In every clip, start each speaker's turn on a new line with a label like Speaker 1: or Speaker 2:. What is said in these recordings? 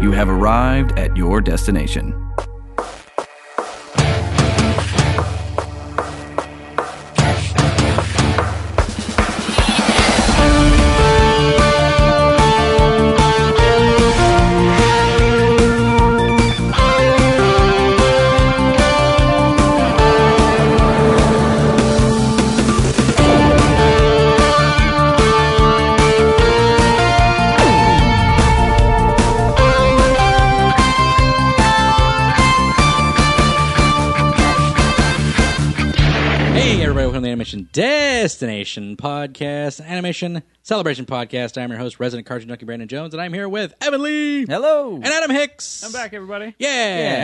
Speaker 1: You have arrived at your destination.
Speaker 2: Hey, everybody, welcome to the Animation Destination Podcast, Animation Celebration Podcast. I'm your host, resident cartoon junkie Brandon Jones, and I'm here with Evan Lee.
Speaker 1: Hello.
Speaker 2: And Adam Hicks.
Speaker 3: I'm back, everybody.
Speaker 2: Yeah,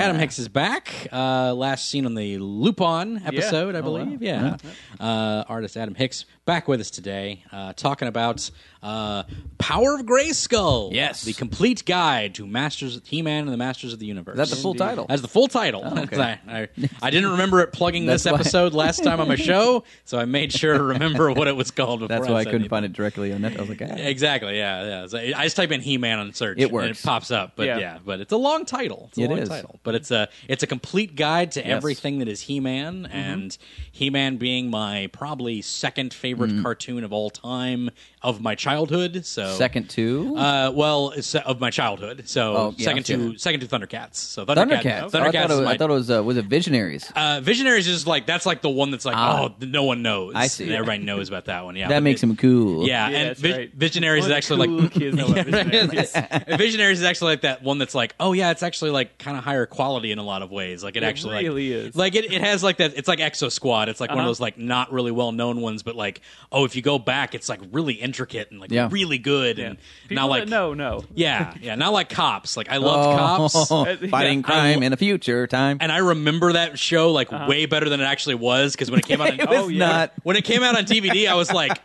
Speaker 2: Adam Hicks is back. Uh, last seen on the Lupon episode, I believe. Yeah. Uh, artist Adam Hicks back with us today, uh, talking about uh, Power of Grayskull.
Speaker 1: Yes.
Speaker 2: The complete guide to Masters He Man and the Masters of the Universe.
Speaker 1: That's the full title.
Speaker 2: That's the full title. I, I, I didn't remember it plugging this
Speaker 1: That's why-
Speaker 2: episode last time on my show, so I made sure to remember what it was called. Before
Speaker 4: That's why I
Speaker 2: said
Speaker 4: couldn't
Speaker 2: anything.
Speaker 4: find it directly on that. I was like, ah.
Speaker 2: Exactly. Yeah. Yeah. So I just type in He Man on search.
Speaker 4: It
Speaker 2: And it
Speaker 4: works.
Speaker 2: pops up. But yeah.
Speaker 3: Yeah.
Speaker 2: But it's a long title. It's a
Speaker 4: It
Speaker 2: long
Speaker 4: is.
Speaker 2: title. But it's a it's a complete guide to everything that is He Man,
Speaker 4: Mm-hmm.
Speaker 2: and He Man being my probably second favorite
Speaker 4: Mm-hmm.
Speaker 2: cartoon of all time of my childhood. So
Speaker 4: second two.
Speaker 2: Uh, well, it's, uh, of my childhood. So
Speaker 4: Oh, yeah,
Speaker 2: second to
Speaker 4: yeah.
Speaker 2: second to Thundercats. So
Speaker 4: Thundercats.
Speaker 2: Thundercats.
Speaker 4: Oh, I,
Speaker 2: Thundercats
Speaker 4: thought
Speaker 2: is
Speaker 4: it,
Speaker 2: my
Speaker 4: I thought it was uh, was it Visionaries.
Speaker 2: uh, Visionaries is like that's like the one that's like
Speaker 4: Ah.
Speaker 2: oh no one knows.
Speaker 4: I see.
Speaker 2: Everybody knows about that one. Yeah,
Speaker 4: that
Speaker 2: but
Speaker 4: makes
Speaker 2: it-
Speaker 4: them cool.
Speaker 2: Yeah,
Speaker 3: Yeah,
Speaker 2: and
Speaker 3: that's
Speaker 2: vi-
Speaker 3: right.
Speaker 2: Visionaries is
Speaker 3: All the
Speaker 2: actually
Speaker 3: cool
Speaker 2: like
Speaker 3: kids know what Visionaries is.
Speaker 2: Visionaries is actually like that one that's like, oh yeah, it's actually like kind of higher quality in a lot of ways. Like it,
Speaker 3: It
Speaker 2: actually like-
Speaker 3: really is.
Speaker 2: Like it, it has like that. It's like Exo Squad. It's like one of
Speaker 3: Uh-huh.
Speaker 2: those like not really well known ones, but like oh, if you go back, it's like really intricate and like
Speaker 4: Yeah.
Speaker 2: really good and
Speaker 3: People
Speaker 2: not like
Speaker 3: that know, know.
Speaker 2: yeah, yeah, not like cops. Like I
Speaker 4: Oh,
Speaker 2: loved cops. Uh,
Speaker 4: fighting
Speaker 3: Yeah.
Speaker 4: crime in the future time.
Speaker 2: And I remember that show like
Speaker 3: Uh-huh.
Speaker 2: way better than it actually was because when it came out, on,
Speaker 4: It was
Speaker 2: oh, yeah.
Speaker 4: not.
Speaker 2: When it came out on DVD, I was like,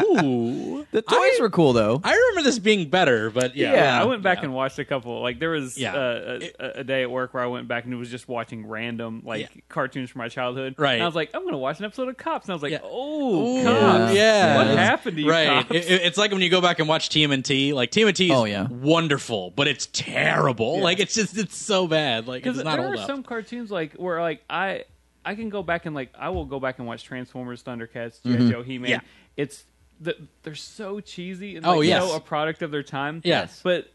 Speaker 2: "Oh,
Speaker 4: the toys were cool though.
Speaker 2: I remember this being better." But yeah,
Speaker 4: Yeah.
Speaker 3: I went back
Speaker 2: Yeah.
Speaker 3: and watched a couple. Like there was
Speaker 2: Yeah.
Speaker 3: uh, a, a, a day at work where I went back and was just watching random like
Speaker 2: Yeah.
Speaker 3: cartoons from my childhood.
Speaker 2: Right.
Speaker 3: And I was like, I'm going to watch an episode of Cops, and I was like,
Speaker 2: Yeah.
Speaker 3: Oh,
Speaker 2: Ooh,
Speaker 3: Cops.
Speaker 2: yeah.
Speaker 3: What
Speaker 4: Yeah.
Speaker 3: happened to you,
Speaker 2: right.
Speaker 3: Cops?
Speaker 2: It- it- it's like when you go back and watch TMNT. Like TMNT is
Speaker 4: Oh, yeah.
Speaker 2: wonderful, but it's terrible. Like it's just it's so bad. Like it's
Speaker 3: because
Speaker 2: not
Speaker 3: there
Speaker 2: old
Speaker 3: are
Speaker 2: up.
Speaker 3: some cartoons like where like I I can go back and like I will go back and watch Transformers, Thundercats, G.I. Joe, He
Speaker 2: Mm-hmm.
Speaker 3: Man.
Speaker 2: Yeah.
Speaker 3: It's the, they're so cheesy and
Speaker 2: Oh,
Speaker 3: like,
Speaker 2: yes.
Speaker 3: so a product of their time.
Speaker 2: Yes.
Speaker 3: but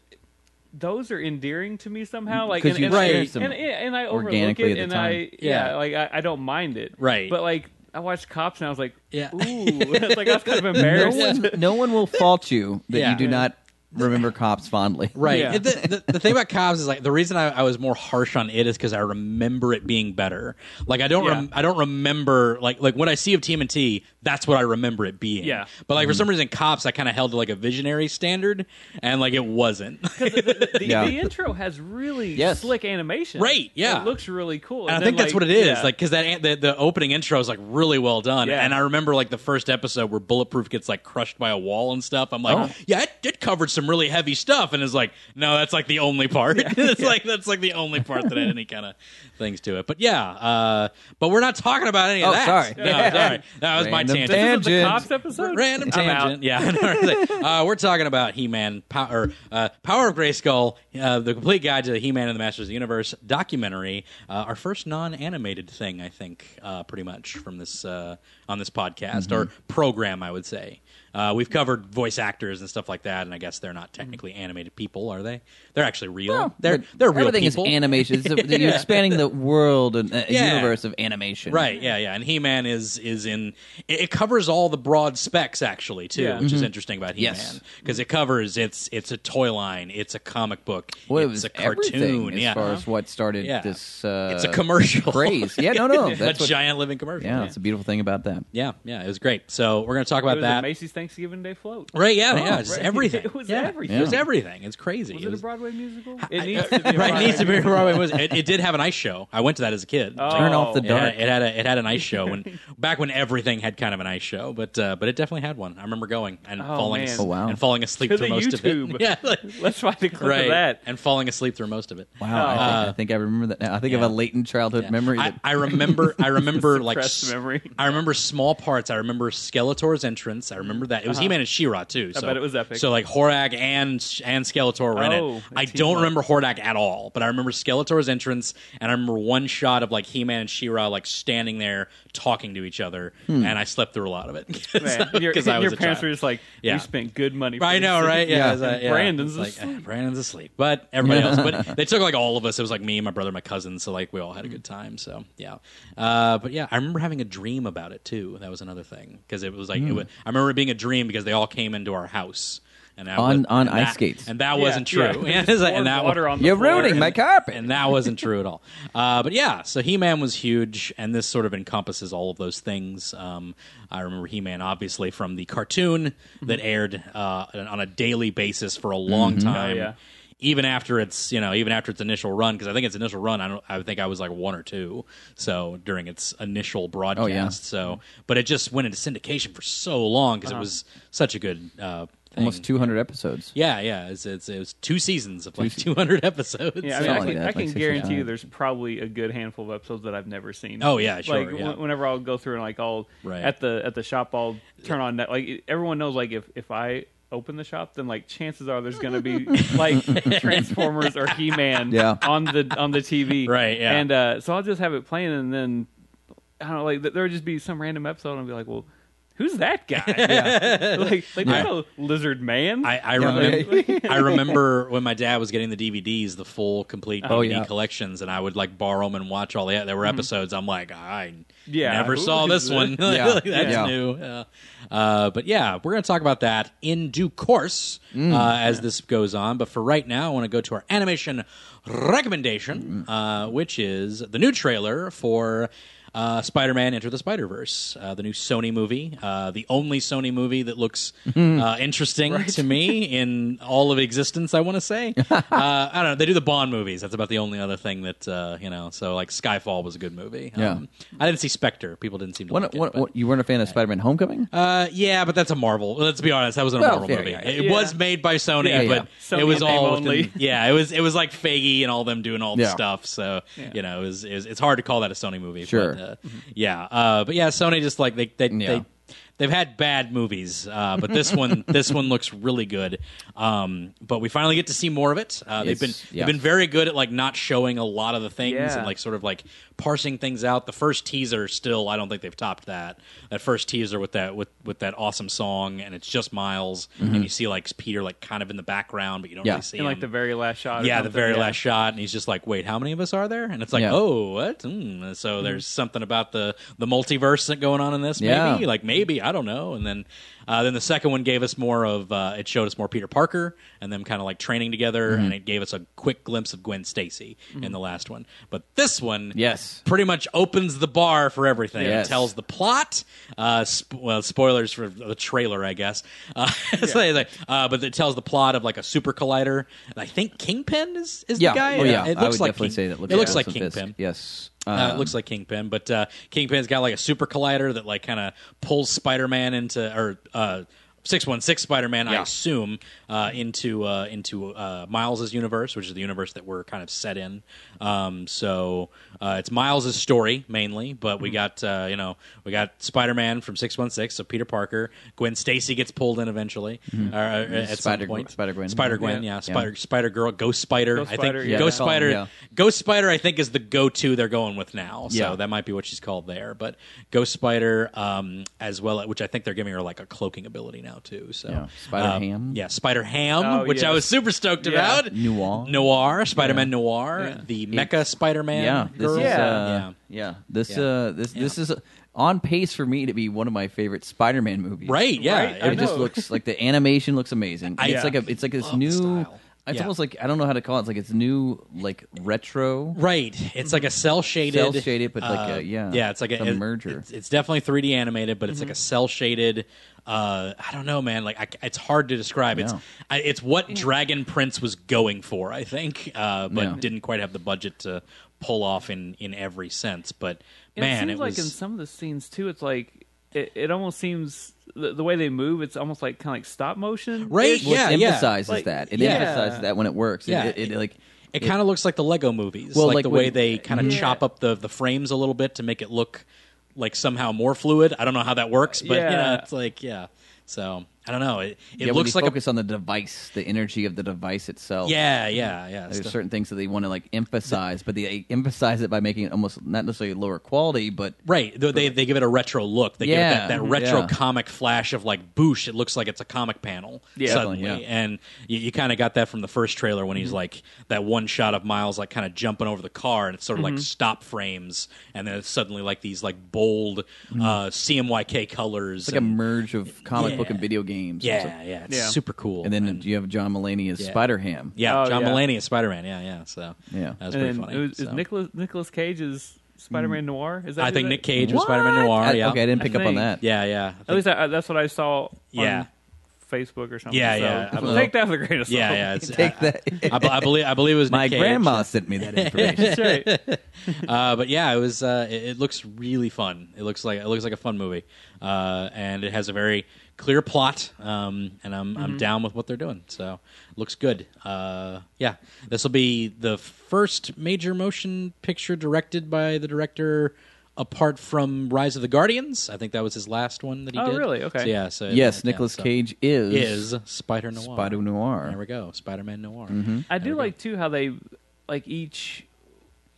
Speaker 3: those are endearing to me somehow. Like
Speaker 4: 'Cause
Speaker 3: and,
Speaker 4: you
Speaker 3: and,
Speaker 4: experienced
Speaker 3: and,
Speaker 4: them
Speaker 3: and, and I overlook
Speaker 4: organically
Speaker 3: it
Speaker 4: at the
Speaker 3: and
Speaker 4: time.
Speaker 3: I
Speaker 2: Yeah.
Speaker 3: yeah, like I, I don't mind it.
Speaker 2: Right.
Speaker 3: but like I watched Cops and I was like,
Speaker 2: Yeah.
Speaker 3: ooh, it's like I was kind of
Speaker 4: no
Speaker 3: embarrassed.
Speaker 4: one, no one will fault you that
Speaker 2: Yeah.
Speaker 4: you do
Speaker 2: Yeah.
Speaker 4: not remember cops fondly.
Speaker 2: Right.
Speaker 3: Yeah.
Speaker 2: It- The, the, the thing about Cobbs is like the reason I, I was more harsh on it is because I remember it being better. Like I don't rem- I don't remember like like what I see of TMNT. That's what I remember it being.
Speaker 3: Yeah.
Speaker 2: But like for
Speaker 4: Mm-hmm.
Speaker 2: some reason, Cops I kind of held to like a visionary standard, and like it wasn't.
Speaker 3: the,
Speaker 4: Yeah.
Speaker 3: the intro has really
Speaker 4: Yes.
Speaker 3: slick animation.
Speaker 2: Right, yeah.
Speaker 3: it looks really cool.
Speaker 2: and I
Speaker 3: then,
Speaker 2: think that's what it is,
Speaker 3: yeah.
Speaker 2: like because that the, the opening intro is like really well done,
Speaker 3: Yeah.
Speaker 2: and I remember like the first episode where Bulletproof gets like crushed by a wall and stuff. I'm like, yeah, it, it covered some really heavy stuff, and it's like, no, that's like the only part. it's like that's like the only part that had any kind of things to it. But yeah, uh, but we're not talking about any of
Speaker 4: Oh,
Speaker 2: that.
Speaker 4: sorry.
Speaker 2: no, sorry, that was my
Speaker 4: Random
Speaker 2: tangent.
Speaker 4: tangent.
Speaker 3: This is the cops episode.
Speaker 2: Random
Speaker 3: I'm out.
Speaker 2: tangent. Yeah, uh, we're talking about He-Man power, uh, Power of Grayskull, uh, the complete guide to the He-Man and the Masters of the Universe documentary. Uh, our first non-animated thing, I think, uh, pretty much from this uh, on this podcast or
Speaker 4: Mm-hmm.
Speaker 2: program, I would say. Uh, we've covered voice actors and stuff like that, and I guess they're not technically animated people, are they? They're actually real.
Speaker 4: Mm-hmm. Well,
Speaker 2: they're
Speaker 4: but
Speaker 2: they're real
Speaker 4: everything
Speaker 2: people.
Speaker 4: is animation. It's a- You're expanding the world and uh,
Speaker 2: Yeah.
Speaker 4: universe of animation.
Speaker 2: Right, yeah, yeah, and He Man is is in it, it covers all the broad specs actually too,
Speaker 3: Yeah.
Speaker 2: which is interesting about He Man
Speaker 4: Mm-hmm. Yes.
Speaker 2: because it covers it's it's a toy line, it's a comic book,
Speaker 4: Well,
Speaker 2: it's
Speaker 4: it was
Speaker 2: a cartoon,
Speaker 4: everything
Speaker 2: yeah,
Speaker 4: as far as what started
Speaker 2: Yeah.
Speaker 4: this. Uh,
Speaker 2: it's a commercial
Speaker 4: craze. Yeah, no, no,
Speaker 2: a
Speaker 4: that's what,
Speaker 2: giant living commercial,
Speaker 4: yeah, that's a beautiful thing about that.
Speaker 2: yeah, yeah, it was great. So we're gonna talk
Speaker 3: It
Speaker 2: about
Speaker 3: was a
Speaker 2: that,
Speaker 3: Macy's Thanksgiving Day float.
Speaker 2: right? Yeah,
Speaker 4: Oh,
Speaker 2: yeah, it's
Speaker 3: right.
Speaker 2: everything.
Speaker 3: It was
Speaker 2: Yeah.
Speaker 3: everything.
Speaker 2: It was
Speaker 4: Yeah.
Speaker 2: everything. It's crazy.
Speaker 3: Was
Speaker 2: It
Speaker 3: it a
Speaker 2: was-
Speaker 3: Broadway musical?
Speaker 2: I-
Speaker 3: It needs to be. a
Speaker 2: right, it needs to be a
Speaker 3: Broadway
Speaker 2: Broadway musical. It, it did have an ice show. I went to that as a kid.
Speaker 3: Oh.
Speaker 4: Turn off the
Speaker 2: It had,
Speaker 4: dark.
Speaker 2: it had a it had an ice show when back when everything had kind of an ice show, but uh, but it definitely had one. I remember going and
Speaker 3: Oh,
Speaker 2: falling
Speaker 3: man.
Speaker 2: as-
Speaker 3: Oh,
Speaker 4: wow.
Speaker 2: and falling asleep
Speaker 3: To
Speaker 2: through
Speaker 3: the
Speaker 2: most of it.
Speaker 3: YouTube.
Speaker 2: Yeah, like-
Speaker 3: musical. Let's find a clip
Speaker 2: right.
Speaker 3: of that.
Speaker 2: And falling asleep through most of it.
Speaker 4: Wow, I, think, I think I remember that now. I think of
Speaker 2: Uh, yeah.
Speaker 4: a latent childhood
Speaker 2: Yeah.
Speaker 4: memory.
Speaker 2: I,
Speaker 4: that,
Speaker 2: I remember. I remember like
Speaker 3: Suppressed
Speaker 2: s-
Speaker 3: memory.
Speaker 2: I remember small parts. I remember Skeletor's entrance. I remember remembered that it was He Man and She Ra too. So,
Speaker 3: Uh-huh. bet it was epic.
Speaker 2: So like Horak and and Skeletor were in
Speaker 3: Oh,
Speaker 2: it. I
Speaker 3: it's
Speaker 2: don't
Speaker 3: He-Man.
Speaker 2: remember Hordak at all, but I remember Skeletor's entrance, and I remember one shot of like He Man and She Ra like standing there talking to each other, and I slept through a lot of it
Speaker 3: Hmm. Man, your,
Speaker 2: because I was
Speaker 3: your
Speaker 2: a
Speaker 3: parents
Speaker 2: child.
Speaker 3: were just like,
Speaker 2: Yeah.
Speaker 3: "You spent good money." for
Speaker 2: I
Speaker 3: this."
Speaker 2: know, right? Yeah,
Speaker 4: Yeah.
Speaker 2: it was, uh, yeah.
Speaker 3: Brandon's
Speaker 2: It's like,
Speaker 3: asleep.
Speaker 2: "Ah, Brandon's asleep, but everybody else. But they took like all of us. It was like me, my brother, my cousin. So like we all had a good time. So yeah, uh, but yeah, I remember having a dream about it too. That was another thing because it was like
Speaker 4: Hmm.
Speaker 2: it wa- I remember it being a dream because they all came into our house and that
Speaker 4: On-
Speaker 2: was,
Speaker 4: on
Speaker 2: and
Speaker 4: ice
Speaker 2: that-
Speaker 4: skates.
Speaker 2: and that
Speaker 3: Yeah,
Speaker 2: wasn't true.
Speaker 3: yeah.
Speaker 2: Yeah,
Speaker 3: Just poured
Speaker 2: and that
Speaker 3: water
Speaker 2: wa-
Speaker 3: on the
Speaker 4: You're
Speaker 3: floor
Speaker 4: ruining
Speaker 3: and-
Speaker 4: my carpet.
Speaker 2: and that wasn't true at all. Uh, but yeah, so He Man was huge, and this sort of encompasses all of those things. Um, I remember He Man obviously from the cartoon that aired uh, on a daily basis for a long time.
Speaker 3: yeah.
Speaker 2: Even after its, you know, even after its initial run, because I think its initial run, I don't, I think I was like one or two. So during its initial broadcast, so but it just went into syndication for so long because it was such a good, uh, thing.
Speaker 4: Almost 200 episodes.
Speaker 2: Yeah, yeah, it's, it's it was two seasons of like two hundred episodes.
Speaker 3: Yeah, I,
Speaker 4: Something
Speaker 3: mean, I
Speaker 4: like
Speaker 3: can,
Speaker 4: that,
Speaker 3: I can
Speaker 4: like
Speaker 3: guarantee
Speaker 4: 65.
Speaker 3: you, there's probably a good handful of episodes that I've never seen.
Speaker 2: Oh, yeah, sure,
Speaker 3: Like
Speaker 2: yeah.
Speaker 3: wh- whenever I'll go through and like I'll
Speaker 2: Right.
Speaker 3: at the at the shop, I'll turn on that. Like it- everyone knows, like if if I open the shop, then like chances are there's gonna be like Transformers or He Man
Speaker 4: Yeah.
Speaker 3: on the on the TV.
Speaker 2: Right, yeah.
Speaker 3: And uh, so I'll just have it playing, and then I don't know, like th- there would just be some random episode, and I'll be like, well. Who's that guy? like, like
Speaker 2: Yeah.
Speaker 3: there's no lizard man.
Speaker 2: I, I
Speaker 4: Yeah,
Speaker 2: remember. I remember when my dad was getting the DVDs, the full complete DVD
Speaker 4: Oh, yeah. Mm-hmm.
Speaker 2: collections, and I would like borrow them and watch all the. e, There were episodes. I'm like, I
Speaker 3: Yeah,
Speaker 2: never
Speaker 3: who
Speaker 2: saw
Speaker 3: is
Speaker 2: this
Speaker 3: this?
Speaker 2: one.
Speaker 4: Yeah,
Speaker 2: Like, That's
Speaker 4: yeah.
Speaker 2: new. Uh, uh, but yeah, we're gonna talk about that in due course uh, as this goes on. But for right now, I want to go to our animation recommendation, uh, which is the new trailer for. Uh, Spider-Man: Enter the Spider-Verse, uh, the new Sony movie, uh, the only Sony movie that looks uh, interesting to me in all of existence. I want to say, uh, I don't know. They do the Bond movies. That's about the only other thing that uh, you know. So like Skyfall was a good movie. Um,
Speaker 4: Yeah.
Speaker 2: I didn't see Spectre. People didn't seem to
Speaker 4: What,
Speaker 2: like it,
Speaker 4: what,
Speaker 2: but-
Speaker 4: what- you weren't a fan of Spider-Man: Homecoming?
Speaker 2: uh, yeah, but that's a Marvel. Let's be honest, that wasn't a
Speaker 4: Well,
Speaker 2: Marvel
Speaker 4: yeah,
Speaker 2: movie.
Speaker 4: yeah,
Speaker 2: It
Speaker 3: yeah.
Speaker 2: was made by Sony,
Speaker 4: Yeah,
Speaker 2: but
Speaker 3: yeah.
Speaker 2: it was
Speaker 3: Sony name
Speaker 2: all
Speaker 3: only.
Speaker 2: within- yeah, it was it was like Feige and all them doing all the
Speaker 4: Yeah.
Speaker 2: stuff. So
Speaker 3: Yeah.
Speaker 2: you know, it was, it was it's hard to call that a Sony movie.
Speaker 4: Sure.
Speaker 2: but, uh, yeah, uh, but yeah, Sony just like they they.
Speaker 4: Yeah.
Speaker 2: they They've had bad movies, uh, but this one this one looks really good. Um, but we finally get to see more of it. Uh, they've been
Speaker 4: Yes, yeah.
Speaker 2: they've been very good at like not showing a lot of the things
Speaker 3: Yeah.
Speaker 2: and like sort of like parsing things out. The first teaser still, I don't think they've topped that. That first teaser with that with with that awesome song, and it's just Miles, and you see like Peter like kind of in the background, but you don't
Speaker 4: Yeah.
Speaker 2: really see
Speaker 3: in like
Speaker 2: him.
Speaker 3: the very last shot. or
Speaker 2: yeah, the
Speaker 3: something,
Speaker 2: very
Speaker 3: yeah.
Speaker 2: last shot, and he's just like, "Wait, how many of us are there?" And it's like,
Speaker 4: Yeah.
Speaker 2: "Oh, what?" Mm. And
Speaker 3: Hmm.
Speaker 2: So there's something about the the multiverse that going on in this. Maybe
Speaker 4: Yeah.
Speaker 2: like maybe I don't know. And then uh, then the second one gave us more of uh, it showed us more Peter Parker and them kind of like training together,
Speaker 3: Mm-hmm.
Speaker 2: and it gave us a quick glimpse of Gwen Stacy in the last one. But this one,
Speaker 4: Yes.
Speaker 2: pretty much opens the bar for everything.
Speaker 4: Yes.
Speaker 2: It tells the plot. Uh, sp- well, spoilers for the trailer, I guess. Uh, so it's like, uh, but it tells the plot of like a super collider. And I think Kingpin is, is
Speaker 4: Yeah.
Speaker 2: the guy.
Speaker 4: Oh, yeah.
Speaker 2: It
Speaker 4: I
Speaker 2: looks
Speaker 4: would
Speaker 2: like
Speaker 4: definitely
Speaker 2: King-
Speaker 4: say that looks
Speaker 2: it looks
Speaker 4: like
Speaker 2: like
Speaker 4: Wilson Fisk.
Speaker 2: Kingpin.
Speaker 4: Yes.
Speaker 2: Uh, it looks like Kingpin, but uh, Kingpin's got like a super collider that like kind of pulls Spider-Man into or uh, six one six Spider-Man, I
Speaker 4: Yeah.
Speaker 2: assume, uh, into uh, into uh, Miles's universe, which is the universe that we're kind of set in. Um, so uh, it's Miles's story mainly, but
Speaker 4: Mm-hmm.
Speaker 2: we got uh, you know we got Spider-Man from six one six, so Peter Parker, Gwen Stacy gets pulled in eventually or, uh, at
Speaker 4: Spider-
Speaker 2: some point.
Speaker 4: Mm-hmm. Spider-Gwen.
Speaker 2: Spider Gwen, yeah,
Speaker 4: Yeah.
Speaker 2: Spider Spider Girl, Ghost Spider.
Speaker 3: Ghost
Speaker 2: I
Speaker 3: Spider,
Speaker 2: think
Speaker 3: yeah.
Speaker 2: Ghost
Speaker 4: Yeah, they call
Speaker 2: Spider.
Speaker 4: him, yeah.
Speaker 2: Ghost Spider, I think, is the go-to they're going with now. So
Speaker 4: Yeah.
Speaker 2: that might be what she's called there. But Ghost Spider, um, as well, which I think they're giving her like a cloaking ability now too. So
Speaker 4: Yeah. Spider
Speaker 2: um,
Speaker 4: Ham.
Speaker 2: yeah, Spider Ham,
Speaker 3: Oh,
Speaker 2: which I
Speaker 3: yes.
Speaker 2: was super stoked
Speaker 3: Yeah.
Speaker 2: about.
Speaker 4: Noir.
Speaker 2: Noir, Spider-Man Noir,
Speaker 3: Yeah.
Speaker 2: the Mecha Spider-Man.
Speaker 4: Yeah. This
Speaker 2: girl.
Speaker 4: is.
Speaker 3: Yeah.
Speaker 4: Uh, yeah. This. Uh, this. This is on pace for me to be one of my favorite Spider-Man movies.
Speaker 2: Right. Yeah.
Speaker 3: Right, I
Speaker 4: It just
Speaker 3: know.
Speaker 4: looks like the animation looks amazing.
Speaker 2: I
Speaker 4: it's like a. It's like this
Speaker 2: love the
Speaker 4: new.
Speaker 2: style.
Speaker 4: It's
Speaker 2: Yeah.
Speaker 4: almost like I don't know how to call it. It's like it's new, like retro.
Speaker 2: Right. It's like a cell shaded.
Speaker 4: Cell shaded, Mm-hmm. but like a- yeah.
Speaker 2: Yeah, it's like
Speaker 4: It's a merger. Mm-hmm.
Speaker 2: It's, it's definitely 3D animated, but it's like a cell shaded. Uh, I don't know, man. Like, I, c- it's hard to describe. It's
Speaker 4: Yeah.
Speaker 2: I, it's what Dragon Prince was going for, I think, uh, but
Speaker 4: Yeah.
Speaker 2: didn't quite have the budget to pull off in in every sense. But
Speaker 3: And
Speaker 2: man,
Speaker 3: it
Speaker 2: it
Speaker 3: seems like
Speaker 2: was
Speaker 3: in some of the scenes too. It's like it, it almost seems the, the way they move. It's almost like kind of like stop motion,
Speaker 2: Right,
Speaker 4: Well,
Speaker 2: yeah,
Speaker 4: it
Speaker 2: yeah.
Speaker 4: emphasizes
Speaker 3: Like,
Speaker 4: that. It
Speaker 2: yeah.
Speaker 4: emphasizes that when it works. It-
Speaker 2: Yeah.
Speaker 4: It, it, like
Speaker 2: It kind of looks like the Lego movies,
Speaker 4: Well,
Speaker 2: like,
Speaker 4: like
Speaker 2: the
Speaker 4: when-
Speaker 2: way they kind of
Speaker 3: Yeah.
Speaker 2: chop up the, the frames a little bit to make it look like somehow more fluid. I don't know how that works, but you
Speaker 3: Yeah.
Speaker 2: know, it's like yeah, So I don't know. It, it
Speaker 4: yeah, when
Speaker 2: looks
Speaker 4: they
Speaker 2: like
Speaker 4: focus on the device, the energy of the device
Speaker 2: a
Speaker 4: itself.
Speaker 2: yeah, yeah, yeah.
Speaker 4: there's
Speaker 2: stuff-
Speaker 4: Mm-hmm. certain things that they want to like emphasize, but they emphasize it by making it almost not necessarily lower quality, but
Speaker 2: Right, though they, they give it a retro look. They
Speaker 4: Yeah,
Speaker 2: give it that, that retro
Speaker 4: yeah.
Speaker 2: comic flash of like boosh. It looks like it's a comic panel
Speaker 3: Yeah,
Speaker 2: suddenly,
Speaker 4: definitely, yeah. Mm-hmm.
Speaker 2: and you, you kind of got that from the first trailer when he's like that one shot of Miles like kind of jumping over the car, and it's sort of
Speaker 4: Mm-hmm.
Speaker 2: like stop frames, and then it's suddenly like these like bold uh, CMYK colors.
Speaker 4: Mm-hmm. it's like a
Speaker 2: and-
Speaker 4: merge of comic book
Speaker 2: Yeah.
Speaker 4: and video games. or
Speaker 2: yeah,
Speaker 4: something.
Speaker 2: yeah, it's
Speaker 3: Yeah.
Speaker 2: super cool.
Speaker 4: And then you have John Mulaney as
Speaker 2: Yeah.
Speaker 4: Spider Ham.
Speaker 2: yeah,
Speaker 3: Oh,
Speaker 2: John
Speaker 3: yeah.
Speaker 2: Mulaney as Spider Man. Yeah, yeah. So
Speaker 4: Yeah.
Speaker 2: that was
Speaker 3: and
Speaker 2: pretty
Speaker 3: then
Speaker 2: funny.
Speaker 3: it was,
Speaker 2: so. Mm.
Speaker 3: is Nicholas Nicholas Cage's Spider-Man Noir? Is that
Speaker 2: I
Speaker 3: who
Speaker 2: think
Speaker 3: that-
Speaker 2: Nick Cage was Spider Man Noir. yeah,
Speaker 4: Okay, I didn't
Speaker 3: I
Speaker 4: pick up on
Speaker 3: think-
Speaker 4: that.
Speaker 2: yeah, yeah. I
Speaker 3: At
Speaker 2: think-
Speaker 3: least I, I- that's what I saw.
Speaker 2: Yeah.
Speaker 3: on Facebook or something.
Speaker 2: Yeah,
Speaker 3: so
Speaker 2: yeah, I
Speaker 3: take that with a grain of salt.
Speaker 2: yeah, yeah. It's,
Speaker 4: Take
Speaker 2: I-
Speaker 4: that.
Speaker 2: I, I believe I believe it was
Speaker 4: My
Speaker 2: Nick Cage.
Speaker 4: grandma sent me that information.
Speaker 3: That's right.
Speaker 2: Uh, but yeah, it was. Uh, it, it looks really fun. It looks like it looks like a fun movie, uh, and it has a very clear plot. Um, and I'm
Speaker 4: Mm-hmm.
Speaker 2: I'm down with what they're doing. So looks good. Uh, yeah, this will be the first major motion picture directed by the director. Apart from Rise of the Guardians, I think that was his last one that he
Speaker 3: Oh,
Speaker 2: did.
Speaker 3: really? Okay.
Speaker 2: So, yeah. So
Speaker 4: yes,
Speaker 2: yeah,
Speaker 4: Nicolas
Speaker 2: uh, so-
Speaker 4: Cage is
Speaker 2: is Spider Noir.
Speaker 4: Spider
Speaker 2: There
Speaker 4: Noir. Mm-hmm.
Speaker 2: we go. Spider Man Noir.
Speaker 3: I do like too how they like each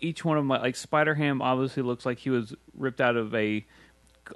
Speaker 3: each one of my like Spider Ham obviously looks like he was ripped out of a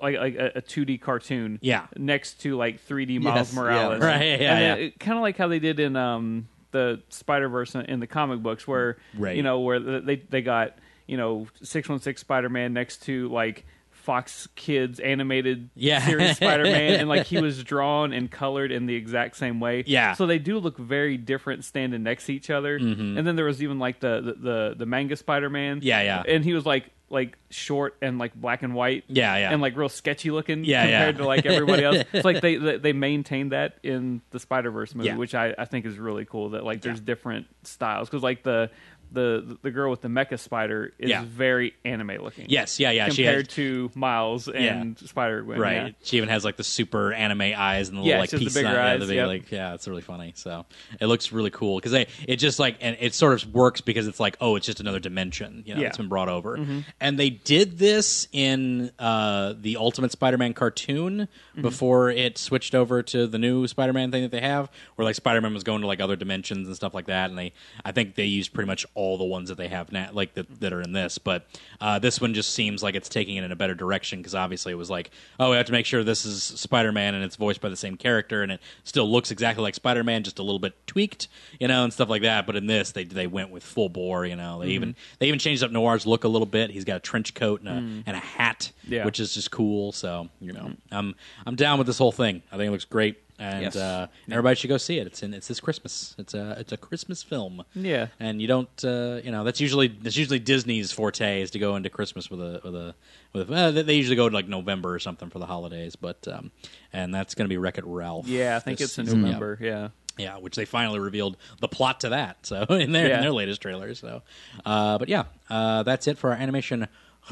Speaker 3: like like a two D cartoon.
Speaker 2: Yeah.
Speaker 3: Next to like three D Miles
Speaker 4: yeah.
Speaker 3: Morales.
Speaker 2: Right, yeah, yeah.
Speaker 3: Kind of like how they did in um the Spider Verse in the comic books, where
Speaker 2: Right.
Speaker 3: you know where th- they they got you know six one six Spider Man next to like. Fox Kids animated
Speaker 2: Yeah.
Speaker 3: series Spider Man, and like he was drawn and colored in the exact same way.
Speaker 2: Yeah.
Speaker 3: So they do look very different standing next to each other. And then there was even like the the the, the manga Spider Man.
Speaker 2: Mm-hmm. Yeah, yeah.
Speaker 3: And he was like like short and like black and white.
Speaker 2: Yeah, yeah.
Speaker 3: And like real sketchy looking.
Speaker 2: Yeah, yeah.
Speaker 3: Compared to like everybody else, it's like they they, they maintain that in the Spider Verse movie,
Speaker 2: Yeah.
Speaker 3: which I I think is really cool. That like there's different styles because like the. The, the girl with the mecha spider is
Speaker 2: Yeah.
Speaker 3: very anime looking.
Speaker 2: Yes, yeah, yeah, she
Speaker 3: Compared
Speaker 2: has-
Speaker 3: to Miles and Spider Gwen.
Speaker 2: Right. She even has like the super anime eyes and the little
Speaker 3: Yeah,
Speaker 2: like
Speaker 3: she has the
Speaker 2: peace
Speaker 3: bigger
Speaker 2: sign. Yeah,
Speaker 3: eyes,
Speaker 2: big,
Speaker 3: yep.
Speaker 2: like, yeah, it's really funny. So it looks really cool because it just like and it sort of works because it's like oh, it's just another dimension. You know,
Speaker 3: Yeah. Mm-hmm.
Speaker 2: it's been brought over. And they did this in uh, the Ultimate Spider-Man cartoon
Speaker 3: Mm-hmm.
Speaker 2: before it switched over to the new Spider-Man thing that they have, where like Spider-Man was going to like other dimensions and stuff like that. And they, I think they used pretty much all the ones that they have now, like that, that are in this. But uh, this one just seems like it's taking it in a better direction because obviously it was like, oh, we have to make sure this is Spider-Man and it's voiced by the same character and it still looks exactly like Spider-Man, just a little bit tweaked, you know, and stuff like that. But in this, they they went with full bore, you know. They even they even changed up Noir's look a little bit. He's got a trench coat and a and a hat,
Speaker 3: Yeah.
Speaker 2: which is just cool. So you know, I'm I'm down with this whole thing. I think it looks great. And
Speaker 4: Yes.
Speaker 2: uh, everybody should go see it. It's in. It's this Christmas. It's a. It's a Christmas film.
Speaker 3: Yeah.
Speaker 2: And you don't. Uh, you know. That's usually. That's usually Disney's forte is to go into Christmas with a. With a. With. A, uh, they they usually go to like November or something for the holidays. But. Um, and that's going to be Wreck It Ralph.
Speaker 3: Yeah, I think
Speaker 2: this
Speaker 3: it's in
Speaker 2: season. Yeah.
Speaker 3: November. Yeah.
Speaker 2: Yeah, which they finally revealed the plot to that. So in their
Speaker 3: Yeah.
Speaker 2: in their latest trailer. So, uh, but yeah, uh, that's it for our animation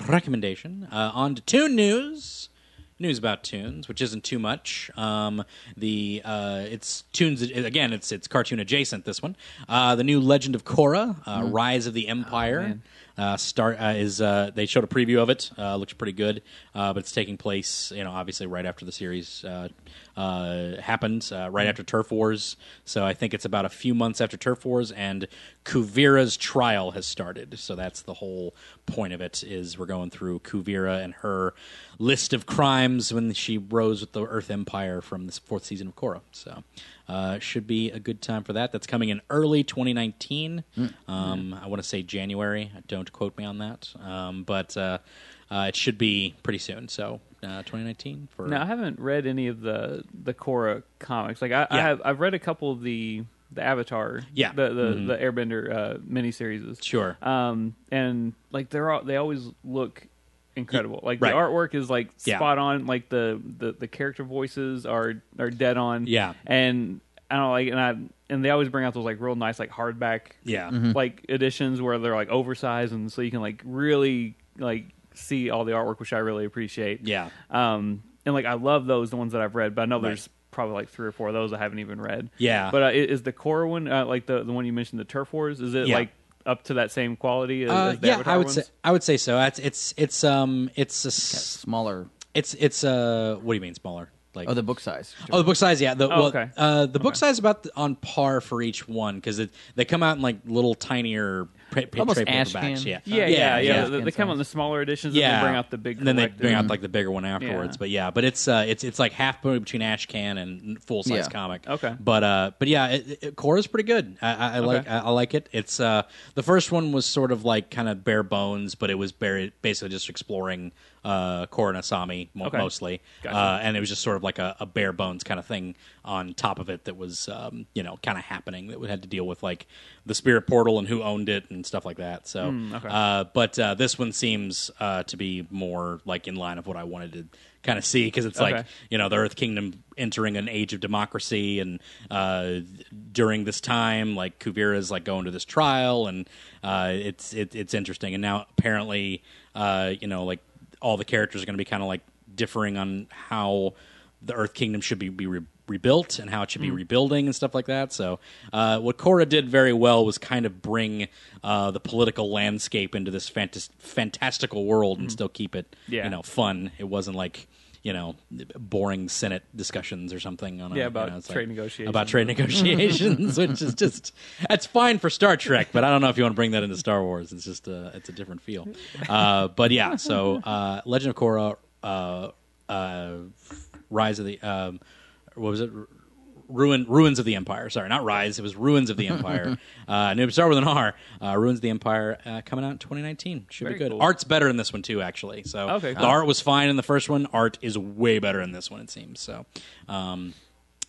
Speaker 2: recommendation. Uh, on to Toon news. News about tunes, which isn't too much. Um, the uh, it's tunes again. It's it's cartoon adjacent. This one, uh, the new Legend of Korra, uh, Rise of the Empire, uh, start uh, is uh, they showed a preview of it. Uh, looks pretty good, uh, but it's taking place, you know, obviously right after the series uh, uh, happened, uh, right after Turf Wars. So I think it's about a few months after Turf Wars, and Kuvira's trial has started. So that's the whole point of it is we're going through Kuvira and her list of crimes when she rose with the Earth Empire from this fourth season of Korra. So uh, should be a good time for that. That's coming in early 2019. Um, I want to say January. Don't quote me on that. Um, but uh, uh, it should be pretty soon. So uh, 2019 for
Speaker 3: Now I haven't read any of the the Korra comics. Like I, I
Speaker 2: Yeah.
Speaker 3: have, I've read a couple of the the Avatar,
Speaker 2: Yeah.
Speaker 3: the the, the Airbender uh, miniseries.
Speaker 2: sure.
Speaker 3: Um, and like they're all, they always look incredible. Like
Speaker 2: right.
Speaker 3: the artwork is like
Speaker 2: Yeah.
Speaker 3: spot on. Like the, the the character voices are are dead on.
Speaker 2: Yeah.
Speaker 3: and I don't know, like and I and they always bring out those like real nice like hardback
Speaker 2: yeah.
Speaker 3: like editions where they're like oversized and so you can like really like see all the artwork which i really appreciate
Speaker 2: Yeah.
Speaker 3: um and like i love those the ones that i've read but i know
Speaker 2: Right.
Speaker 3: there's probably like three or four of those i haven't even read
Speaker 2: Yeah.
Speaker 3: but uh, i- is the core one uh, like the the one you mentioned the turf wars is it
Speaker 2: Yeah.
Speaker 3: like up to that same quality as,
Speaker 2: Uh,
Speaker 3: as the
Speaker 2: yeah,
Speaker 3: Avatar
Speaker 2: I would
Speaker 3: ones?
Speaker 2: say I would say so. It's it's it's um it's a s-
Speaker 4: Smaller.
Speaker 2: it's it's uh what do you mean smaller? like
Speaker 4: Oh, the book size.
Speaker 2: Oh, the book size, yeah. The,
Speaker 3: Oh,
Speaker 2: well,
Speaker 3: okay.
Speaker 2: uh, the book size is about the, on par for each one because they come out in like little tinier pa- pa-
Speaker 4: Almost
Speaker 2: trade paperbacks.
Speaker 4: Ashcan.
Speaker 2: Yeah,
Speaker 3: yeah, yeah, yeah.
Speaker 4: yeah.
Speaker 3: They, they come out in the smaller editions.
Speaker 2: Yeah,
Speaker 3: and they bring out the big.
Speaker 2: and then they
Speaker 3: collector.
Speaker 2: bring out like the bigger one afterwards.
Speaker 3: Yeah.
Speaker 2: But yeah, but it's uh, it's it's like halfway between Ash Can and full size
Speaker 4: Yeah.
Speaker 2: comic.
Speaker 3: Okay.
Speaker 2: but uh, but yeah, it, it, Cora's pretty good. I, I, I like I, I like it. It's uh, the first one was sort of like kind of bare bones, but it was bare, basically just exploring uh, Cora and Asami mo-
Speaker 3: Okay.
Speaker 2: mostly,
Speaker 3: Gotcha.
Speaker 2: uh, and it was just sort of like a, a bare bones kind of thing on top of it that was um, you know kind of happening that we had to deal with like the spirit portal and who owned it and stuff like that. So
Speaker 3: Mm, okay.
Speaker 2: uh, but uh, this one seems uh, to be more like in line of what I wanted to kind of see because it's like
Speaker 3: Okay.
Speaker 2: you know the Earth Kingdom entering an age of democracy, and uh, during this time, like Kuvira's like going to this trial, and uh, it's it, it's interesting. And now apparently, uh, you know, like all the characters are going to be kind of like differing on how the Earth Kingdom should be be re- rebuilt and how it should be rebuilding and stuff like that. So, uh, what Korra did very well was kind of bring uh, the political landscape into this fantas- fantastical world and still keep it,
Speaker 3: Yeah.
Speaker 2: you know, fun. It wasn't like you know boring Senate discussions or something on a,
Speaker 3: Yeah,
Speaker 2: you
Speaker 3: about
Speaker 2: know, it's
Speaker 3: trade negotiations.
Speaker 2: about trade negotiations, which is just that's fine for Star Trek, but I don't know if you want to bring that into Star Wars. It's just a, it's a different feel. Uh, but yeah, so uh, Legend of Korra, uh, uh, Rise of the um, what was it? Ruin, ruins of the empire. Sorry, not rise. It was ruins of the empire. uh, new start with an R. Uh, ruins of the empire uh, coming out in 2019. Should
Speaker 3: Very
Speaker 2: be good.
Speaker 3: cool.
Speaker 2: Art's better in this one too, actually. So
Speaker 3: Okay,
Speaker 2: the
Speaker 3: cool.
Speaker 2: art was fine in the first one. Art is way better in this one. It seems so. Um,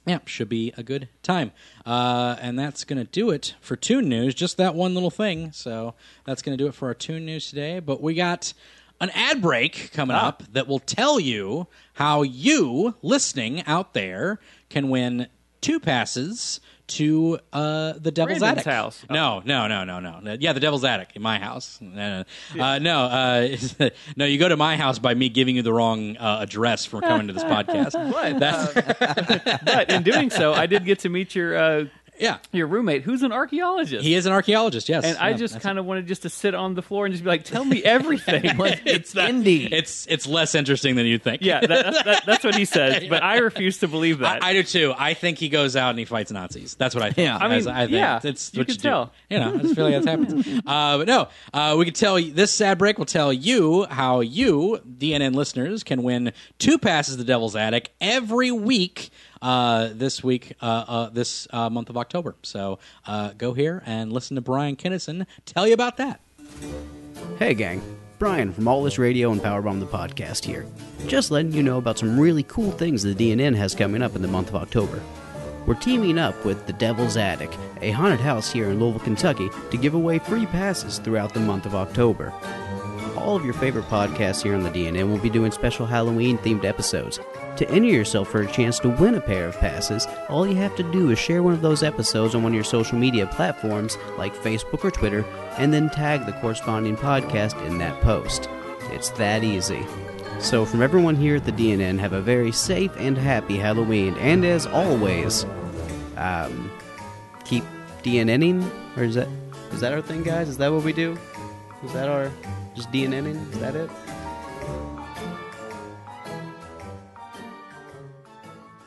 Speaker 2: yeah, should be a good time. Uh, and that's going to do it for Toon News. Just that one little thing. So that's going to do it for our Toon News today. But we got an ad break coming
Speaker 3: Ah.
Speaker 2: up that will tell you how you, listening out there, can win two passes to uh, the Devil's
Speaker 3: Brandon's
Speaker 2: Attic.
Speaker 3: house.
Speaker 2: No, no, no, no, no. Yeah, the Devil's Attic in my house. No, no, uh, no, uh, no. You go to my house by me giving you the wrong uh, address for coming to this podcast.
Speaker 3: But,
Speaker 2: That's
Speaker 3: but in doing so, I did get to meet your uh,
Speaker 2: yeah.
Speaker 3: your roommate, who's an archaeologist.
Speaker 2: He is an archaeologist, yes.
Speaker 3: and I just kind of wanted just to sit on the floor and just be like, "Tell me everything." Like,
Speaker 4: it's indie.
Speaker 2: it's it's less interesting than you think.
Speaker 3: yeah, that, that's- that, that's what he says. But I refuse to believe that.
Speaker 2: I, I do too. I think he goes out and he fights Nazis. That's what I think.
Speaker 4: Yeah.
Speaker 3: I mean,
Speaker 2: As think.
Speaker 3: yeah,
Speaker 2: it's
Speaker 3: you
Speaker 2: what
Speaker 3: could
Speaker 2: do.
Speaker 3: tell.
Speaker 2: You know, I just feel like that's happened. Uh, but no, uh, we could tell you, this sad break will tell you how you DNN listeners can win two passes to the Devil's Attic every week. Uh, this week, uh, uh, this uh, month of October. So uh, go here and listen to Brian Kinnison tell you about that.
Speaker 5: Hey, gang. Brian from All This Radio and Powerbomb the Podcast here. Just letting you know about some really cool things the DNN has coming up in the month of October. We're teaming up with The Devil's Attic, a haunted house here in Louisville, Kentucky, to give away free passes throughout the month of October. All of your favorite podcasts here on the DNN will be doing special Halloween themed episodes. To enter yourself for a chance to win a pair of passes, all you have to do is share one of those episodes on one of your social media platforms like Facebook or Twitter, and then tag the corresponding podcast in that post. It's that easy. So, from everyone here at the DNN, have a very safe and happy Halloween, and as always, um, keep DNNing? Or is that is that our thing, guys? Is that what we do? Is that our just DNNing? Is that it?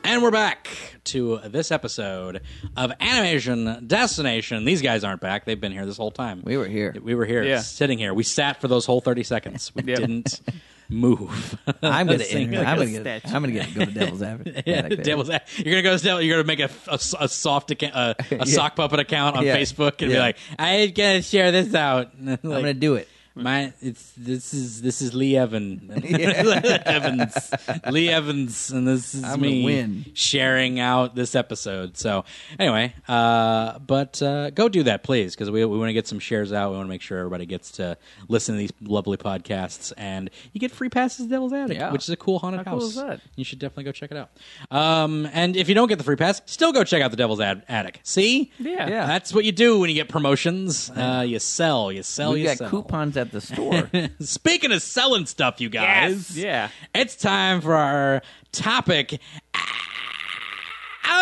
Speaker 2: And we're back to this episode of Animation Destination. These guys aren't back. They've been here this whole time.
Speaker 4: We were here.
Speaker 2: We were here,
Speaker 3: Yeah.
Speaker 2: sitting here. We sat for those whole 30 seconds. We
Speaker 3: Yeah.
Speaker 2: didn't move.
Speaker 4: I'm gonna
Speaker 2: Sing
Speaker 4: enter.
Speaker 2: like
Speaker 4: I'm
Speaker 2: a
Speaker 4: gonna get. I'm gonna get go to Devil's Advocate. Addict there.
Speaker 2: Devil's ad- you're gonna go. sell- You're gonna make a, a, a soft account, uh, a sock puppet account on
Speaker 4: Yeah.
Speaker 2: Facebook, and be
Speaker 4: Yeah.
Speaker 2: like, "I gotta share this out." Like,
Speaker 4: I'm gonna do it.
Speaker 2: My it's this is this is Lee Evan Evans Lee Evans and this is
Speaker 4: I'm gonna
Speaker 2: me
Speaker 4: win.
Speaker 2: sharing out this episode. So anyway, uh, but uh, go do that please because we we want to get some shares out. We want to make sure everybody gets to listen to these lovely podcasts and you get free passes to Devil's Attic,
Speaker 4: Yeah.
Speaker 2: which is a cool haunted
Speaker 3: How
Speaker 2: house.
Speaker 3: cool is that?
Speaker 2: You should definitely go check it out. Um, and if you don't get the free pass, still go check out the Devil's Ad- Attic. See,
Speaker 3: Yeah.
Speaker 4: Yeah.
Speaker 2: that's what you do when you get promotions. Uh, you sell, you sell,
Speaker 4: we
Speaker 2: you
Speaker 4: got
Speaker 2: sell.
Speaker 4: coupons at the store.
Speaker 2: Speaking of selling stuff, you guys.
Speaker 3: yeah.
Speaker 2: It's time for our topic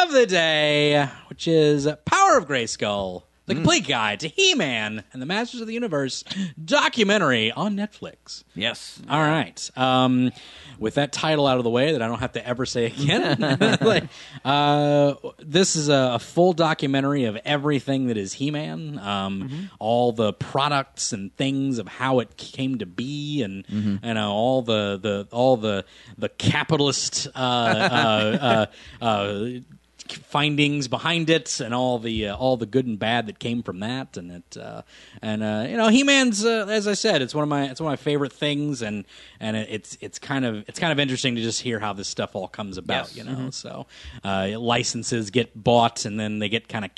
Speaker 2: of the day, which is Power of Grayskull The Complete Guide to He Man and the Masters of the Universe documentary on Netflix.
Speaker 4: Yes.
Speaker 2: All right. Um, with that title out of the way, that I don't have to ever say again. like, uh, this is a, a full documentary of everything that is He-Man, um, all the products and things of how it came to be, and you know all the the all the the capitalist uh, uh, uh, uh, findings behind it and all the uh, all the good and bad that came from that and it uh, and uh, you know he-man's uh, as i said it's one of my it's one of my favorite things and and it, it's it's kind of it's kind of interesting to just hear how this stuff all comes about you know so uh, licenses get bought and then they get kind of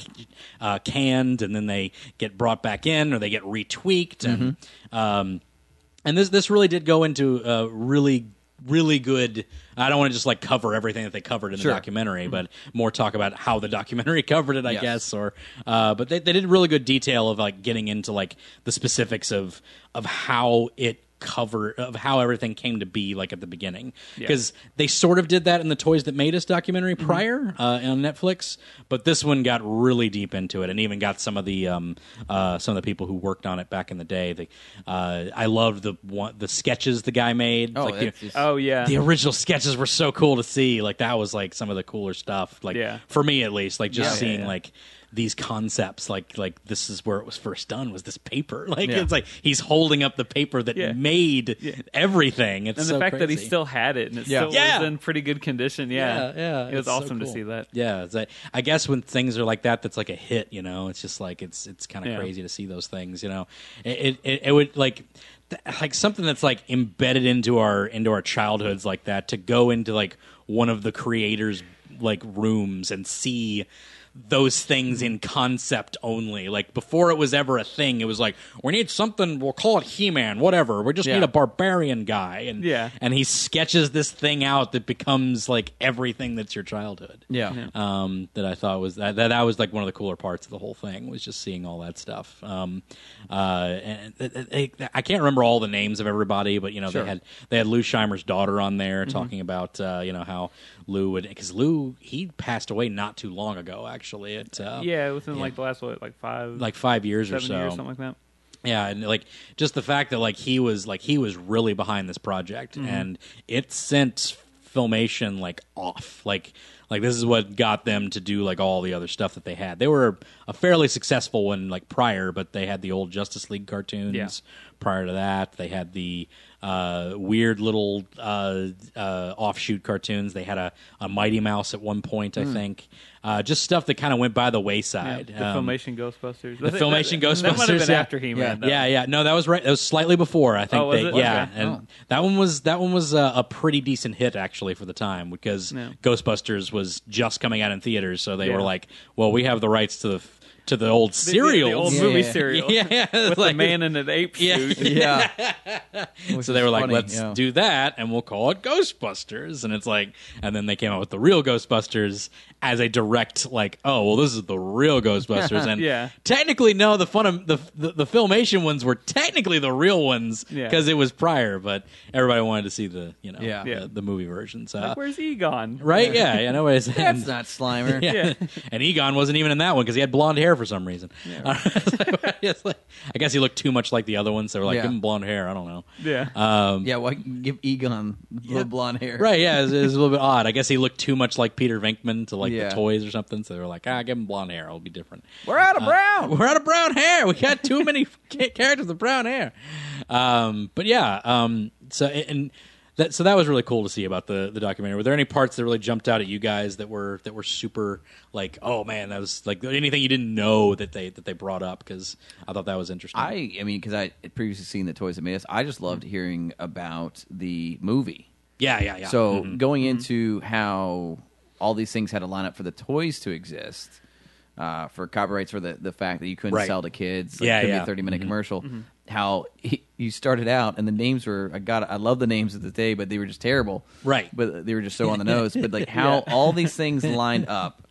Speaker 2: uh, canned and then they get brought back in or they get retweaked and um and this this really did go into uh, really really good i don't want to just like cover everything that they covered in
Speaker 4: Sure.
Speaker 2: the documentary but more talk about how the documentary covered it i guess or uh, but they, they did really good detail of like getting into like the specifics of of how it cover of how everything came to be like at the beginning because they sort of did that in the toys that made us documentary
Speaker 3: Mm-hmm.
Speaker 2: prior uh, on netflix but this one got really deep into it and even got some of the um, uh, some of the people who worked on it back in the day they, uh, i loved the one the sketches the guy made
Speaker 4: Oh,
Speaker 2: like, you
Speaker 4: that's
Speaker 2: know,
Speaker 4: just-
Speaker 3: Oh yeah.
Speaker 2: the original sketches were so cool to see. Like that was like some of the cooler stuff. Like
Speaker 3: Yeah.
Speaker 2: for me at least, like just
Speaker 3: Yeah, yeah,
Speaker 2: seeing
Speaker 3: yeah.
Speaker 2: like these concepts. Like like this is where it was first done. Was this paper? Like it's like he's holding up the paper that
Speaker 3: Yeah.
Speaker 2: made everything. It's
Speaker 3: and the
Speaker 2: so
Speaker 3: fact that he
Speaker 2: crazy.
Speaker 3: still had it and it
Speaker 4: Yeah.
Speaker 3: still
Speaker 2: Yeah.
Speaker 3: was in pretty good condition.
Speaker 2: yeah
Speaker 3: Yeah,
Speaker 2: yeah,
Speaker 3: It was
Speaker 2: it's so
Speaker 3: awesome to
Speaker 2: cool.
Speaker 3: see that.
Speaker 2: Yeah, it's like, I guess when things are like that, that's like a hit. You know, it's just like it's it's kind of
Speaker 3: Yeah.
Speaker 2: crazy to see those things. You know, it it, it would like th- like something that's like embedded into our into our childhoods like that to go into like one of the creators like rooms and see those things in concept only like before it was ever a thing it was like we need something we'll call it he-man whatever we just
Speaker 4: Yeah.
Speaker 2: need a barbarian guy and
Speaker 3: Yeah.
Speaker 2: and he sketches this thing out that becomes like everything that's your childhood
Speaker 4: Yeah.
Speaker 2: um, that I thought was that, that that was like one of the cooler parts of the whole thing was just seeing all that stuff. Um, uh, and it- it- it- I can't remember all the names of everybody, but you know
Speaker 4: Sure.
Speaker 2: they had they had Lou Scheimer's daughter on there
Speaker 3: Mm-hmm.
Speaker 2: talking about uh, you know how Lou would because Lou he passed away not too long ago actually at uh,
Speaker 3: Yeah, within like the last what, like five,
Speaker 2: like five years
Speaker 3: seven
Speaker 2: or so
Speaker 3: years, something like that.
Speaker 2: yeah, and like just the fact that like he was like he was really behind this project,
Speaker 3: Mm-hmm.
Speaker 2: and it sent filmation like off. Like like this is what got them to do like all the other stuff that they had. They were a fairly successful one like prior, but they had the old Justice League cartoons
Speaker 3: Yeah.
Speaker 2: prior to that. They had the uh, weird little uh, uh, offshoot cartoons. They had a, a Mighty Mouse at one point, I think. Uh, just stuff that kind of went by the
Speaker 3: Mm. Yeah,
Speaker 2: wayside.
Speaker 3: the
Speaker 2: Um,
Speaker 3: Filmation Ghostbusters.
Speaker 2: the Filmation Ghostbusters.
Speaker 3: That might have been
Speaker 2: yeah.
Speaker 3: after He-Man.
Speaker 2: Yeah. yeah, yeah. No, that was right. That was slightly before. I think.
Speaker 3: Oh, was
Speaker 2: they,
Speaker 3: it?
Speaker 2: Yeah,
Speaker 3: Okay.
Speaker 2: and that one was that one was a, a pretty decent hit actually for the time because
Speaker 3: Yeah.
Speaker 2: Ghostbusters was just coming out in theaters, so they
Speaker 3: Yeah.
Speaker 2: were like, "Well, we have the rights to the f- to the old
Speaker 3: The- the-
Speaker 2: serials."
Speaker 3: the old
Speaker 4: Yeah.
Speaker 3: movie serial.
Speaker 2: yeah, yeah.
Speaker 3: with
Speaker 2: like-
Speaker 3: the man in an ape
Speaker 2: Yeah.
Speaker 3: suit.
Speaker 4: Yeah.
Speaker 2: so they were like,
Speaker 4: funny,
Speaker 2: let's
Speaker 4: yeah.
Speaker 2: do that, and we'll call it Ghostbusters. And it's like, and then they came out with the real Ghostbusters as a direct, like, oh, well, this is the real Ghostbusters. And
Speaker 3: Yeah.
Speaker 2: technically, no, the fun of the, the the filmation ones were technically the real ones
Speaker 3: Yeah.
Speaker 2: because it was prior, but everybody wanted to see the you know
Speaker 4: Yeah.
Speaker 2: the,
Speaker 3: Yeah.
Speaker 2: the movie versions, uh,
Speaker 3: Like, where's Egon?
Speaker 2: right? Yeah, yeah, nobody's
Speaker 4: That's not Slimer.
Speaker 2: yeah. and Egon wasn't even in that one because he had blonde hair for some reason. It's like- I guess he looked too much like the other ones. So they were like,
Speaker 4: Yeah.
Speaker 2: give him blonde hair. I don't know.
Speaker 3: Yeah.
Speaker 2: Uh,
Speaker 4: Yeah, why give Egon the blonde hair?
Speaker 2: Right, yeah, it's, it's a little bit odd. I guess he looked too much like Peter Venkman to like
Speaker 4: Yeah.
Speaker 2: the toys or something, so they were like, ah, give him blonde hair, it'll be different.
Speaker 4: We're out of
Speaker 2: Uh,
Speaker 4: brown.
Speaker 2: We're out of brown hair. We got too many ca- characters with brown hair. Um, but yeah, um, so and that so that was really cool to see about the the documentary. Were there any parts that really jumped out at you guys that were that were super like, oh man, that was like anything you didn't know that they that they brought up because I thought that was interesting.
Speaker 4: I I mean, because I had previously seen the toys that made us. I just loved hearing about the movie.
Speaker 2: yeah, yeah, Mm-hmm. yeah.
Speaker 4: So going into how all these things had to line up for the toys to exist, uh, for copyrights, for the, the fact that you couldn't
Speaker 2: Right.
Speaker 4: sell to kids,
Speaker 2: Yeah,
Speaker 4: it could be
Speaker 2: yeah. Mm-hmm.
Speaker 4: a thirty minute commercial. How he, you started out, and the names were I got I love the names of the day, but they were just terrible.
Speaker 2: Right.
Speaker 4: but they were just so on the nose. But like how all these things lined up,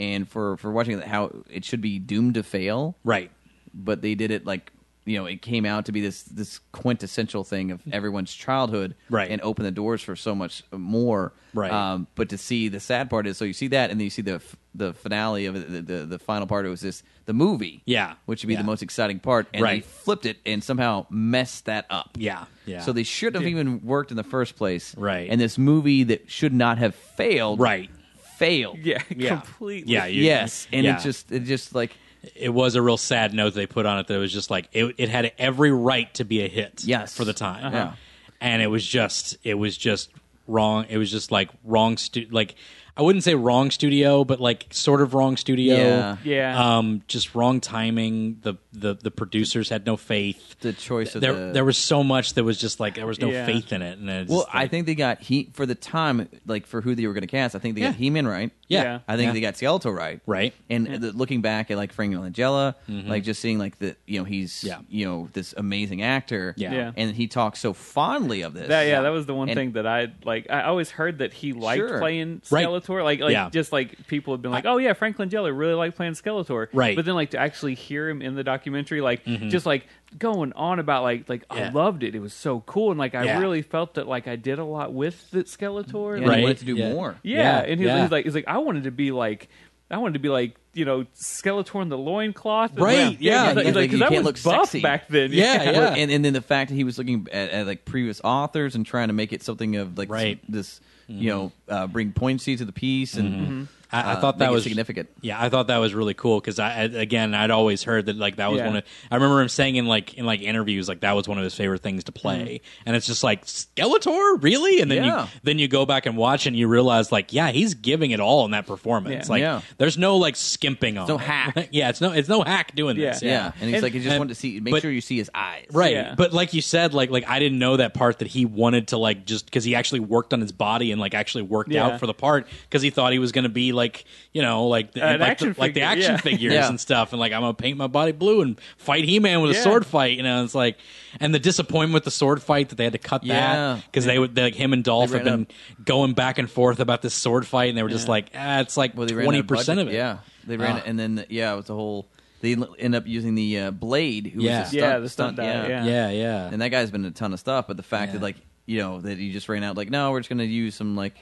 Speaker 4: and for for watching that, how it should be doomed to fail
Speaker 2: right.
Speaker 4: but they did it like you know it came out to be this this quintessential thing of everyone's childhood,
Speaker 2: Right.
Speaker 4: And open the doors for so much more,
Speaker 2: Right.
Speaker 4: Um, but to see the sad part is so you see that, and then you see the f- the finale of it, the, the the final part. It was this the movie,
Speaker 2: Yeah.
Speaker 4: which would be
Speaker 2: Yeah.
Speaker 4: the most exciting part, and they
Speaker 2: Right.
Speaker 4: flipped it and somehow messed that up,
Speaker 2: Yeah. Yeah.
Speaker 4: So they should have even worked in the first place,
Speaker 2: Right.
Speaker 4: And this movie that should not have failed,
Speaker 2: Right.
Speaker 4: failed,
Speaker 3: yeah,
Speaker 2: Yeah.
Speaker 3: completely.
Speaker 2: Yeah, you-
Speaker 4: yes, and
Speaker 2: yeah.
Speaker 4: it just it just like
Speaker 2: it was a real sad note they put on it that it was just like it, it had every right to be a hit
Speaker 4: Yes.
Speaker 2: for the time
Speaker 4: Uh-huh. Yeah.
Speaker 2: and it was just it was just wrong it was just like wrong stu- like i wouldn't say wrong studio but like sort of wrong studio
Speaker 4: Yeah.
Speaker 3: Yeah.
Speaker 2: um just wrong timing the the the producers had no faith
Speaker 4: the choice of
Speaker 2: there
Speaker 4: the,
Speaker 2: there was so much that was just like there was no
Speaker 3: Yeah.
Speaker 2: faith in it and it's
Speaker 4: well,
Speaker 2: just
Speaker 4: I
Speaker 2: like-
Speaker 4: think they got he for the time like for who they were going to cast. I think they got
Speaker 2: Yeah.
Speaker 4: He Man right.
Speaker 2: yeah,
Speaker 3: Yeah.
Speaker 4: I think
Speaker 2: Yeah.
Speaker 4: they got Skeletor right.
Speaker 2: Right. Mm-hmm.
Speaker 4: And the, looking back at like Frank Langella, like just seeing like the you know he's
Speaker 2: Yeah.
Speaker 4: you know this amazing actor.
Speaker 2: Yeah.
Speaker 3: Yeah.
Speaker 4: And he talks so fondly of this.
Speaker 3: That, yeah, that was the one
Speaker 4: And-
Speaker 3: thing that I like. I always heard that he liked
Speaker 4: Sure.
Speaker 3: playing
Speaker 2: Right.
Speaker 3: Skeletor. Like, like
Speaker 2: Yeah.
Speaker 3: just like people have been like, "Oh yeah, Franklin Jello really liked playing Skeletor."
Speaker 2: Right. Mm-hmm.
Speaker 3: But then, like to actually hear him in the documentary, like just like going on about like like I
Speaker 2: Yeah.
Speaker 3: loved it. It was so cool, and like I
Speaker 2: Yeah.
Speaker 3: really felt that like I did a lot with the Skeletor.
Speaker 4: and
Speaker 3: Like,
Speaker 4: He
Speaker 2: Right.
Speaker 4: wanted to do
Speaker 2: Yeah.
Speaker 4: more.
Speaker 3: Yeah,
Speaker 2: Yeah,
Speaker 3: and he's,
Speaker 2: yeah.
Speaker 3: he's like, he's like, I wanted to be like, I wanted to be like, you know, Skeletor in the loincloth. And,
Speaker 2: Right,
Speaker 3: like,
Speaker 2: yeah.
Speaker 3: he's like- he's
Speaker 4: Yeah,
Speaker 3: like, because
Speaker 4: you
Speaker 3: I
Speaker 4: can't
Speaker 3: was
Speaker 4: look
Speaker 3: buff
Speaker 4: sexy."
Speaker 3: back then.
Speaker 2: Yeah, yeah.
Speaker 4: Well, And, and then the fact that he was looking at, at like previous authors and trying to make it something of like
Speaker 2: Right. Mm-hmm.
Speaker 4: this, you know, uh, bring poignancy to the piece and
Speaker 2: I, I
Speaker 4: uh,
Speaker 2: thought that
Speaker 4: make it
Speaker 2: was
Speaker 4: significant.
Speaker 2: Yeah, I thought that was really cool because I, I again I'd always heard that like that was
Speaker 3: Yeah.
Speaker 2: one of I remember him saying in like in like interviews like that was one of his favorite things to play, and it's just like Skeletor really, and then
Speaker 4: Mm-hmm. Yeah.
Speaker 2: you then you go back and watch and you realize like yeah he's giving it all in that performance
Speaker 3: Yeah.
Speaker 2: like
Speaker 4: Yeah.
Speaker 2: there's no like skimping on
Speaker 4: no
Speaker 2: it.
Speaker 4: hack.
Speaker 2: yeah it's no it's no hack doing
Speaker 3: Yeah.
Speaker 2: this
Speaker 4: Yeah. And he's
Speaker 3: And-
Speaker 4: like, he just
Speaker 2: and-
Speaker 4: wanted to see, make
Speaker 2: but-
Speaker 4: sure you see his eyes.
Speaker 2: Right,
Speaker 3: Yeah.
Speaker 2: but like you said, like like I didn't know that part that he wanted to like just because he actually worked on his body and like actually worked
Speaker 3: Yeah.
Speaker 2: out for the part because he thought he was going to be like you know like the,
Speaker 3: An
Speaker 2: like,
Speaker 3: action
Speaker 2: the, like the
Speaker 3: figure,
Speaker 2: action
Speaker 3: yeah.
Speaker 2: figures
Speaker 4: Yeah.
Speaker 2: and stuff and like I'm gonna paint my body blue and fight He Man with
Speaker 3: Yeah.
Speaker 2: a sword fight you know it's like and the disappointment with the sword fight that they had to cut
Speaker 4: Yeah.
Speaker 2: that because they would they, like him and Dolph
Speaker 4: ran
Speaker 2: have been going back and forth about this sword fight and they were just like ah, it's like
Speaker 4: Well, they ran out
Speaker 2: twenty percent
Speaker 4: budget.
Speaker 2: of it
Speaker 4: Yeah, they ran,
Speaker 2: Ah.
Speaker 4: it, and then the- yeah, it was the whole. They l- end up using the uh, blade. Who
Speaker 2: Yeah.
Speaker 4: was the stunt,
Speaker 3: Yeah, the stunt guy, yeah.
Speaker 2: yeah yeah
Speaker 4: And that guy's been in a ton of stuff, but the fact
Speaker 2: Yeah.
Speaker 4: that like you know that he just ran out, like no, we're just gonna use some like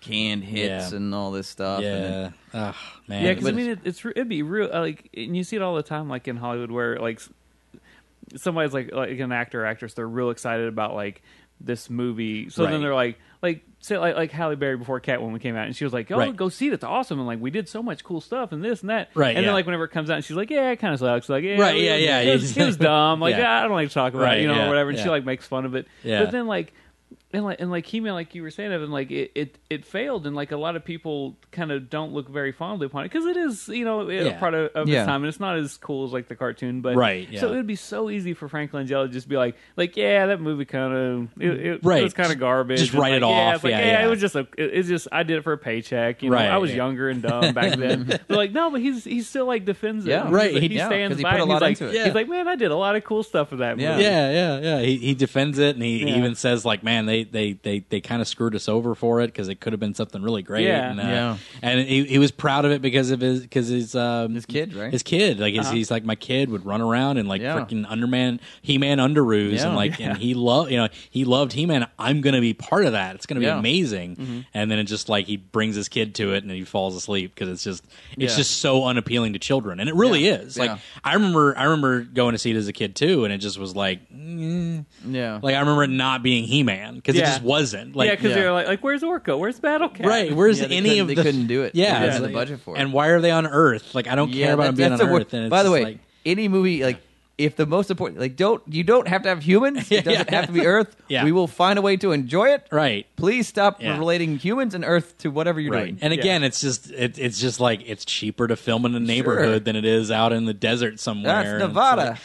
Speaker 4: canned hits
Speaker 2: Yeah.
Speaker 4: and all this stuff.
Speaker 2: yeah
Speaker 4: And then,
Speaker 2: Ah, man
Speaker 3: Yeah, because I
Speaker 4: But
Speaker 3: mean, it, it's re- it'd be real. uh, Like, and you see it all the time, like in Hollywood, where like s- somebody's like like an actor or actress, they're real excited about like this movie. So
Speaker 2: Right.
Speaker 3: then they're like, like say like like Halle Berry before Catwoman came out, and she was like, "Oh,
Speaker 2: Right.
Speaker 3: go see it, it's awesome!" And like we did so much cool stuff and this and that.
Speaker 2: Right,
Speaker 3: And
Speaker 2: yeah.
Speaker 3: then like whenever it comes out, and she's like, "Yeah, it kind of sucks." Like, yeah,
Speaker 2: Right,
Speaker 3: we-
Speaker 2: yeah, yeah,
Speaker 3: It was, it was dumb. Like,
Speaker 2: Yeah.
Speaker 3: "Ah, I don't like to talk about
Speaker 2: Right,
Speaker 3: it, you know,
Speaker 2: yeah,
Speaker 3: or whatever. And she
Speaker 2: yeah.
Speaker 3: like makes fun of it.
Speaker 2: Yeah.
Speaker 3: But then like and like and like he man like you were saying Evan like it, it it failed and like a lot of people kind of don't look very fondly upon it because it is you know a
Speaker 2: Yeah.
Speaker 3: part of, of
Speaker 4: Yeah.
Speaker 3: its time and it's not as cool as like the cartoon but
Speaker 2: Right,
Speaker 3: so
Speaker 2: yeah.
Speaker 3: it would be so easy for Frank Langella to just be like like yeah that movie kind of it, it,
Speaker 2: Right.
Speaker 3: it was kind of
Speaker 2: Just-
Speaker 3: garbage
Speaker 2: just
Speaker 3: And,
Speaker 2: write it
Speaker 3: like, yeah,
Speaker 2: off.
Speaker 3: it's like,
Speaker 2: Yeah,
Speaker 3: yeah,
Speaker 2: yeah.
Speaker 3: it was just a it- it's just I did it for a paycheck you know
Speaker 2: Right,
Speaker 3: I was
Speaker 2: yeah.
Speaker 3: younger and dumb back then but like no but he's he still like defends it
Speaker 4: Yeah.
Speaker 3: He's,
Speaker 2: Right,
Speaker 3: like,
Speaker 2: he-
Speaker 3: he
Speaker 4: yeah, 'cause
Speaker 3: stands
Speaker 4: he
Speaker 3: by
Speaker 4: put
Speaker 3: it
Speaker 4: a
Speaker 3: and
Speaker 4: lot
Speaker 3: he's like
Speaker 4: into it.
Speaker 3: he's like man I did a lot of cool stuff with that movie
Speaker 4: Yeah.
Speaker 2: Yeah, yeah, yeah. He, he defends it, and he, he
Speaker 3: Yeah.
Speaker 2: even says like, "Man, they they they, they kind of screwed us over for it because it could have been something really great."
Speaker 3: Yeah.
Speaker 2: and, uh,
Speaker 4: Yeah.
Speaker 2: And he, he was proud of it because of his because his um,
Speaker 4: His kid, right?
Speaker 2: His kid, like
Speaker 3: Uh-huh.
Speaker 2: his, he's like my kid would run around and like
Speaker 4: Yeah.
Speaker 2: freaking Underman, He Man, Underoos,
Speaker 4: Yeah.
Speaker 2: and like and he loved you know he loved He Man. I'm gonna be part of that. It's gonna be
Speaker 4: Yeah. Mm-hmm.
Speaker 2: amazing. And then it just like he brings his kid to it, and he falls asleep because it's just it's
Speaker 4: Yeah.
Speaker 2: just so unappealing to children, and it really
Speaker 4: Yeah.
Speaker 2: is. Like
Speaker 4: Yeah.
Speaker 2: I remember I remember going to see it as a kid too, and it just was like. mm.
Speaker 4: yeah,
Speaker 2: Like I remember it not being He Man because it
Speaker 3: Yeah.
Speaker 2: just wasn't.
Speaker 3: Yeah,
Speaker 2: Like
Speaker 3: 'cause yeah, because
Speaker 4: Yeah.
Speaker 3: they're like, like, where's Orca? Where's Battle Cat?
Speaker 2: right, where's
Speaker 4: Yeah, they
Speaker 2: any
Speaker 4: couldn't-
Speaker 2: of
Speaker 4: they
Speaker 2: the
Speaker 4: couldn't do it. They
Speaker 2: Yeah,
Speaker 4: didn't
Speaker 2: it's
Speaker 4: have the
Speaker 2: like-
Speaker 4: budget for it.
Speaker 2: And why are they on Earth? Like I don't care about
Speaker 4: that-
Speaker 2: them being
Speaker 4: that's
Speaker 2: on
Speaker 4: the wor-
Speaker 2: Earth. And it's
Speaker 4: By the
Speaker 2: just
Speaker 4: way,
Speaker 2: like,
Speaker 4: any movie like if the most important, like don't you don't have to have humans. It doesn't have to be Earth.
Speaker 2: Yeah.
Speaker 4: We will find a way to enjoy it.
Speaker 2: right,
Speaker 4: Please stop
Speaker 2: Yeah.
Speaker 4: relating humans and Earth to whatever you're
Speaker 2: right.
Speaker 4: doing.
Speaker 2: And again, it's just it, it's just like it's cheaper to film in a neighborhood
Speaker 4: Sure.
Speaker 2: than it is out in the desert somewhere.
Speaker 4: That's
Speaker 2: And it's
Speaker 4: Nevada.
Speaker 2: like-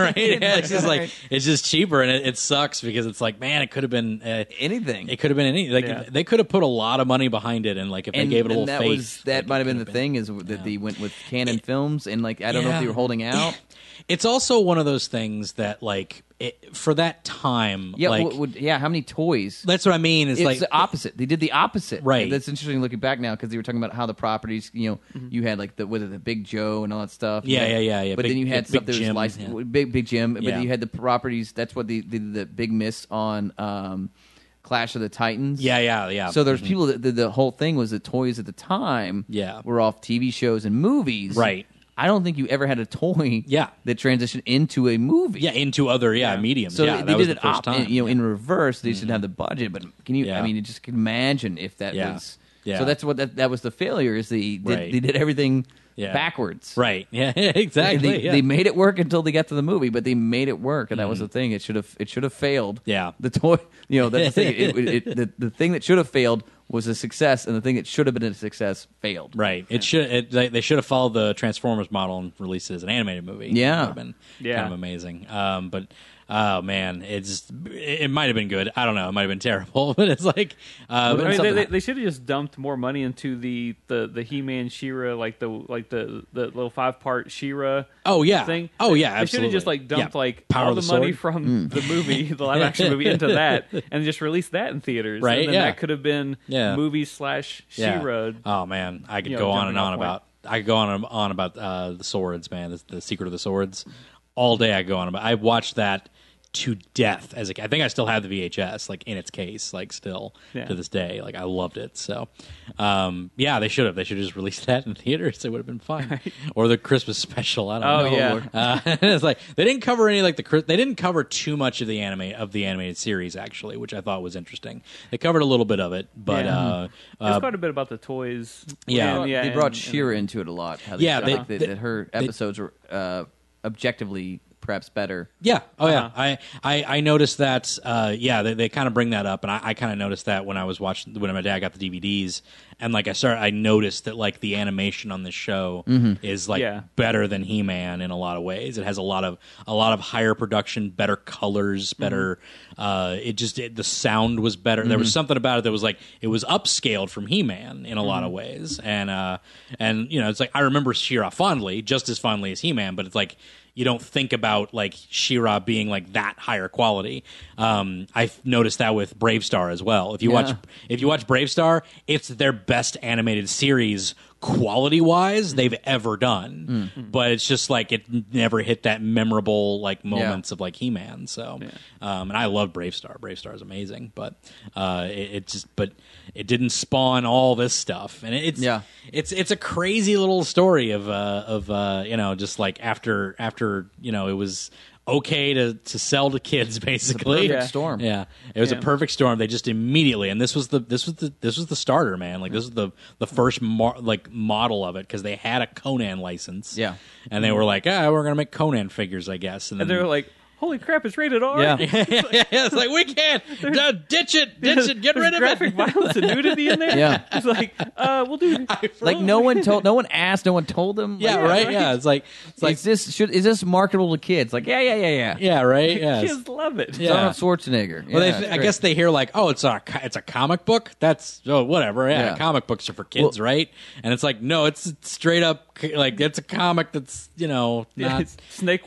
Speaker 2: right. Yeah, it's just like
Speaker 4: Right.
Speaker 2: it's just cheaper, and it, it sucks because it's like man, it could have been uh,
Speaker 4: Anything.
Speaker 2: It could have been any. Like
Speaker 3: Yeah.
Speaker 2: they could have put a lot of money behind it, and like if they gave it a little
Speaker 4: that
Speaker 2: face,
Speaker 4: was that
Speaker 2: like,
Speaker 4: might
Speaker 2: it
Speaker 4: have been
Speaker 2: could
Speaker 4: the thing is that they went with Canon Films and like I don't know if
Speaker 2: Yeah.
Speaker 4: they were holding out.
Speaker 2: It's also one of those things that like it, for that time,
Speaker 4: Yeah,
Speaker 2: like
Speaker 4: what would- yeah. How many toys?
Speaker 2: that's what I mean. Is
Speaker 4: It's
Speaker 2: like
Speaker 4: the opposite. They did the opposite.
Speaker 2: Right.
Speaker 4: That's interesting looking back now because they were talking about how the properties, you know, you had like the whether the Big Joe and all that stuff. You
Speaker 2: Mm-hmm. Yeah,
Speaker 4: had-
Speaker 2: yeah, yeah, yeah.
Speaker 4: But
Speaker 2: Big-
Speaker 4: then you had
Speaker 2: Big
Speaker 4: stuff that was
Speaker 2: Jim,
Speaker 4: licensed,
Speaker 2: yeah.
Speaker 4: big Big Jim. But
Speaker 2: Yeah.
Speaker 4: then you had the properties. That's what the the, the big miss on um, Clash of the Titans.
Speaker 2: yeah, yeah, yeah.
Speaker 4: So there's people that the, the whole thing was that toys at the time
Speaker 2: Yeah.
Speaker 4: were off TV shows and movies.
Speaker 2: Right.
Speaker 4: I don't think you ever had a toy
Speaker 2: Yeah.
Speaker 4: that transitioned into a movie.
Speaker 2: yeah into other yeah, mediums.
Speaker 4: So
Speaker 2: yeah,
Speaker 4: they,
Speaker 2: that
Speaker 4: they
Speaker 2: was
Speaker 4: did
Speaker 2: the
Speaker 4: it
Speaker 2: first
Speaker 4: op-
Speaker 2: time. Mm-hmm.
Speaker 4: you know, in reverse. They just didn't have the budget, but can you?
Speaker 2: Yeah.
Speaker 4: I mean, you just can imagine if that
Speaker 2: Yeah.
Speaker 4: was.
Speaker 2: Yeah.
Speaker 4: So that's what that, that was the failure is they did,
Speaker 2: Right.
Speaker 4: they did everything
Speaker 2: Yeah.
Speaker 4: backwards.
Speaker 2: right. Yeah,
Speaker 4: They,
Speaker 2: exactly. yeah. Mm-hmm.
Speaker 4: they made it work until they got to the movie, but they made it work, and that was the thing. It should have it should have failed.
Speaker 2: Yeah.
Speaker 4: the toy. You know, that's the thing. It, it, it, the, the thing that should have failed was a success, and the thing that should have been a success failed.
Speaker 2: Right. It should. It, they, they should have followed the Transformers model and released it as an animated movie.
Speaker 4: Yeah.
Speaker 2: It would have been
Speaker 3: Yeah.
Speaker 2: kind of amazing. Um, but oh man, it's it, it might have been good. I don't know. It might have been terrible, but it's like uh,
Speaker 3: I
Speaker 2: but
Speaker 3: mean, they,
Speaker 2: something-
Speaker 3: they, should have just dumped more money into the the the He Man Shira like the like the the little five part Shira.
Speaker 2: Oh, yeah.
Speaker 3: thing.
Speaker 2: Oh, yeah,
Speaker 3: They should have just
Speaker 2: absolutely.
Speaker 3: like dumped
Speaker 2: Yeah.
Speaker 3: like
Speaker 2: Power
Speaker 3: all
Speaker 2: of
Speaker 3: the,
Speaker 2: the
Speaker 3: money
Speaker 2: Sword. Mm.
Speaker 3: from the movie, the live action movie, into that, and just released that in theaters.
Speaker 2: Right,
Speaker 3: And then
Speaker 2: yeah.
Speaker 3: That could have been
Speaker 2: Yeah.
Speaker 3: movie slash
Speaker 2: yeah.
Speaker 3: Shira.
Speaker 2: Oh man, I could
Speaker 3: you know,
Speaker 2: go on
Speaker 3: jumping
Speaker 2: and
Speaker 3: off
Speaker 2: on
Speaker 3: point.
Speaker 2: about. I could go on and on about uh, the swords, man. The, the secret of the swords. All day I could go on about. I watched that to death as a kid. I think I still have the VHS like in its case, like still
Speaker 3: Yeah.
Speaker 2: to this day. Like I loved it. So, um, yeah, they should have. They should have just released that in theaters. It would have been fun. Or the Christmas special. I don't
Speaker 3: Oh,
Speaker 2: know.
Speaker 3: yeah.
Speaker 2: Uh, it's like they didn't cover any like the Chris- they didn't cover too much of the anime of the animated series actually, which I thought was interesting. They covered a little bit of it, but
Speaker 3: Yeah.
Speaker 2: uh,
Speaker 3: There's
Speaker 2: uh,
Speaker 3: quite a bit about the toys.
Speaker 2: Yeah.
Speaker 3: And- yeah
Speaker 4: they brought
Speaker 3: and-
Speaker 4: Shira into it a lot. How they
Speaker 2: Yeah,
Speaker 4: showed,
Speaker 2: they-
Speaker 4: like, that-
Speaker 2: they-
Speaker 4: that her episodes were uh, objectively perhaps better.
Speaker 2: Yeah. Oh, yeah. I, I, I noticed that. Uh, yeah, they, they kind of bring that up, and I, I kind of noticed that when I was watching when my dad got the DVDs, and like I started, I noticed that like the animation on this show is like
Speaker 3: Yeah.
Speaker 2: better than He Man in a lot of ways. It has a lot of a lot of higher production, better colors, better. Uh, it just it, the sound was better. There was something about it that was like it was upscaled from He Man in a lot of ways, and uh, and you know it's like I remember Shira fondly, just as fondly as He Man, but it's like you don't think about like Shira being like that higher quality. Um, I f- noticed that with Brave Star as well. If you watch if you watch Brave Star, it's their best animated series quality wise they've ever done.
Speaker 4: Mm.
Speaker 2: But it's just like it never hit that memorable like moments of like He Man. So, um, and I love Brave Star. Brave Star is amazing, but uh, it, it just but it didn't spawn all this stuff, and it's
Speaker 4: Yeah.
Speaker 2: it's it's a crazy little story of uh of uh you know just like after after you know it was okay to to sell to kids basically
Speaker 4: perfect
Speaker 3: Yeah.
Speaker 4: storm.
Speaker 2: yeah it was
Speaker 3: Yeah.
Speaker 2: a perfect storm they just immediately and this was the this was the this was the starter man like this was the the first mar- like model of it because they had a conan license
Speaker 4: Yeah.
Speaker 2: and they were like ah we're gonna make conan figures i guess and,
Speaker 3: And
Speaker 2: then
Speaker 3: they're like, "Holy crap! It's rated R."
Speaker 4: Yeah.
Speaker 2: yeah, yeah, it's like we can't No, ditch it ditch it get
Speaker 3: There's
Speaker 2: rid of it
Speaker 3: graphic violence and nudity in there.
Speaker 4: Yeah.
Speaker 3: It's like, uh, we'll do.
Speaker 4: Like no one told, no one asked, no one told them.
Speaker 2: yeah,
Speaker 4: like,
Speaker 2: right yeah it's like it's like
Speaker 4: is this should is this marketable to kids? Like yeah, yeah, yeah, yeah.
Speaker 2: yeah right yeah it's-
Speaker 3: Kids love it.
Speaker 2: Yeah.
Speaker 4: Donald Schwarzenegger.
Speaker 2: Well,
Speaker 4: Yeah,
Speaker 2: they, I
Speaker 4: sure.
Speaker 2: guess they hear like, oh, it's a co- it's a comic book. That's oh, whatever. Yeah,
Speaker 4: Yeah.
Speaker 2: comic books are for kids, right? And it's like, no, it's straight up c- like it's a comic that's you know not.
Speaker 3: It's snake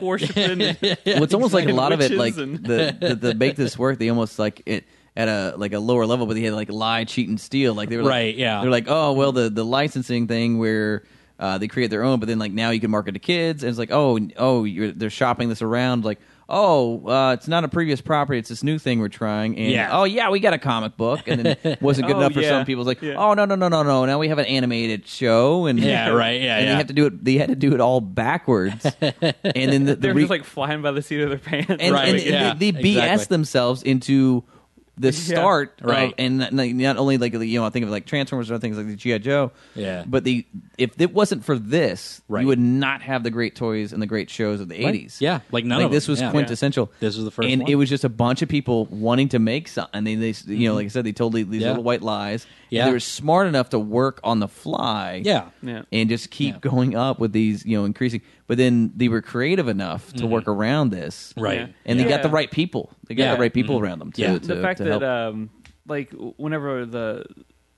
Speaker 3: worshiping.
Speaker 4: well, it's almost like a
Speaker 3: and
Speaker 4: lot of it,
Speaker 3: witches
Speaker 4: like
Speaker 3: and-
Speaker 4: the, the the make this work. They almost like it at a like a lower level, but they had like lie, cheat, and steal. Like they were like-
Speaker 2: Right, yeah.
Speaker 4: They're like, oh well, the the licensing thing where. Uh, they create their own, but then like now you can market to kids, and it's like oh n- oh you're, they're shopping this around like oh uh, it's not a previous property, it's this new thing we're trying, and
Speaker 2: Yeah.
Speaker 4: oh yeah we got a comic book, and then it wasn't good
Speaker 3: Oh,
Speaker 4: enough for
Speaker 3: yeah.
Speaker 4: some people. It's like
Speaker 3: Yeah.
Speaker 4: oh no no no no no now we have an animated show, and
Speaker 2: Yeah, right, yeah,
Speaker 4: and they
Speaker 2: yeah.
Speaker 4: have to do it they had to do it all backwards, and then the, the
Speaker 3: They're
Speaker 4: re-
Speaker 3: just like flying by the seat of their pants.
Speaker 4: and,
Speaker 2: Right,
Speaker 4: and
Speaker 2: yeah,
Speaker 4: they, they BS
Speaker 2: exactly.
Speaker 4: themselves into the start, of-
Speaker 2: right.
Speaker 4: and not- like, not only like you know, I think of like Transformers or other things like the GI Joe,
Speaker 2: Yeah.
Speaker 4: But the if it wasn't for this,
Speaker 2: Right.
Speaker 4: you would not have the great toys and the great shows of the eighties.
Speaker 2: Yeah, like none of
Speaker 4: this
Speaker 2: them.
Speaker 4: was
Speaker 2: Yeah.
Speaker 4: quintessential.
Speaker 2: This was the first
Speaker 4: and
Speaker 2: one. Mm-hmm.
Speaker 4: it was just a bunch of people wanting to make something. And they, they you know, like I said, they told these
Speaker 2: Yeah.
Speaker 4: little white lies. and
Speaker 2: Yeah.
Speaker 4: they were smart enough to work on the fly
Speaker 2: Yeah.
Speaker 3: Yeah.
Speaker 4: and just keep going up with these, you know, increasing. But then they were creative enough to work around this,
Speaker 2: Mm-hmm. Right.
Speaker 4: And they got the
Speaker 3: Yeah.
Speaker 4: right people. They got
Speaker 2: Yeah.
Speaker 3: uh,
Speaker 4: the right people around them too.
Speaker 2: Yeah.
Speaker 4: to-
Speaker 3: the fact
Speaker 4: to help.
Speaker 3: that um, like um, whenever the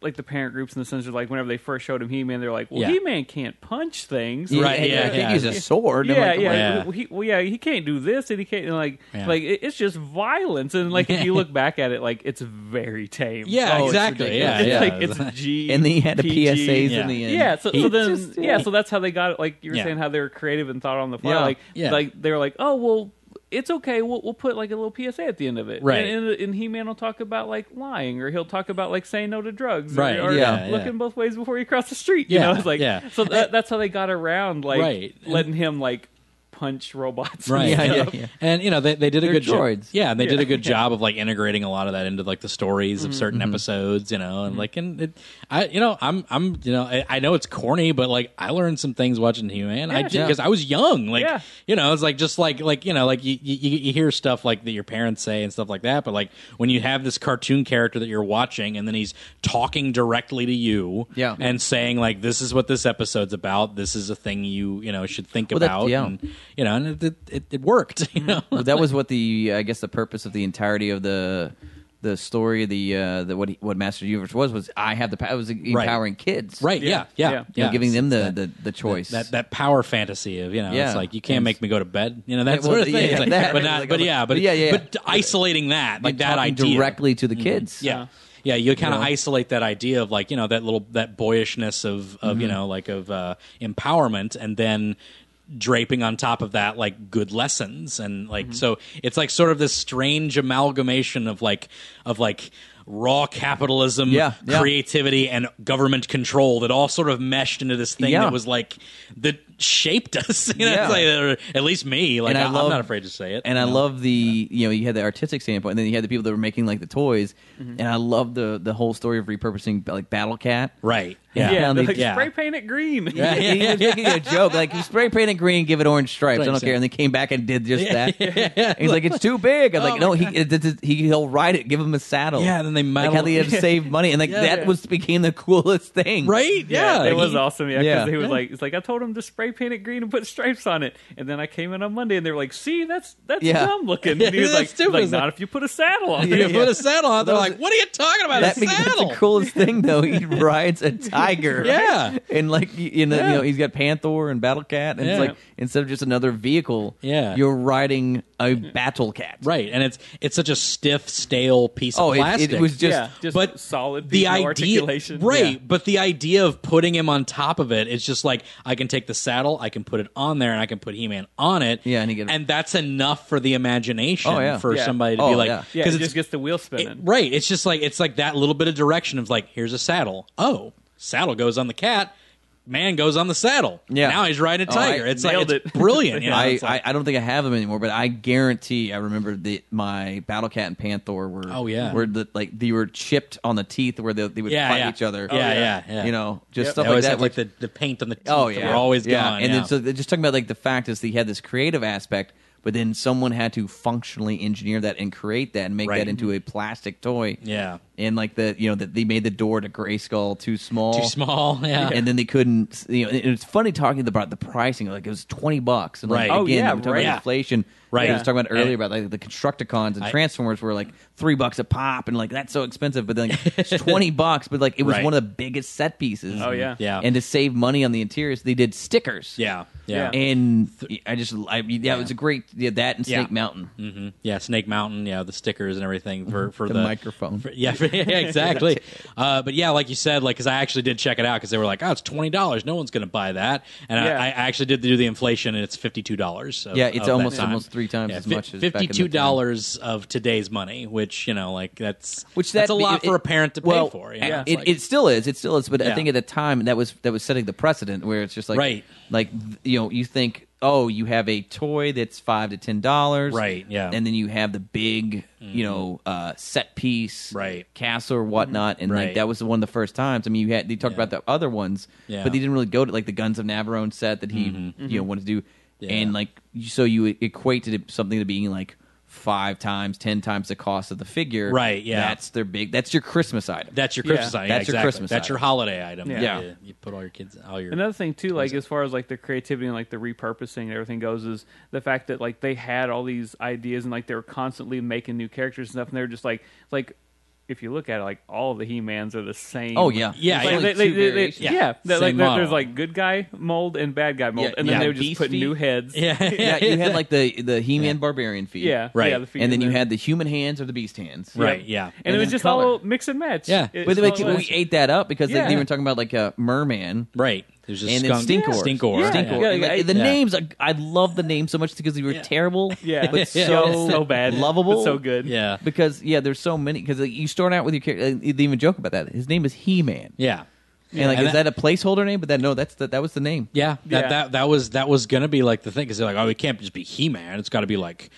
Speaker 3: like the parent groups in the sense of like whenever they first showed him He Man, they're like, well,
Speaker 2: Yeah.
Speaker 3: He Man can't punch things,
Speaker 2: Right,
Speaker 4: and
Speaker 2: yeah,
Speaker 4: I think
Speaker 2: yeah.
Speaker 4: he used a sword. I'm
Speaker 3: Yeah,
Speaker 4: like,
Speaker 3: yeah,
Speaker 4: what?
Speaker 2: Yeah.
Speaker 3: Well, he, well, yeah, he can't do this, and he can't and like,
Speaker 2: Yeah.
Speaker 3: like it, it's just violence. And like, if you look back at it, like, it's very tame.
Speaker 2: Yeah,
Speaker 3: Like,
Speaker 2: exactly. Yeah,
Speaker 3: it's
Speaker 2: yeah.
Speaker 3: like it's G.
Speaker 4: And then he had the
Speaker 3: PG.
Speaker 4: PSAs
Speaker 2: Yeah.
Speaker 4: in the end.
Speaker 3: Yeah, so, so
Speaker 4: He
Speaker 3: then
Speaker 4: just-
Speaker 3: yeah. so that's how they got it. Like you were
Speaker 2: Yeah.
Speaker 3: saying, how they were creative and thought on the fly.
Speaker 4: Yeah.
Speaker 3: Like
Speaker 2: Yeah.
Speaker 3: like they were like, oh well, it's okay. We'll we'll put like a little PSA at the end of it,
Speaker 2: Right.
Speaker 3: And, and, and He Man will talk about like lying, or he'll talk about like saying no to drugs,
Speaker 2: Right,
Speaker 3: Or, or
Speaker 2: yeah,
Speaker 3: looking
Speaker 2: yeah.
Speaker 3: both ways before you cross the street. You
Speaker 2: Yeah,
Speaker 3: know, it's like
Speaker 2: yeah.
Speaker 3: So that, that's how they got around like
Speaker 2: Right.
Speaker 3: letting him like punch robots, and
Speaker 2: Right.
Speaker 4: Yeah,
Speaker 2: and,
Speaker 4: yeah, yeah.
Speaker 2: And you know they, they did a
Speaker 4: They're
Speaker 2: good job.
Speaker 4: droids.
Speaker 2: Yeah, and they did a good job of like integrating a lot of that into like the stories of certain episodes. You know, and like and it, I you know I'm I'm you know I, I know it's corny, but like I learned some things watching Human. I
Speaker 3: Yeah.
Speaker 2: did because I was young. Like
Speaker 3: Yeah.
Speaker 2: you know it's like just like like you know like you, you you- you hear stuff like that your parents say and stuff like that, but like when you have this cartoon character that you're watching and then he's talking directly to you.
Speaker 4: Yeah.
Speaker 2: and saying like this is what this episode's about. This is a thing you you know should think
Speaker 4: Well, that-
Speaker 2: about.
Speaker 4: yeah.
Speaker 2: and- you know, and it it, it worked. You know,
Speaker 4: Well, that was what the I guess the purpose of the entirety of the the story the uh the what he, what Master Universe was was I have the power was empowering kids
Speaker 2: right? Yeah, yeah,
Speaker 3: Yeah.
Speaker 2: yeah.
Speaker 4: you know, giving them the,
Speaker 2: That-
Speaker 4: the, the choice
Speaker 2: that that power fantasy of you know,
Speaker 4: Yeah.
Speaker 2: it's like you can't make me go to bed. You know, that
Speaker 4: Yeah,
Speaker 2: sort
Speaker 4: well,
Speaker 2: of thing.
Speaker 4: yeah,
Speaker 2: It's like,
Speaker 4: that-
Speaker 2: but not,
Speaker 4: like,
Speaker 2: but
Speaker 4: like,
Speaker 2: yeah, but
Speaker 4: yeah, yeah,
Speaker 2: but isolating that like
Speaker 4: You're
Speaker 2: that
Speaker 4: talking
Speaker 2: idea Mm-hmm.
Speaker 4: directly to the kids
Speaker 2: Yeah. Yeah, you kind of isolate that idea of like you know that little that boyishness of of
Speaker 4: Mm-hmm.
Speaker 2: you know like of uh, empowerment, and then draping on top of that like good lessons, and like
Speaker 4: Mm-hmm.
Speaker 2: so it's like sort of this strange amalgamation of like of like raw capitalism,
Speaker 4: Yeah, yeah.
Speaker 2: creativity, and government control that all sort of meshed into this thing
Speaker 4: Yeah.
Speaker 2: that was like that shaped us. You know,
Speaker 4: Yeah.
Speaker 2: it's like, or at least me. Like
Speaker 4: And I
Speaker 2: I am
Speaker 4: love-
Speaker 2: not afraid to say it.
Speaker 4: and I
Speaker 2: you know?
Speaker 4: love the you know you had the artistic standpoint, and then you had the people that were making like the toys,
Speaker 2: Mm-hmm.
Speaker 4: and I love the the whole story of repurposing like Battle Cat.
Speaker 2: right.
Speaker 4: Yeah.
Speaker 3: yeah,
Speaker 4: Yeah.
Speaker 3: they're like,
Speaker 2: Yeah.
Speaker 3: spray paint it green.
Speaker 2: Yeah.
Speaker 4: And he was making a joke like you spray paint it green, give it orange stripes. I don't
Speaker 2: Stripes,
Speaker 4: care.
Speaker 2: yeah.
Speaker 4: And they came back and did just that. And he's like, it's too big. I'm
Speaker 2: Oh
Speaker 4: like, no, he it, it, it- he will ride it. Give him a saddle.
Speaker 2: Yeah, then they
Speaker 4: like how
Speaker 2: metal-
Speaker 4: they had to save money, and like
Speaker 2: Yeah.
Speaker 4: that was became the coolest thing.
Speaker 2: Right. Yeah.
Speaker 3: it was
Speaker 2: He-
Speaker 3: awesome. Yeah, because
Speaker 4: yeah.
Speaker 3: he was
Speaker 4: Yeah.
Speaker 3: like, it's like I told him to spray paint it green and put stripes on it, and then I came in on Monday and they were like, see, that's that's
Speaker 4: Yeah.
Speaker 3: dumb looking. And he was
Speaker 2: That's
Speaker 3: like, he's
Speaker 2: stupid.
Speaker 3: like,
Speaker 2: It's like-
Speaker 3: not if you put a saddle on
Speaker 2: You
Speaker 3: it.
Speaker 2: put a saddle on. They're
Speaker 4: Those-
Speaker 2: like, "What are you talking about?
Speaker 4: That
Speaker 2: a
Speaker 4: becomes that's
Speaker 2: saddle?"
Speaker 4: the coolest thing though. He rides a tiger.
Speaker 2: Yeah.
Speaker 4: And like y- you know, you know, he's got Panther and Battle Cat and
Speaker 2: Yeah.
Speaker 4: it's like instead of just another vehicle,
Speaker 2: Yeah.
Speaker 4: you're riding a battle cat.
Speaker 2: Right, and it's it's such a stiff, stale piece
Speaker 4: Oh,
Speaker 2: of
Speaker 4: it,
Speaker 2: plastic.
Speaker 4: it was just
Speaker 3: Yeah, just
Speaker 2: but
Speaker 3: solid
Speaker 2: the
Speaker 3: the
Speaker 2: idea,
Speaker 3: articulation.
Speaker 2: right?
Speaker 3: Yeah.
Speaker 2: But the idea of putting him on top of it, it's just like I can take the saddle, I can put it on there, and I can put He-Man on it.
Speaker 4: Yeah, and he get-
Speaker 2: that's enough for the imagination
Speaker 4: Oh, yeah.
Speaker 2: for
Speaker 3: Yeah.
Speaker 2: somebody to
Speaker 4: Oh,
Speaker 2: be like,
Speaker 4: yeah.
Speaker 3: Yeah, it
Speaker 2: it's
Speaker 3: just gets the wheel spinning.
Speaker 2: it- right. It's just like it's like that little bit of direction of like, here's a saddle. Oh, saddle goes on the cat. Man goes on the saddle.
Speaker 4: Yeah.
Speaker 2: Now he's riding a
Speaker 4: Oh, I
Speaker 2: tiger. it's like
Speaker 3: nailed
Speaker 2: it's
Speaker 3: it.
Speaker 2: brilliant. You know,
Speaker 4: I,
Speaker 2: it's like-
Speaker 4: I, I don't think I have them anymore, but I guarantee I remember that my Battle Cat and Panther were
Speaker 2: Oh, yeah.
Speaker 4: were the, like they were chipped on the teeth where they, they would
Speaker 2: Yeah,
Speaker 4: fight
Speaker 2: yeah.
Speaker 4: each other
Speaker 2: Oh, yeah, yeah, yeah.
Speaker 4: you know just
Speaker 3: Yep.
Speaker 4: stuff
Speaker 2: They
Speaker 4: like
Speaker 2: always
Speaker 4: that
Speaker 2: have, like
Speaker 4: which-
Speaker 2: the, the paint on the teeth
Speaker 4: oh
Speaker 2: that
Speaker 4: yeah
Speaker 2: were always
Speaker 4: yeah.
Speaker 2: gone.
Speaker 4: and
Speaker 2: yeah.
Speaker 4: then so they're just talking about like the fact is they had this creative aspect but then someone had to functionally engineer that and create that and make
Speaker 2: Right.
Speaker 4: that into a plastic toy
Speaker 2: Yeah.
Speaker 4: and like the you know that they made the door to Grayskull too small
Speaker 2: too small. Yeah.
Speaker 4: and then they couldn't. You know, it was funny talking about the pricing. Like it was twenty bucks, and like
Speaker 2: Right. Oh,
Speaker 4: again,
Speaker 3: yeah,
Speaker 4: we were talking
Speaker 2: right.
Speaker 4: about inflation.
Speaker 2: Right.
Speaker 4: I was talking about earlier
Speaker 2: Yeah.
Speaker 4: about like the Constructicons and
Speaker 2: I-
Speaker 4: Transformers were like three bucks a pop, and like that's so expensive. But then like, it's twenty bucks, but like it was
Speaker 2: Right.
Speaker 4: one of the biggest set pieces.
Speaker 3: Oh, yeah.
Speaker 2: Yeah.
Speaker 4: And to save money on the interiors, they did stickers.
Speaker 2: yeah. Yeah.
Speaker 3: Yeah.
Speaker 4: And I just, I, yeah, it was a great, yeah, that and Snake
Speaker 2: Yeah.
Speaker 4: Mountain.
Speaker 2: hmm Yeah, Snake Mountain. Yeah, the stickers and everything for for
Speaker 4: Mm-hmm. The
Speaker 2: the,
Speaker 4: microphone.
Speaker 2: for- yeah, for- yeah, exactly. uh, but yeah, like you said, like because I actually did check it out because they were like, "Oh, it's twenty dollars. No one's going to buy that." And
Speaker 3: Yeah.
Speaker 2: I, I actually did do the inflation, and it's fifty two dollars.
Speaker 4: Yeah, it's almost- almost three times as much as back in the
Speaker 2: fifty two dollars of today's money, which you know, like that's
Speaker 4: which
Speaker 2: that's
Speaker 4: that
Speaker 2: a
Speaker 4: be-
Speaker 2: lot
Speaker 4: it-
Speaker 2: for a parent to pay
Speaker 4: well,
Speaker 2: for. You know?
Speaker 4: yeah,
Speaker 2: It's
Speaker 4: it,
Speaker 2: like-
Speaker 4: it still is. It still is. But I
Speaker 2: Yeah.
Speaker 4: think at the time that was that was setting the precedent where it's just like
Speaker 2: Right.
Speaker 4: like th- you know, you think oh, you have a toy that's five to ten dollars,
Speaker 2: Right, yeah. Mm-hmm.
Speaker 4: and then you have the big you know uh, set piece,
Speaker 2: Right.
Speaker 4: castle or whatnot, and like
Speaker 2: Right.
Speaker 4: that was one of the first times. I mean, you had they talked
Speaker 2: Yeah.
Speaker 4: about the other ones,
Speaker 2: Yeah. Mm-hmm.
Speaker 4: but they didn't really go to like the Guns of Navarone set that he you know wanted to do,
Speaker 2: Yeah.
Speaker 4: and like you- so you equated it, something to being like. Five times, ten times the cost of the figure.
Speaker 2: Right, yeah.
Speaker 4: That's their big. That's your Christmas item.
Speaker 2: that's your
Speaker 3: Yeah.
Speaker 2: Christmas item. Yeah,
Speaker 4: That's your
Speaker 2: exactly.
Speaker 4: Christmas
Speaker 2: That's
Speaker 4: item.
Speaker 2: your holiday item. that
Speaker 4: Yeah.
Speaker 2: you, you put all your kids, all your
Speaker 3: Another thing too, like as far as like the creativity and like the repurposing and everything goes, is the fact that like they had all these ideas and like they were constantly making new characters and stuff, and they were just like like if you look at it, like all the He Mans are the same.
Speaker 4: Oh, yeah.
Speaker 2: Yeah,
Speaker 3: Like,
Speaker 2: yeah.
Speaker 3: they-
Speaker 4: Only
Speaker 3: they-
Speaker 4: two
Speaker 3: they- they-
Speaker 4: variations.
Speaker 3: yeah.
Speaker 2: Yeah,
Speaker 3: They're like
Speaker 2: same
Speaker 3: there- there's
Speaker 2: model.
Speaker 3: like good guy mold and bad guy mold,
Speaker 4: Yeah,
Speaker 3: and then
Speaker 4: yeah.
Speaker 3: they would just put
Speaker 4: Beastie.
Speaker 3: new heads.
Speaker 2: Yeah.
Speaker 4: yeah, you had like the the He-Man barbarian feet,
Speaker 3: yeah,
Speaker 2: Right.
Speaker 3: Yeah, the feet
Speaker 4: and then
Speaker 3: in
Speaker 4: you
Speaker 3: there.
Speaker 4: had the human hands or the beast hands,
Speaker 3: Yep.
Speaker 2: Right, yeah.
Speaker 3: and, it
Speaker 4: And
Speaker 3: was
Speaker 4: then
Speaker 3: just
Speaker 4: color.
Speaker 3: all mix and match.
Speaker 2: Yeah.
Speaker 3: It-
Speaker 4: But
Speaker 3: it's
Speaker 4: like,
Speaker 3: all it
Speaker 4: we
Speaker 3: was.
Speaker 4: ate that up because
Speaker 3: Yeah.
Speaker 4: they, they were talking about like a merman.
Speaker 2: Right. There's just
Speaker 4: And then
Speaker 2: skunk,
Speaker 4: Stinkor.
Speaker 2: Stinkor.
Speaker 3: Yeah.
Speaker 4: Stinkor. And, like,
Speaker 3: I-
Speaker 4: the
Speaker 2: yeah.
Speaker 4: names, I, I love the names so much because they were terrible,
Speaker 3: Yeah.
Speaker 4: but
Speaker 3: Yeah.
Speaker 4: so
Speaker 3: So bad, but
Speaker 4: lovable,
Speaker 3: so good.
Speaker 2: Yeah.
Speaker 4: Because yeah, there's so many. Because like, you start out with your character, they even joke about that. His name is He-Man,
Speaker 2: Yeah.
Speaker 4: and like
Speaker 2: And
Speaker 4: is that, a placeholder name? But that no, that's the, that was the name.
Speaker 2: Yeah, that,
Speaker 3: Yeah.
Speaker 2: that that was that was gonna be like the thing because they're like, oh, it can't just be He Man. It's got to be like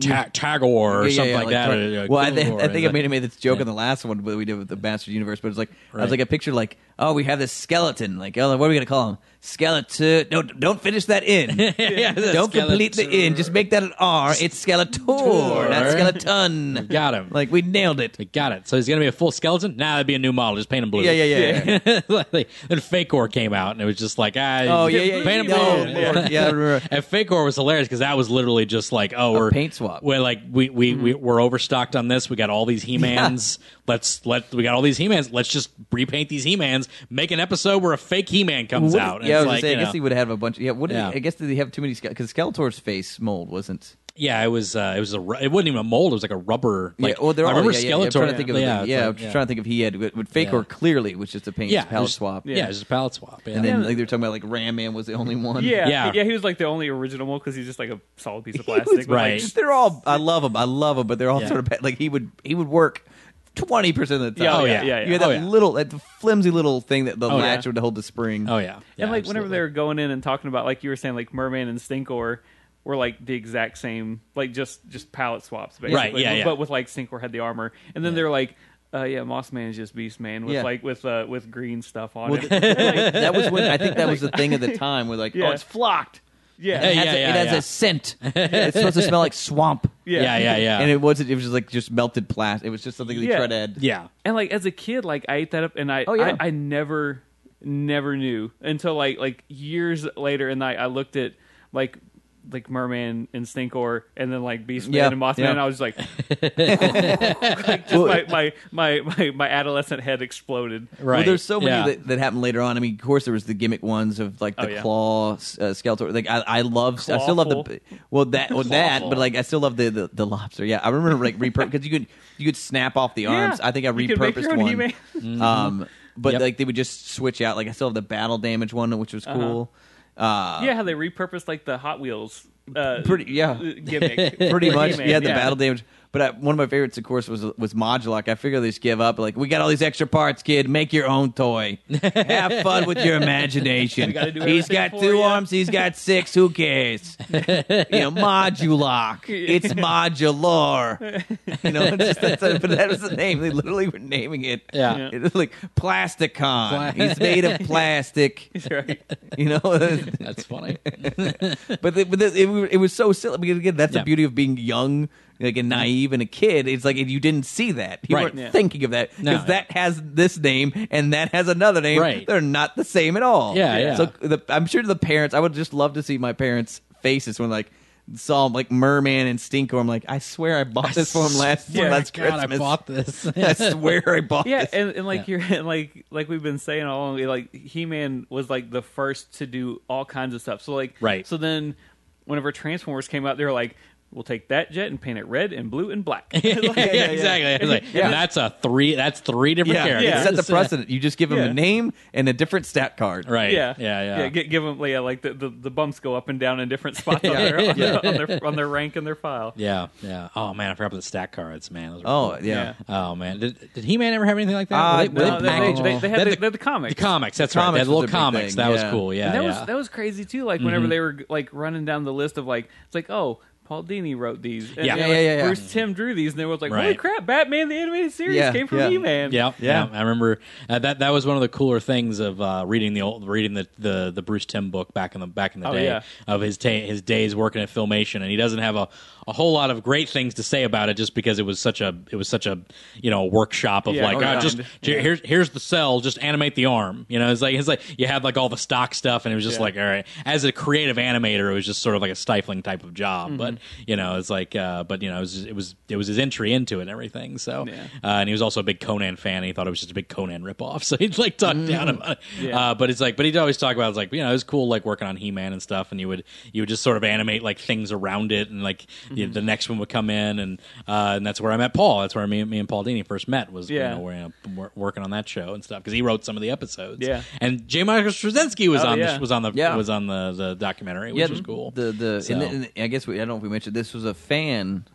Speaker 2: ta- Tagore or
Speaker 4: Yeah, yeah,
Speaker 2: something
Speaker 4: yeah,
Speaker 2: like, that.
Speaker 4: totally.
Speaker 2: or, uh,
Speaker 4: well, I, thi-
Speaker 2: Kilgore.
Speaker 4: I think I
Speaker 2: It's
Speaker 4: made, I
Speaker 2: like-
Speaker 4: made this joke on the last one that we did with the Master Universe, but it's like I
Speaker 2: Right.
Speaker 4: was like I pictured like oh we have this skeleton like oh what are we gonna call him skeleton no don't finish that in
Speaker 2: Yeah, the
Speaker 4: don't complete the in
Speaker 2: Skeletor.
Speaker 4: just make that an R it's skeletor not skeleton
Speaker 2: Got him.
Speaker 4: like we nailed it
Speaker 2: We got it. So he's gonna be a full skeleton. Nah, that'd be a new model. Just paint him blue.
Speaker 4: yeah yeah yeah, yeah.
Speaker 2: Like, then Fakor came out and it was just like, ah,
Speaker 4: oh yeah
Speaker 2: just
Speaker 4: yeah
Speaker 2: paint him
Speaker 4: yeah,
Speaker 2: blue.
Speaker 4: Oh, Lord. yeah I remember.
Speaker 2: And Fakor was hilarious because that was literally just like, oh, we're
Speaker 4: paint swap. Mm-hmm.
Speaker 2: We're like we we we we're overstocked on this. We got all these He Mans. Let's let we got all these He Mans. Let's just repaint these He Mans. Make an episode where a fake He Man comes
Speaker 4: What-
Speaker 2: out. And
Speaker 4: yeah I
Speaker 2: it's
Speaker 4: was gonna
Speaker 2: like,
Speaker 4: say
Speaker 2: you
Speaker 4: I
Speaker 2: know.
Speaker 4: guess he would have a bunch yeah what did
Speaker 2: Yeah.
Speaker 4: He, I guess did he have too many because Skeletor's face mold wasn't
Speaker 2: Yeah, it was. Uh, it was a. ru- It wasn't even a mold. It was like a rubber. Like,
Speaker 4: yeah, well, they're
Speaker 2: I
Speaker 4: all,
Speaker 2: remember
Speaker 4: yeah, yeah,
Speaker 2: Skeletor.
Speaker 4: Yeah, I'm trying to think of the- yeah,
Speaker 2: it's
Speaker 4: I'm
Speaker 2: like, yeah.
Speaker 4: trying to think if he had, but, but Fakor
Speaker 2: Yeah.
Speaker 4: clearly was just a paint
Speaker 2: Yeah,
Speaker 4: palette
Speaker 2: there's-
Speaker 4: swap.
Speaker 2: Yeah, it's just a palette swap. Yeah.
Speaker 4: and then like they're talking about like Ram Man was the only one.
Speaker 3: Yeah,
Speaker 2: Yeah.
Speaker 3: yeah, he was like the only original one because he's just like a solid piece of
Speaker 4: He was-
Speaker 3: plastic. with, like,
Speaker 2: Right.
Speaker 4: they're all. I love them. I love them, but they're all
Speaker 2: Yeah.
Speaker 4: sort of bad. like he would he would work twenty percent of the
Speaker 3: Yeah,
Speaker 4: time.
Speaker 3: oh, yeah, yeah,
Speaker 4: You had
Speaker 3: yeah.
Speaker 4: that
Speaker 2: Oh, yeah. Oh,
Speaker 4: little that flimsy little thing that the
Speaker 2: yeah.
Speaker 4: latch would hold the spring.
Speaker 2: oh yeah. Yeah,
Speaker 3: and like
Speaker 2: absolutely.
Speaker 3: whenever they were going in and talking about like you were saying like merman and stinkor were like the exact same like just just palette swaps basically
Speaker 2: Right, yeah,
Speaker 3: but,
Speaker 2: yeah.
Speaker 3: but with like stinkor had the armor and then they're like uh, yeah moss man is just beast man with
Speaker 4: Yeah.
Speaker 3: like with uh, with green stuff on
Speaker 4: Well,
Speaker 3: it
Speaker 4: th- that was when I think that was the thing at the time where like
Speaker 3: Yeah.
Speaker 4: oh it's flocked.
Speaker 3: yeah
Speaker 4: It
Speaker 2: Hey,
Speaker 4: has,
Speaker 2: yeah,
Speaker 4: a,
Speaker 2: yeah,
Speaker 4: it has
Speaker 2: yeah.
Speaker 4: a scent. it's supposed to smell like swamp.
Speaker 3: yeah.
Speaker 2: Yeah, yeah, yeah.
Speaker 4: And it wasn't. It was just like just melted plastic. It was just something they
Speaker 3: Yeah.
Speaker 4: tried to add.
Speaker 2: yeah.
Speaker 3: and like as a kid like i ate that up and i
Speaker 4: Oh, yeah.
Speaker 3: I, I never never knew until like like years later and i i looked at like like merman and stinkor and then like beastman
Speaker 4: Yeah,
Speaker 3: and mothman
Speaker 4: yeah.
Speaker 3: and i was like, like just my, my, my my my adolescent head exploded
Speaker 2: Right.
Speaker 4: Well, there's so many
Speaker 2: Yeah.
Speaker 4: that, that happened later on. I mean, of course, there was the gimmick ones of like the
Speaker 3: Oh, yeah.
Speaker 4: claw uh, skeletal. Like I, I love, I still love the
Speaker 3: Clawful.
Speaker 4: well that well, that, but like I still love the, the, the lobster. Yeah, I remember like repurpose because you could you could snap off the arms. I think I
Speaker 3: you could make your
Speaker 4: repurposed
Speaker 3: own
Speaker 4: one.
Speaker 3: He-Man.
Speaker 4: Um, but
Speaker 2: Yep.
Speaker 4: like they would just switch out. Like I still have the battle damage one, which was
Speaker 3: Uh-huh.
Speaker 4: cool. uh
Speaker 3: yeah, how they repurposed like the Hot Wheels uh,
Speaker 4: Pretty- yeah.
Speaker 3: gimmick.
Speaker 4: pretty
Speaker 3: for
Speaker 4: much.
Speaker 3: He-Man,
Speaker 4: Yeah, the battle damage. But I, one of my favorites, of course, was was Modulok. I figure they just give up. Like, we got all these extra parts, kid. Make your own toy. Have fun with your imagination.
Speaker 3: gotta do
Speaker 4: he's
Speaker 3: everything
Speaker 4: got
Speaker 3: for
Speaker 4: two
Speaker 3: ya.
Speaker 4: arms. He's got six. Who cares? you know, Modulok. It's modular. You know, it's just, that's but that was the name. They literally were naming it.
Speaker 2: Yeah.
Speaker 3: Yeah.
Speaker 4: It was like Plasticon. he's made of plastic.
Speaker 3: Right.
Speaker 4: You know,
Speaker 2: That's funny.
Speaker 4: but the, but the, it, wa- it was so silly because again, that's
Speaker 2: Yeah.
Speaker 4: the beauty of being young, like and naive and a kid. It's like you didn't see that, you
Speaker 2: Right.
Speaker 4: weren't
Speaker 3: Yeah.
Speaker 4: thinking of that because
Speaker 2: No,
Speaker 4: that has this name and that has another name.
Speaker 2: Right.
Speaker 4: They're not the same at all.
Speaker 2: Yeah, yeah.
Speaker 4: So the, I'm sure the parents. I would just love to see my parents' faces when like saw like Merman and Stinkor. I'm like, I swear I bought this for him last
Speaker 2: Yeah,
Speaker 4: last
Speaker 2: God,
Speaker 4: Christmas.
Speaker 2: I bought this.
Speaker 4: I swear I bought
Speaker 3: Yeah,
Speaker 4: this.
Speaker 3: and, and like you're and like like we've been saying all along, like He Man was like the first to do all kinds of stuff. So like
Speaker 2: Right.
Speaker 3: So then, whenever Transformers came out, they were like, "We'll take that jet and paint it red and blue and black." Like,
Speaker 2: yeah, exactly. It's like,
Speaker 4: Yeah.
Speaker 2: And that's a three. That's three different
Speaker 4: yeah,
Speaker 2: characters.
Speaker 4: it set the
Speaker 2: Yeah.
Speaker 4: precedent. You just give them
Speaker 3: Yeah.
Speaker 4: a name and a different stat card.
Speaker 2: Right.
Speaker 3: Yeah,
Speaker 2: Yeah. Yeah.
Speaker 3: yeah. gi- give them, yeah, like the, the, the bumps go up and down in different spots on, their, on, their, on, their, on their rank and their file.
Speaker 2: Yeah, yeah. Oh man, I forgot about the stack cards, man. Those were
Speaker 4: Oh
Speaker 2: cool.
Speaker 4: yeah.
Speaker 2: Oh man, did, did He Man ever have anything like that?
Speaker 4: Ah,
Speaker 2: Were they- were
Speaker 4: no,
Speaker 2: they
Speaker 4: they- they-
Speaker 2: packaged-
Speaker 3: they had the- they had the
Speaker 2: The
Speaker 3: comics.
Speaker 2: comics. That's
Speaker 4: The
Speaker 2: right. They
Speaker 4: comics
Speaker 2: had
Speaker 4: was
Speaker 2: little
Speaker 4: a big
Speaker 2: comics.
Speaker 4: thing,
Speaker 2: That was
Speaker 4: yeah.
Speaker 2: cool. Yeah,
Speaker 3: And that
Speaker 2: yeah. Mm-hmm.
Speaker 3: was that was crazy too. Like whenever they were like running down the list of like it's like oh Paul Dini wrote these. And,
Speaker 2: Yeah.
Speaker 3: and,
Speaker 2: Yeah,
Speaker 3: like,
Speaker 4: yeah, yeah, yeah.
Speaker 3: Bruce Tim drew these, and they were like, holy
Speaker 2: Right.
Speaker 3: crap! Batman the animated series
Speaker 4: Yeah,
Speaker 3: came from
Speaker 4: yeah.
Speaker 3: He Man.
Speaker 2: Yeah, yeah,
Speaker 4: Yeah.
Speaker 2: I remember uh, that. That was one of the cooler things of uh, reading the old, reading the, the the Bruce Tim book back in the back in the
Speaker 3: Oh,
Speaker 2: day
Speaker 3: yeah.
Speaker 2: of his ta- his days working at Filmation, and he doesn't have a, a whole lot of great things to say about it, just because it was such a it was such a you know workshop of
Speaker 3: Yeah,
Speaker 2: like
Speaker 3: oh,
Speaker 2: "Ah,
Speaker 3: yeah.
Speaker 2: just j- here's here's the cell, just animate the arm. You know, it's like it's like you had like all the stock stuff, and it was just
Speaker 3: Yeah. Mm-hmm.
Speaker 2: like all right. As a creative animator, it was just sort of like a stifling type of job, but you know, it's like, uh, but you know, it was it was it was his entry into it and everything. So, uh, and he was also a big Conan fan. He thought it was just a big Conan ripoff, so he'd like talk
Speaker 3: Mm-hmm.
Speaker 2: down about it. Uh, but it's like, but he'd always talk about it's like, you know, it was cool like working on He Man and stuff, and you would you would just sort of animate like things around it, and like the,
Speaker 3: Mm-hmm.
Speaker 2: the next one would come in, and uh, and that's where I met Paul. That's where me, me and Paul Dini first met was
Speaker 3: Yeah.
Speaker 2: you know, where, you know, wor- working on that show and stuff because he wrote some of the episodes.
Speaker 3: Yeah.
Speaker 2: and J. Michael Straczynski was
Speaker 3: Oh,
Speaker 2: on
Speaker 3: yeah.
Speaker 2: the, was on the
Speaker 4: Yeah.
Speaker 2: was on the, the documentary, which was cool.
Speaker 4: The the
Speaker 2: So-
Speaker 4: and, then- and I guess we, I don't know if we mentioned this was a fan it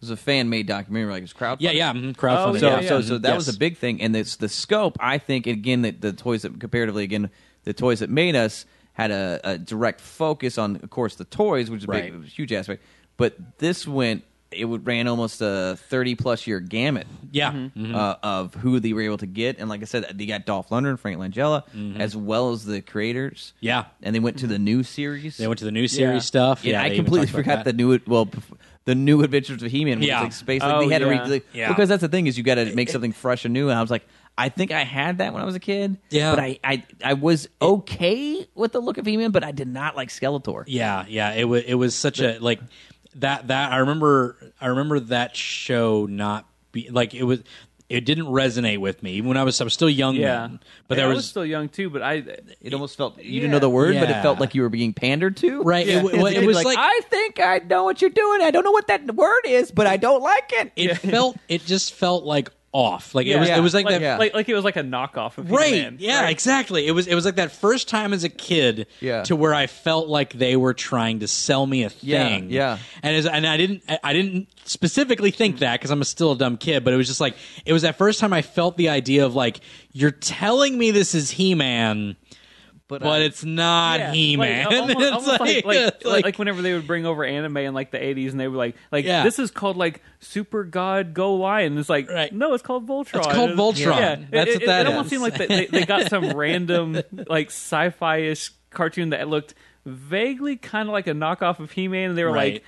Speaker 4: was a fan made documentary like it was crowdfunded.
Speaker 2: yeah, yeah, mhm, crowdfunding.
Speaker 3: Oh,
Speaker 4: So,
Speaker 3: yeah,
Speaker 4: so,
Speaker 3: yeah.
Speaker 4: so that was
Speaker 2: Yes.
Speaker 4: a big thing, and it's the scope. I think again that the toys that comparatively again the toys that made us had a, a direct focus on, of course, the toys, which is a
Speaker 2: Right.
Speaker 4: big, huge aspect. But this went it would ran almost a thirty plus year gamut
Speaker 2: Yeah. Mhm.
Speaker 3: Mm-hmm.
Speaker 4: uh, of who they were able to get, and like I said, they got Dolph Lundgren, Frank Langella, as well as the creators.
Speaker 2: Mm-hmm. Yeah.
Speaker 4: and they went to the new series.
Speaker 2: They went to the new series
Speaker 3: Yeah.
Speaker 2: stuff.
Speaker 4: Yeah,
Speaker 2: Yeah,
Speaker 4: I
Speaker 2: they even
Speaker 4: completely
Speaker 2: talked about
Speaker 4: forgot the
Speaker 2: that.
Speaker 4: new well, bef- the new Adventures of He-Man. which
Speaker 2: Yeah.
Speaker 4: yeah, like space. Like
Speaker 3: Oh,
Speaker 4: they had to
Speaker 3: yeah.
Speaker 4: read like,
Speaker 2: Yeah.
Speaker 4: because that's the thing is you got to make something fresh and new. And I was like, I think I had that when I was a kid.
Speaker 2: Yeah.
Speaker 4: but I I, I was okay with the look of He-Man, but I did not like Skeletor.
Speaker 2: Yeah, yeah. It was it was such a like that that I remember I remember that show not be like it was it didn't resonate with me even when I was I was still young
Speaker 3: Yeah,
Speaker 2: then. But
Speaker 3: Yeah,
Speaker 2: there
Speaker 3: I
Speaker 2: was,
Speaker 3: was still young too. But I,
Speaker 4: It almost felt you didn't know the
Speaker 3: Yeah.
Speaker 4: word, but
Speaker 2: Yeah.
Speaker 4: it felt like you were being pandered to.
Speaker 2: Right, it Yeah. w-
Speaker 4: As a
Speaker 2: well, it
Speaker 4: kid,
Speaker 2: was
Speaker 4: like,
Speaker 2: like-
Speaker 4: I think I know what you're doing. I don't know what that word is, but I don't like it.
Speaker 2: it felt it just felt like off. Like it was
Speaker 4: Yeah.
Speaker 2: it was like,
Speaker 4: Like-
Speaker 2: that
Speaker 4: yeah.
Speaker 3: like like it was like a knockoff of
Speaker 2: Right.
Speaker 3: He-Man,
Speaker 2: yeah,
Speaker 3: right?
Speaker 2: exactly. It was it was like that first time as a kid
Speaker 4: Yeah.
Speaker 2: to where I felt like they were trying to sell me a
Speaker 4: Yeah,
Speaker 2: thing.
Speaker 4: yeah.
Speaker 2: And as, and I didn't I- I didn't specifically
Speaker 3: Mm.
Speaker 2: think that cuz I'm a still a dumb kid, but it was just like it was that first time I felt the idea of like you're telling me this is He-Man but,
Speaker 4: I-
Speaker 2: it's not
Speaker 3: Yeah,
Speaker 2: He-Man.
Speaker 3: Like, almost,
Speaker 2: It's
Speaker 3: almost like, like,
Speaker 2: it's
Speaker 3: like- like whenever they would bring over anime in like the 80s and they were like like
Speaker 2: Yeah.
Speaker 3: this is called like Super God Go Lion. It's like
Speaker 2: Right.
Speaker 3: no, it's called Voltron.
Speaker 2: It's called Voltron.
Speaker 3: Yeah.
Speaker 2: That's
Speaker 3: it,
Speaker 2: what
Speaker 3: it-
Speaker 2: that
Speaker 3: it almost
Speaker 2: is.
Speaker 3: seemed like they, they, they got some random like sci-fi-ish cartoon that looked vaguely kind of like a knockoff of He-Man and they were
Speaker 2: Right.
Speaker 3: like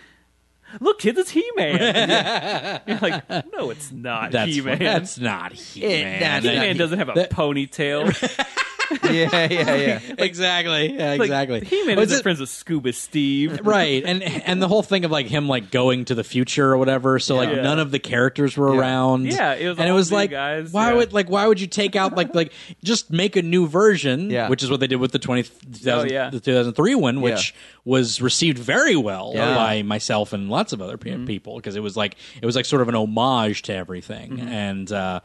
Speaker 3: Look, kids, it's He-Man. You're like, no, it's not
Speaker 2: that's,
Speaker 3: He-Man.
Speaker 2: that's not He-Man.
Speaker 4: that's
Speaker 2: That-
Speaker 4: not
Speaker 3: He-Man doesn't have a ponytail.
Speaker 4: yeah, yeah, yeah.
Speaker 2: Exactly. Yeah,
Speaker 3: Like,
Speaker 2: exactly.
Speaker 3: He-Man
Speaker 2: Was
Speaker 3: isn't
Speaker 2: it-
Speaker 3: friends with Scuba Steve.
Speaker 2: right and and the whole thing of like him like going to the future or whatever so like
Speaker 3: Yeah.
Speaker 2: none of the characters were around
Speaker 3: Yeah, it was
Speaker 2: and it
Speaker 3: all
Speaker 2: was
Speaker 3: new
Speaker 2: like
Speaker 3: guys,
Speaker 2: why
Speaker 3: yeah.
Speaker 2: would like why would you take out like like just make a new version
Speaker 4: Yeah.
Speaker 2: which is what they did with the 20 2000
Speaker 3: Oh, yeah.
Speaker 2: the 2003 one which was received very well
Speaker 4: Yeah.
Speaker 2: by myself and lots of other pe-
Speaker 4: Mm-hmm.
Speaker 2: people because it was like it was like sort of an homage to everything
Speaker 4: Mm-hmm.
Speaker 2: and uh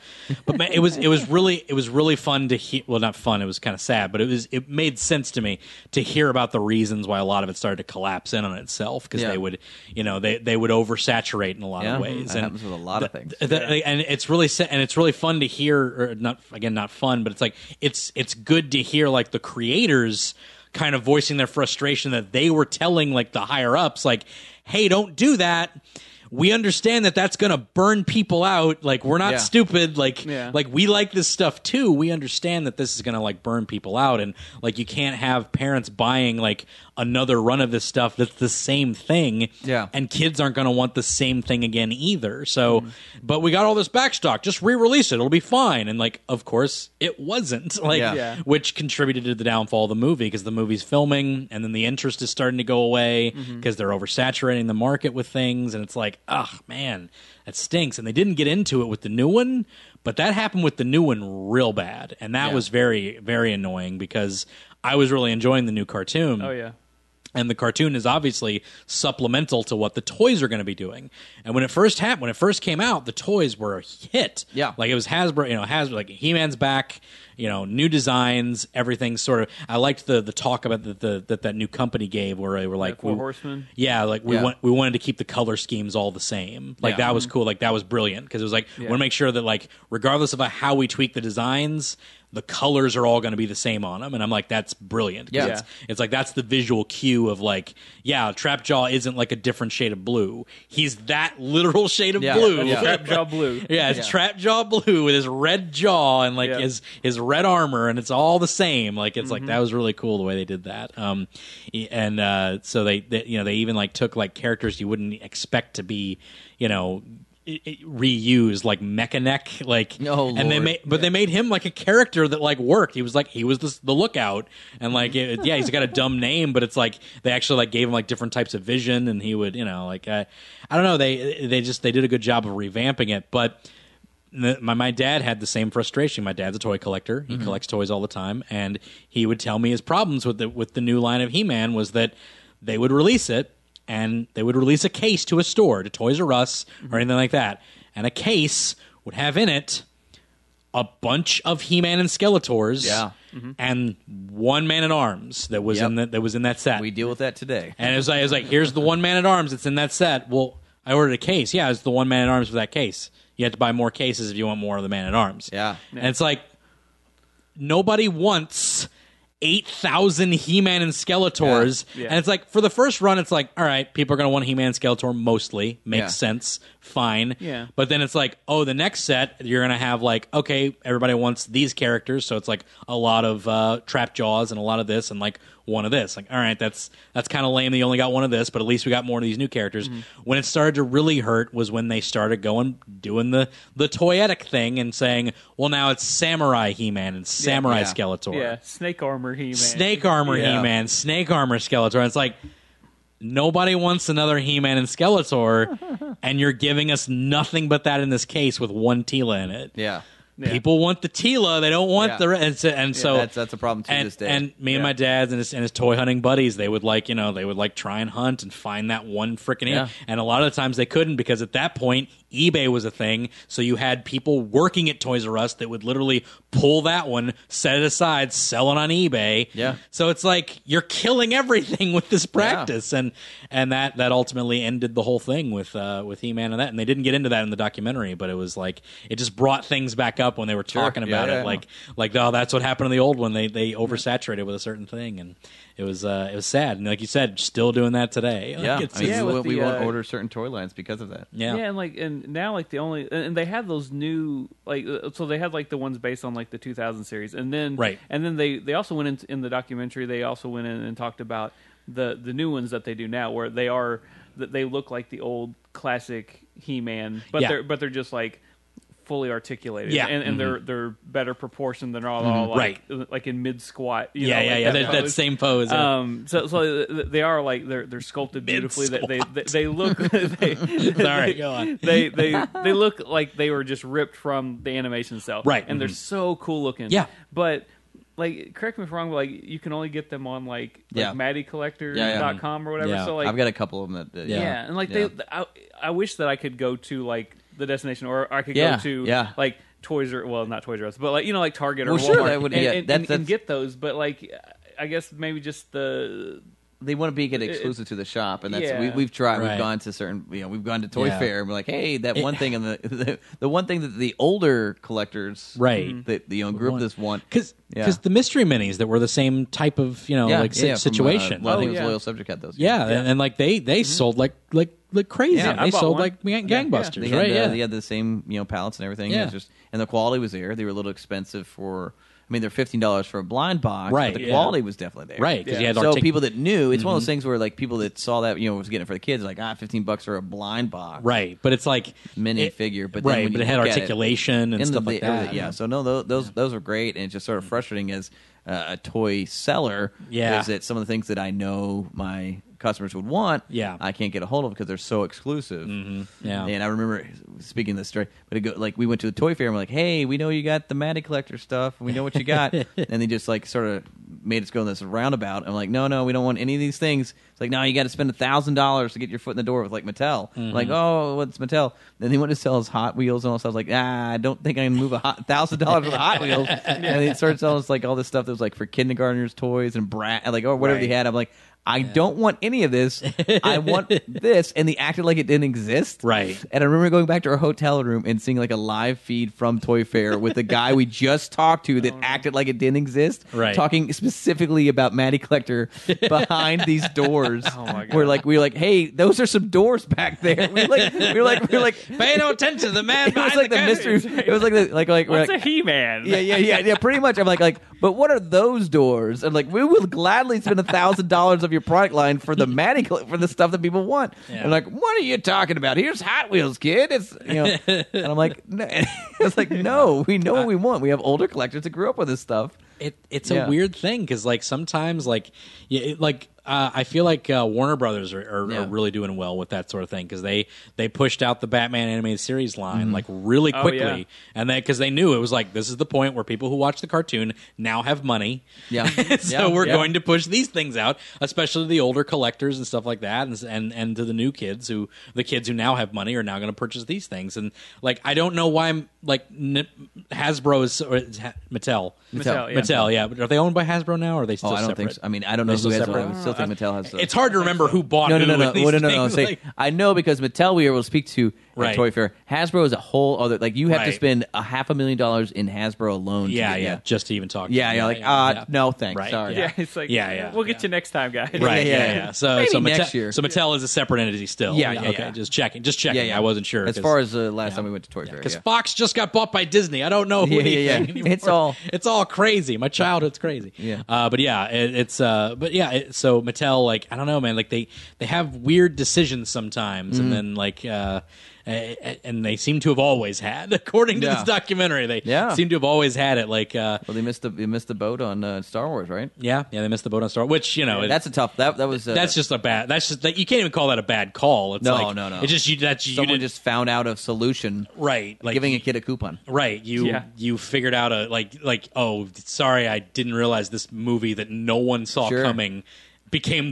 Speaker 2: but man, it was it was really it was really fun to hear well not fun it was kind of sad but it was it made sense to me to hear about the reasons why a lot of it started to collapse in on itself because
Speaker 4: Yeah.
Speaker 2: they would you know they they would oversaturate in a lot
Speaker 4: Yeah,
Speaker 2: of ways
Speaker 4: that
Speaker 2: and
Speaker 4: happens with a lot of things.
Speaker 2: th- th- and it's really sa- and it's really fun to hear or not again not fun but it's like it's it's good to hear like the creators kind of voicing their frustration that they were telling like the higher ups like hey don't do that we understand that that's going to burn people out like we're not
Speaker 4: Yeah.
Speaker 2: stupid like
Speaker 3: Yeah.
Speaker 2: like we like this stuff too we understand that this is going to like burn people out and like you can't have parents buying like another run of this stuff that's the same thing
Speaker 4: Yeah.
Speaker 2: and kids aren't going to want the same thing again either. So, but we got all this back stock. Just re-release it; it'll be fine. And like, of course, it wasn't. Like,
Speaker 4: Yeah.
Speaker 3: Yeah.
Speaker 2: which contributed to the downfall of the movie because the movie's filming, and then the interest is starting to go away because they're oversaturating the market with things, and it's like, ugh, man, that stinks. And they didn't get into it with the new one, but that happened with the new one real bad, and that
Speaker 4: Yeah.
Speaker 2: was very, very annoying because. I was really enjoying the new cartoon
Speaker 3: Oh yeah.
Speaker 2: and the cartoon is obviously supplemental to what the toys are going to be doing. And when it first happened, when it first came out, the toys were a hit.
Speaker 4: Yeah.
Speaker 2: like it was Hasbro. You know, Hasbro like He Man's back. You know, new designs, everything sort of. I liked the the talk about the, the that that new company gave where they were like
Speaker 3: Four
Speaker 2: we-
Speaker 3: Horsemen.
Speaker 2: Yeah, like we
Speaker 4: Yeah.
Speaker 2: want we wanted to keep the color schemes all the same. Like
Speaker 4: Yeah.
Speaker 2: that was
Speaker 3: Mm-hmm.
Speaker 2: cool. Like that was brilliant because it was like we want to make sure that like regardless of uh, how we tweak the designs. The colors are all going to be the same on them, and I'm like, that's brilliant. 'cause
Speaker 4: Yeah.
Speaker 2: it's- it's like that's the visual cue of like, yeah, Trapjaw isn't like a different shade of blue. He's that literal shade of
Speaker 4: Yeah.
Speaker 2: blue.
Speaker 4: That's
Speaker 2: Yeah,
Speaker 3: Trap Jaw Blue.
Speaker 2: it's Trapjaw blue with his red jaw and like
Speaker 3: Yeah. Mm-hmm.
Speaker 2: his his red armor, and it's all the same. Like it's like that was really cool the way they did that. Um, e- and uh, so they, they you know they even like took like characters you wouldn't expect to be you know it, it reused like Mechaneck, like
Speaker 4: No,
Speaker 2: and they
Speaker 4: Lord.
Speaker 2: made but they made him like a character that like worked. He was like he was the, the lookout, and like it, yeah, he's got a dumb name, but it's like they actually like gave him like different types of vision, and he would you know like uh, I don't know they they just they did a good job of revamping it, but the- my my dad had the same frustration. My dad's a toy collector.
Speaker 4: Mm-hmm.
Speaker 2: He collects toys all the time, and he would tell me his problems with the with the new line of He Man was that they would release it, and they would release a case to a store, to Toys R Us
Speaker 4: Mm-hmm.
Speaker 2: or anything like that, and a case would have in it a bunch of He Man and Skeletors,
Speaker 4: Yeah. Mm-hmm.
Speaker 2: and one Man at Arms that was
Speaker 4: Yep.
Speaker 2: in that that was in that set.
Speaker 4: We deal with that today.
Speaker 2: And it was like, it was like here's the one man at arms that's in that set. Well, I ordered a case. Yeah, it's the one man at arms for that case. You have to buy more cases if you want more of the man at arms.
Speaker 4: Yeah.
Speaker 2: And it's like nobody wants 8,000 He-Man and Skeletors.
Speaker 3: Yeah. Yeah.
Speaker 2: And it's like for the first run it's like, all right, people are going to want He-Man and Skeletor mostly. Makes
Speaker 4: Yeah.
Speaker 2: sense. Fine.
Speaker 3: Yeah.
Speaker 2: But then it's like, oh, the next set you're going to have like, okay, everybody wants these characters, so it's like a lot of uh, trap jaws and a lot of this and like one of this. Like, all right, that's that's kind of lame. They only got one of this, but at least we got more of these new characters.
Speaker 4: Mm-hmm.
Speaker 2: When it started to really hurt was when they started going doing the the toyetic thing and saying, well, now it's Samurai He-Man and Samurai
Speaker 4: Yeah.
Speaker 2: Skeletor,
Speaker 3: yeah, snake armor he man.
Speaker 2: Snake Armor
Speaker 4: Yeah.
Speaker 2: He-Man, Snake Armor Skeletor. And it's like. Nobody wants another He-Man and Skeletor, and you're giving us nothing but that in this case with one Tila in it.
Speaker 4: Yeah.
Speaker 3: Yeah.
Speaker 2: People want the Tila, they don't want
Speaker 4: Yeah.
Speaker 2: the re- and so, and so
Speaker 4: that's that's a problem to
Speaker 2: and,
Speaker 4: this day.
Speaker 2: and me and
Speaker 3: Yeah.
Speaker 2: my dad's and his, and his toy hunting buddies, they would like you know they would like try and hunt and find that one freaking
Speaker 4: Yeah.
Speaker 2: and a lot of the times they couldn't because at that point eBay was a thing, so you had people working at Toys R Us that would literally pull that one, set it aside, sell it on eBay.
Speaker 4: Yeah.
Speaker 2: So it's like you're killing everything with this practice, and and that that ultimately ended the whole thing with uh, with He Man and that, and they didn't get into that in the documentary, but it was like it just brought things back up when they were talking
Speaker 4: Yeah,
Speaker 2: about
Speaker 4: yeah,
Speaker 2: it,
Speaker 4: yeah.
Speaker 2: like like oh that's what happened in the old one they they oversaturated with a certain thing and it was uh it was sad and like you said still doing that today Like,
Speaker 4: yeah,
Speaker 2: it's,
Speaker 4: I mean,
Speaker 3: Yeah,
Speaker 4: we,
Speaker 3: with
Speaker 4: we
Speaker 3: the,
Speaker 4: won't
Speaker 3: uh,
Speaker 4: order certain toy lines because of that.
Speaker 2: yeah.
Speaker 3: Yeah. and like and now like the only and and they had those new like uh, so they had like the ones based on like the 2000 series and then
Speaker 2: Right.
Speaker 3: and then they they also went in in the documentary they also went in and talked about the the new ones that they do now where they are that they look like the old classic He-Man but
Speaker 2: Yeah.
Speaker 3: they're but they're just like fully articulated
Speaker 2: Yeah. Mm-hmm.
Speaker 3: and, and they're they're better proportioned than all, all like, like in mid squat you
Speaker 2: yeah
Speaker 3: know,
Speaker 2: yeah
Speaker 3: like
Speaker 2: yeah
Speaker 3: that
Speaker 2: that, that
Speaker 3: pose.
Speaker 2: same pose yeah.
Speaker 3: um so so th- th- they are like they're they're sculpted beautifully they they, they they look they,
Speaker 2: Sorry,
Speaker 3: they,
Speaker 2: go on.
Speaker 3: they they they look like they were just ripped from the animation cell
Speaker 2: Right,
Speaker 3: and they're
Speaker 2: mhm.
Speaker 3: so cool looking
Speaker 2: Yeah.
Speaker 3: but like correct me if I'm wrong but like you can only get them on like, like
Speaker 4: Yeah.
Speaker 3: maddycollector.com or whatever
Speaker 2: Yeah.
Speaker 3: so like
Speaker 4: I've got a couple of them that, that
Speaker 2: Yeah.
Speaker 3: yeah. and like
Speaker 4: Yeah.
Speaker 3: they I, I wish that I could go to like the destination or I could
Speaker 4: Yeah,
Speaker 3: go to
Speaker 4: yeah.
Speaker 3: like Toys R well not Toys R Us but like you know like Target or
Speaker 4: Well, sure,
Speaker 3: Walmart
Speaker 4: that would-
Speaker 3: and,
Speaker 4: yeah,
Speaker 3: and- and-
Speaker 4: that's-
Speaker 3: and
Speaker 4: that's-
Speaker 3: get those but like I guess maybe just the
Speaker 4: they want to be get exclusive to the shop, and that's
Speaker 3: Yeah.
Speaker 4: we, we've tried.
Speaker 2: Right.
Speaker 4: We've gone to certain, you know, we've gone to Toy
Speaker 2: Yeah.
Speaker 4: Fair, and we're like, hey, that one thing, and the, the the one thing that the older collectors,
Speaker 2: Right.
Speaker 3: Mm-hmm.
Speaker 4: that you know, group this one,
Speaker 2: because
Speaker 4: Yeah.
Speaker 2: the mystery minis that were the same type of you know like si-
Speaker 4: from, uh,
Speaker 2: situation
Speaker 4: well, I think
Speaker 3: Oh,
Speaker 4: it was
Speaker 3: yeah.
Speaker 4: Loyal Subject had those.
Speaker 2: yeah, And, and like they they sold like like like crazy
Speaker 4: Mm-hmm. Yeah, I
Speaker 2: they
Speaker 3: bought
Speaker 2: sold
Speaker 3: one.
Speaker 2: like gang-
Speaker 3: Yeah, yeah.
Speaker 2: gangbusters
Speaker 4: they had,
Speaker 2: right
Speaker 4: the,
Speaker 2: yeah
Speaker 4: they had the same you know pallets and everything.
Speaker 2: Yeah.
Speaker 4: It's just and the quality was there. They were a little expensive for. I mean, they're fifteen dollars for a blind box,
Speaker 2: Right,
Speaker 4: But the
Speaker 2: yeah.
Speaker 4: quality was definitely there,
Speaker 2: Right, 'cause you
Speaker 3: Yeah.
Speaker 2: had
Speaker 4: so
Speaker 2: artic- Mm-hmm.
Speaker 4: people that knew, it's one of those things where like people that saw that you know was getting it for the kids, like ah, fifteen bucks for a blind box,
Speaker 2: right but it's like
Speaker 4: Mini
Speaker 2: it-
Speaker 4: figure, but then
Speaker 2: right
Speaker 4: when
Speaker 2: but
Speaker 4: you
Speaker 2: it had
Speaker 4: look at it,
Speaker 2: articulation and
Speaker 4: In
Speaker 2: stuff
Speaker 4: the-
Speaker 2: like
Speaker 4: the-
Speaker 2: that Mm.
Speaker 4: Yeah, so no, those those, those are great, and it's just sort of frustrating as uh, a toy seller.
Speaker 2: Yeah.
Speaker 4: is that some of the things that I know my customers would want,
Speaker 2: Yeah. Mm-hmm.
Speaker 4: I can't get a hold of because they're so exclusive.
Speaker 2: yeah
Speaker 4: And I remember speaking this story, but it go, like we went to a toy fair and we're like, "Hey, we know you got the Matty collector stuff. We know what you got." and they just like sort of made us go in this roundabout. I'm like, "No, no, we don't want any of these things." It's like, "No, you got to spend a thousand dollars to get your foot in the door with like Mattel."
Speaker 2: Mm-hmm.
Speaker 4: I'm Like, "Oh, what's Mattel?" Then they went to sell us Hot Wheels and all. So I was like, "Ah, I don't think I can move a thousand dollars with Hot Wheels." and they started selling us like all this stuff that was like for kindergartners' toys and brat, like or whatever they
Speaker 2: Right.
Speaker 4: had. I'm like. I don't want any of this. I want this, and they acted like it didn't exist.
Speaker 2: Right.
Speaker 4: And I remember going back to our hotel room and seeing like a live feed from Toy Fair with the guy we just talked to that acted like it didn't exist.
Speaker 2: Right.
Speaker 4: Talking specifically about Matty Collector behind these doors. Oh
Speaker 3: my God.
Speaker 4: We're like, we were like, hey, those are some doors back there. We were like, we were like, we were like,
Speaker 2: pay no attention to the man
Speaker 4: it was like the mystery. It was like the like like we're
Speaker 3: What's
Speaker 4: like.
Speaker 3: a He-Man?
Speaker 4: Yeah, yeah, yeah, yeah. Pretty much. I'm like, like, but what are those doors? And like, we will gladly spend a thousand dollars of your your product line for the manic for the stuff that people want.
Speaker 2: Yeah.
Speaker 4: And like, what are you talking about? Here's Hot Wheels, kid. It's you know, and I'm like, no. it's like no, we know what we want. We have older collectors that grew up with this stuff.
Speaker 2: it it's
Speaker 4: Yeah.
Speaker 2: a weird thing because like sometimes like yeah it, like uh, I feel like uh, Warner Brothers are, are,
Speaker 4: Yeah.
Speaker 2: are really doing well with that sort of thing because they they pushed out the Batman animated series line
Speaker 4: Mm-hmm.
Speaker 2: like really
Speaker 3: Oh,
Speaker 2: quickly
Speaker 3: yeah.
Speaker 2: and they because they knew it was like this is the point where people who watch the cartoon now have money
Speaker 4: Yeah.
Speaker 2: so
Speaker 4: Yeah,
Speaker 2: we're
Speaker 4: yeah.
Speaker 2: going to push these things out especially the older collectors and stuff like that and s- and, and to the new kids who the kids who now have money are now going to purchase these things and like I don't know why I'm like n- Hasbro is or it's Ha- Mattel
Speaker 3: Mattel, yeah.
Speaker 2: Mattel, Oh, yeah. But are they owned by Hasbro now? Or are they still
Speaker 4: Oh, I don't
Speaker 2: separate?
Speaker 4: think. So. I mean, I don't know who
Speaker 2: They're still
Speaker 4: has.
Speaker 2: separate?
Speaker 4: I still think Mattel has.
Speaker 2: It's hard to remember who bought
Speaker 4: No, no,
Speaker 2: who
Speaker 4: no, no,
Speaker 2: with these
Speaker 4: Well, no, no, no.
Speaker 2: things,
Speaker 4: Say,
Speaker 2: like-
Speaker 4: I know because Mattel we will speak to at
Speaker 2: Right.
Speaker 4: Toy Fair. Hasbro is a whole other. Like you have to
Speaker 2: Right.
Speaker 4: spend a half a million dollars in Hasbro alone. to
Speaker 2: yeah,
Speaker 4: get-
Speaker 2: yeah, Just to even talk. to
Speaker 4: Yeah,
Speaker 2: them.
Speaker 4: yeah, like, uh, no, thanks,
Speaker 2: Right,
Speaker 4: sorry.
Speaker 3: Yeah, it's like
Speaker 2: yeah, yeah.
Speaker 3: We'll get you next time, guys.
Speaker 2: Right,
Speaker 4: Yeah,
Speaker 2: yeah,
Speaker 4: yeah.
Speaker 2: yeah. So,
Speaker 4: Maybe
Speaker 2: so Mattel,
Speaker 4: next year.
Speaker 2: So Mattel is a separate entity still.
Speaker 4: Yeah, yeah,
Speaker 2: okay.
Speaker 4: yeah.
Speaker 2: Just checking, just
Speaker 4: yeah,
Speaker 2: checking.
Speaker 4: yeah.
Speaker 2: I wasn't sure
Speaker 4: As far as the last time we went to Toy Fair,
Speaker 2: because
Speaker 4: yeah.
Speaker 2: Fox just got bought by Disney. I don't know.
Speaker 4: Yeah,
Speaker 2: anything
Speaker 4: yeah, yeah.
Speaker 2: anymore.
Speaker 4: It's all-
Speaker 2: it's all crazy. My childhood's crazy.
Speaker 4: Yeah.
Speaker 2: Uh, but yeah, it, it's uh, but yeah. It, so Mattel, like I don't know, man. Like they they have weird decisions sometimes,
Speaker 4: Mm-hmm.
Speaker 2: and then like. Uh, a- a- and they seem to have always had, according to
Speaker 4: Yeah.
Speaker 2: this documentary, they
Speaker 4: Yeah.
Speaker 2: seem to have always had it. Like, uh,
Speaker 4: Well, they missed the they missed the boat on uh, Star Wars, right?
Speaker 2: yeah, yeah, they missed the boat on Star, which you know, it-
Speaker 4: That's a tough. That that was. Uh,
Speaker 2: that's just a bad. That's just that you can't even call that a bad call. It's
Speaker 4: No,
Speaker 2: like,
Speaker 4: no, no.
Speaker 2: It's just you. That's you
Speaker 4: someone
Speaker 2: didn't
Speaker 4: just found out a solution,
Speaker 2: right. Like
Speaker 4: giving a kid a coupon.
Speaker 2: Right. You
Speaker 3: Yeah.
Speaker 2: you figured out a like like oh sorry I didn't realize this movie that no one saw
Speaker 4: Sure.
Speaker 2: coming became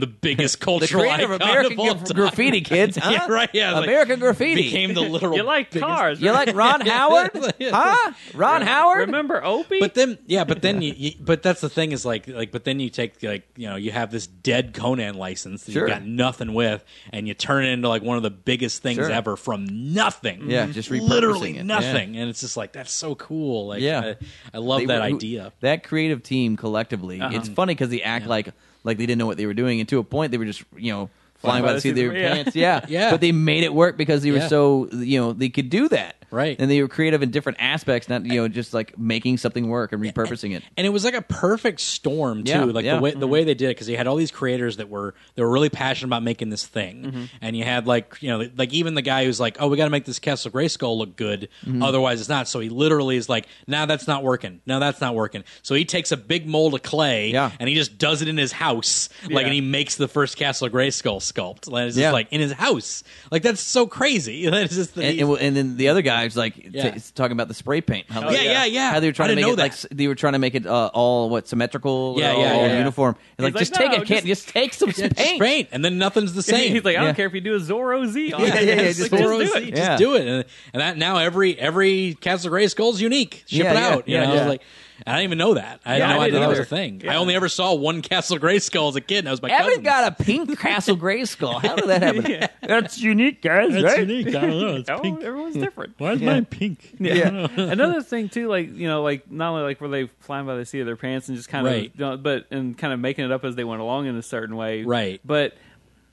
Speaker 2: the biggest
Speaker 4: The
Speaker 2: cultural
Speaker 4: creator of
Speaker 2: icon
Speaker 4: American
Speaker 2: of all
Speaker 4: gra-
Speaker 2: time.
Speaker 4: graffiti, kids. Huh?
Speaker 2: Yeah, right. Yeah, like,
Speaker 4: American graffiti.
Speaker 2: became the literal
Speaker 3: You like
Speaker 2: biggest-
Speaker 3: cars?
Speaker 4: you like Ron Howard? Huh? Ron Howard?
Speaker 3: Remember Opie?
Speaker 2: But then yeah, but then you, you but that's the thing is like like but then you take like you know you have this dead Conan license that
Speaker 4: Sure.
Speaker 2: you've got nothing with and you turn it into like one of the biggest things
Speaker 4: Sure.
Speaker 2: ever from nothing.
Speaker 4: Yeah, just repurposing it.
Speaker 2: literally
Speaker 4: Yeah.
Speaker 2: nothing, and it's just like that's so cool. Like
Speaker 4: Yeah.
Speaker 2: I, I love
Speaker 4: They
Speaker 2: that
Speaker 4: were- who-
Speaker 2: idea.
Speaker 4: That creative team collectively, it's funny because they act like like they didn't know what they were doing, and to a point they were just you know flying by the seat of their
Speaker 3: yeah.
Speaker 4: pants. Yeah,
Speaker 2: Yeah.
Speaker 4: But they made it work because they were
Speaker 2: Yeah.
Speaker 4: so you know they could do that,
Speaker 2: Right.
Speaker 4: And they were creative in different aspects, not you know just like making something work and repurposing it.
Speaker 2: and it was like a perfect storm too
Speaker 4: Yeah,
Speaker 2: like
Speaker 4: yeah. Mm-hmm.
Speaker 2: the way the way they did it because you had all these creators that were that were really passionate about making this thing
Speaker 4: Mm-hmm.
Speaker 2: and you had like you know like even the guy who's like oh we got to make this castle gray skull look good
Speaker 4: Mm-hmm.
Speaker 2: otherwise it's not so he literally is like now that's not working no that's not working so he takes a big mold of clay
Speaker 4: Yeah.
Speaker 2: and he just does it in his house
Speaker 3: Yeah.
Speaker 2: like and he makes the first castle gray skull sculpt and it's just
Speaker 4: Yeah.
Speaker 2: like in his house like that's so crazy that's just the,
Speaker 4: And, and, well, and then the other guy's like t-
Speaker 2: Yeah.
Speaker 4: talking about the spray paint. How,
Speaker 2: Oh, yeah, yeah, yeah.
Speaker 4: How they were trying
Speaker 2: I
Speaker 4: to make
Speaker 2: didn't
Speaker 4: it
Speaker 2: know
Speaker 4: like
Speaker 2: that.
Speaker 4: s- they were trying to make it uh, all what symmetrical,
Speaker 2: Yeah,
Speaker 4: all,
Speaker 2: yeah,
Speaker 4: all
Speaker 2: yeah.
Speaker 4: uniform. And like,
Speaker 3: like,
Speaker 4: just take
Speaker 3: "No,
Speaker 4: it, kid. Just,
Speaker 3: just-
Speaker 4: take some
Speaker 2: just
Speaker 4: paint.
Speaker 2: paint and then nothing's the same
Speaker 3: he's like, I don't
Speaker 4: Yeah.
Speaker 3: care if you do a Zorro Z. on
Speaker 2: Yeah,
Speaker 3: it.
Speaker 2: yeah, yeah.
Speaker 3: It's
Speaker 2: Just,
Speaker 3: like,
Speaker 2: like,
Speaker 3: do
Speaker 2: just do it.
Speaker 3: it.
Speaker 4: Yeah.
Speaker 2: Just do it. And, and that now every every Castle Gray Skull's unique. Ship
Speaker 4: Yeah,
Speaker 2: it
Speaker 4: yeah,
Speaker 2: out. You
Speaker 4: yeah,
Speaker 2: know,
Speaker 4: yeah.
Speaker 2: like I didn't even know that. I
Speaker 3: Yeah,
Speaker 2: had no
Speaker 3: I
Speaker 2: idea
Speaker 3: didn't
Speaker 2: that was a
Speaker 3: either.
Speaker 2: thing.
Speaker 3: Yeah.
Speaker 2: I only ever saw one Castle Gray Skull as a kid, and that was my
Speaker 4: Evan
Speaker 2: cousin.
Speaker 4: got a pink Castle Gray skull. How did that happen? That's unique, guys.
Speaker 2: unique. I don't know. It's
Speaker 3: Oh, everyone's different.
Speaker 2: Why is mine pink?
Speaker 3: Yeah. Another thing too, like you know, like not only like were they flying by the seat of their pants and just kind
Speaker 2: Right.
Speaker 3: of, uh, but and kind of making it up as they went along in a certain way,
Speaker 2: Right.
Speaker 3: But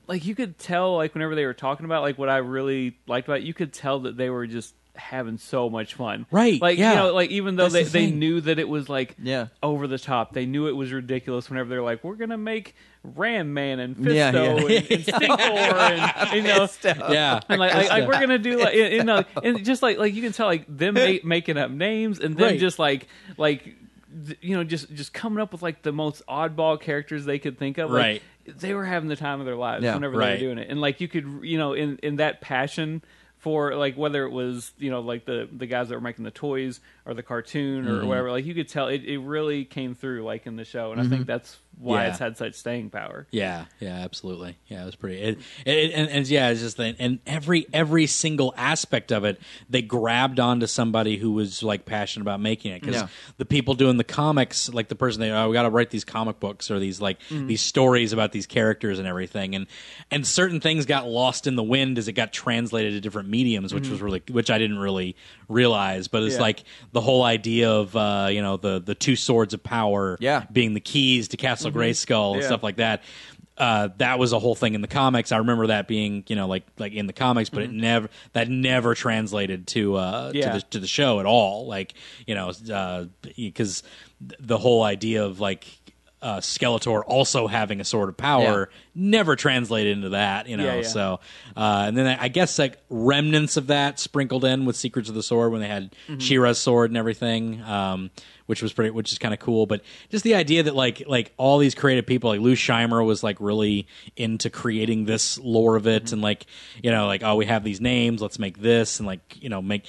Speaker 3: like you could tell, like whenever they were talking about, like what I really liked about, it, you could tell that they were just having so much fun,
Speaker 2: Right,
Speaker 3: Like
Speaker 2: yeah.
Speaker 3: you know, like even though
Speaker 2: That's the
Speaker 3: they they
Speaker 2: thing.
Speaker 3: knew that it was like
Speaker 4: Yeah.
Speaker 3: over the top, they knew it was ridiculous. Whenever they're like, we're gonna make Ram Man and Fisto
Speaker 4: Yeah, yeah.
Speaker 3: and, and Stinkor and you know.
Speaker 2: Yeah.
Speaker 3: And like, like, like, we're gonna do like you know, and just like like you can tell like them ma- making up names and then
Speaker 2: Right.
Speaker 3: just like like th- you know just just coming up with like the most oddball characters they could think of. Like,
Speaker 2: Right.
Speaker 3: They were having the time of their lives
Speaker 4: Yeah.
Speaker 3: whenever they
Speaker 2: Right.
Speaker 3: were doing it, and like you could you know in in that passion for like whether it was you know like the the guys that were making the toys or the cartoon
Speaker 2: Mm-hmm.
Speaker 3: or whatever like you could tell it, it really came through like in the show and i think that's why
Speaker 2: Mm-hmm. Yeah.
Speaker 3: it's had such staying power
Speaker 2: Yeah, yeah, absolutely. Yeah, it was pretty. It, it, and, and yeah, it's just that, and every every single aspect of it, they grabbed onto somebody who was like passionate about making it because
Speaker 4: Yeah.
Speaker 2: the people doing the comics, like the person they, oh, we got to write these comic books or these like
Speaker 4: Mm-hmm.
Speaker 2: these stories about these characters and everything, and and certain things got lost in the wind as it got translated to different mediums, which
Speaker 4: Mm-hmm.
Speaker 2: was really, which I didn't really realize, but it's
Speaker 3: Yeah.
Speaker 2: like the whole idea of uh, you know the the two swords of power,
Speaker 4: Yeah.
Speaker 2: being the keys to Castle Grayskull and
Speaker 3: Mm-hmm. Yeah.
Speaker 2: stuff like that. Uh, that was a whole thing in the comics. I remember that being, you know, like like in the comics, but it never that never translated to uh
Speaker 3: Mm-hmm. Yeah.
Speaker 2: to the to the uh, show at all. Like you know, because the whole idea of like uh, Skeletor also having a sword of power never translated into that, you know.
Speaker 3: Yeah, yeah.
Speaker 2: So, uh, and then I guess like remnants of that sprinkled in with Secrets of the Sword when they had
Speaker 3: Mm-hmm.
Speaker 2: Shira's sword and everything, um, which was pretty, which is kind of cool. But just the idea that like like all these creative people, like Lou Scheimer was like really into creating this lore of
Speaker 3: Mm-hmm.
Speaker 2: it, and like you know like oh we have these names, let's make this, and like you know make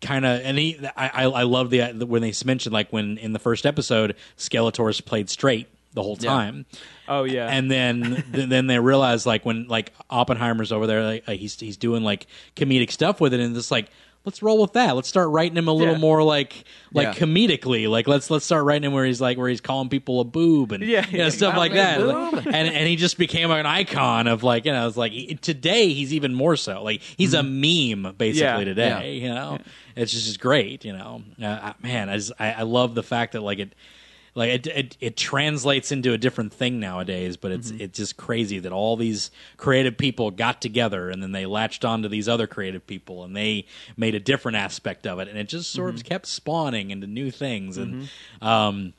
Speaker 2: kind of and he I I, I love the when they mentioned like when in the first episode Skeletor's played straight the whole time.
Speaker 3: Oh, yeah.
Speaker 2: And then th- then they realize like when like Oppenheimer's over there like uh, he's he's doing like comedic stuff with it and just like let's roll with that. Let's start writing him a little
Speaker 3: Yeah.
Speaker 2: more like
Speaker 4: Yeah.
Speaker 2: like comedically. Like let's let's start writing him where he's like where he's calling people a boob and
Speaker 3: Yeah,
Speaker 2: you know,
Speaker 3: yeah,
Speaker 2: stuff like that.
Speaker 3: exactly.
Speaker 2: Like, and and he just became an icon of like you know it's like he- today he's even more so like he's a meme basically
Speaker 3: Mm-hmm. Yeah,
Speaker 2: today
Speaker 4: yeah.
Speaker 2: you know it's just, just great you know uh, I- man I, just, I I love the fact that like it like it, it it translates into a different thing nowadays but
Speaker 4: Mm-hmm.
Speaker 2: it's it's just crazy that all these creative people got together and then they latched onto these other creative people and they made a different aspect of it and it just sort
Speaker 4: Mm-hmm.
Speaker 2: of kept spawning into new things and um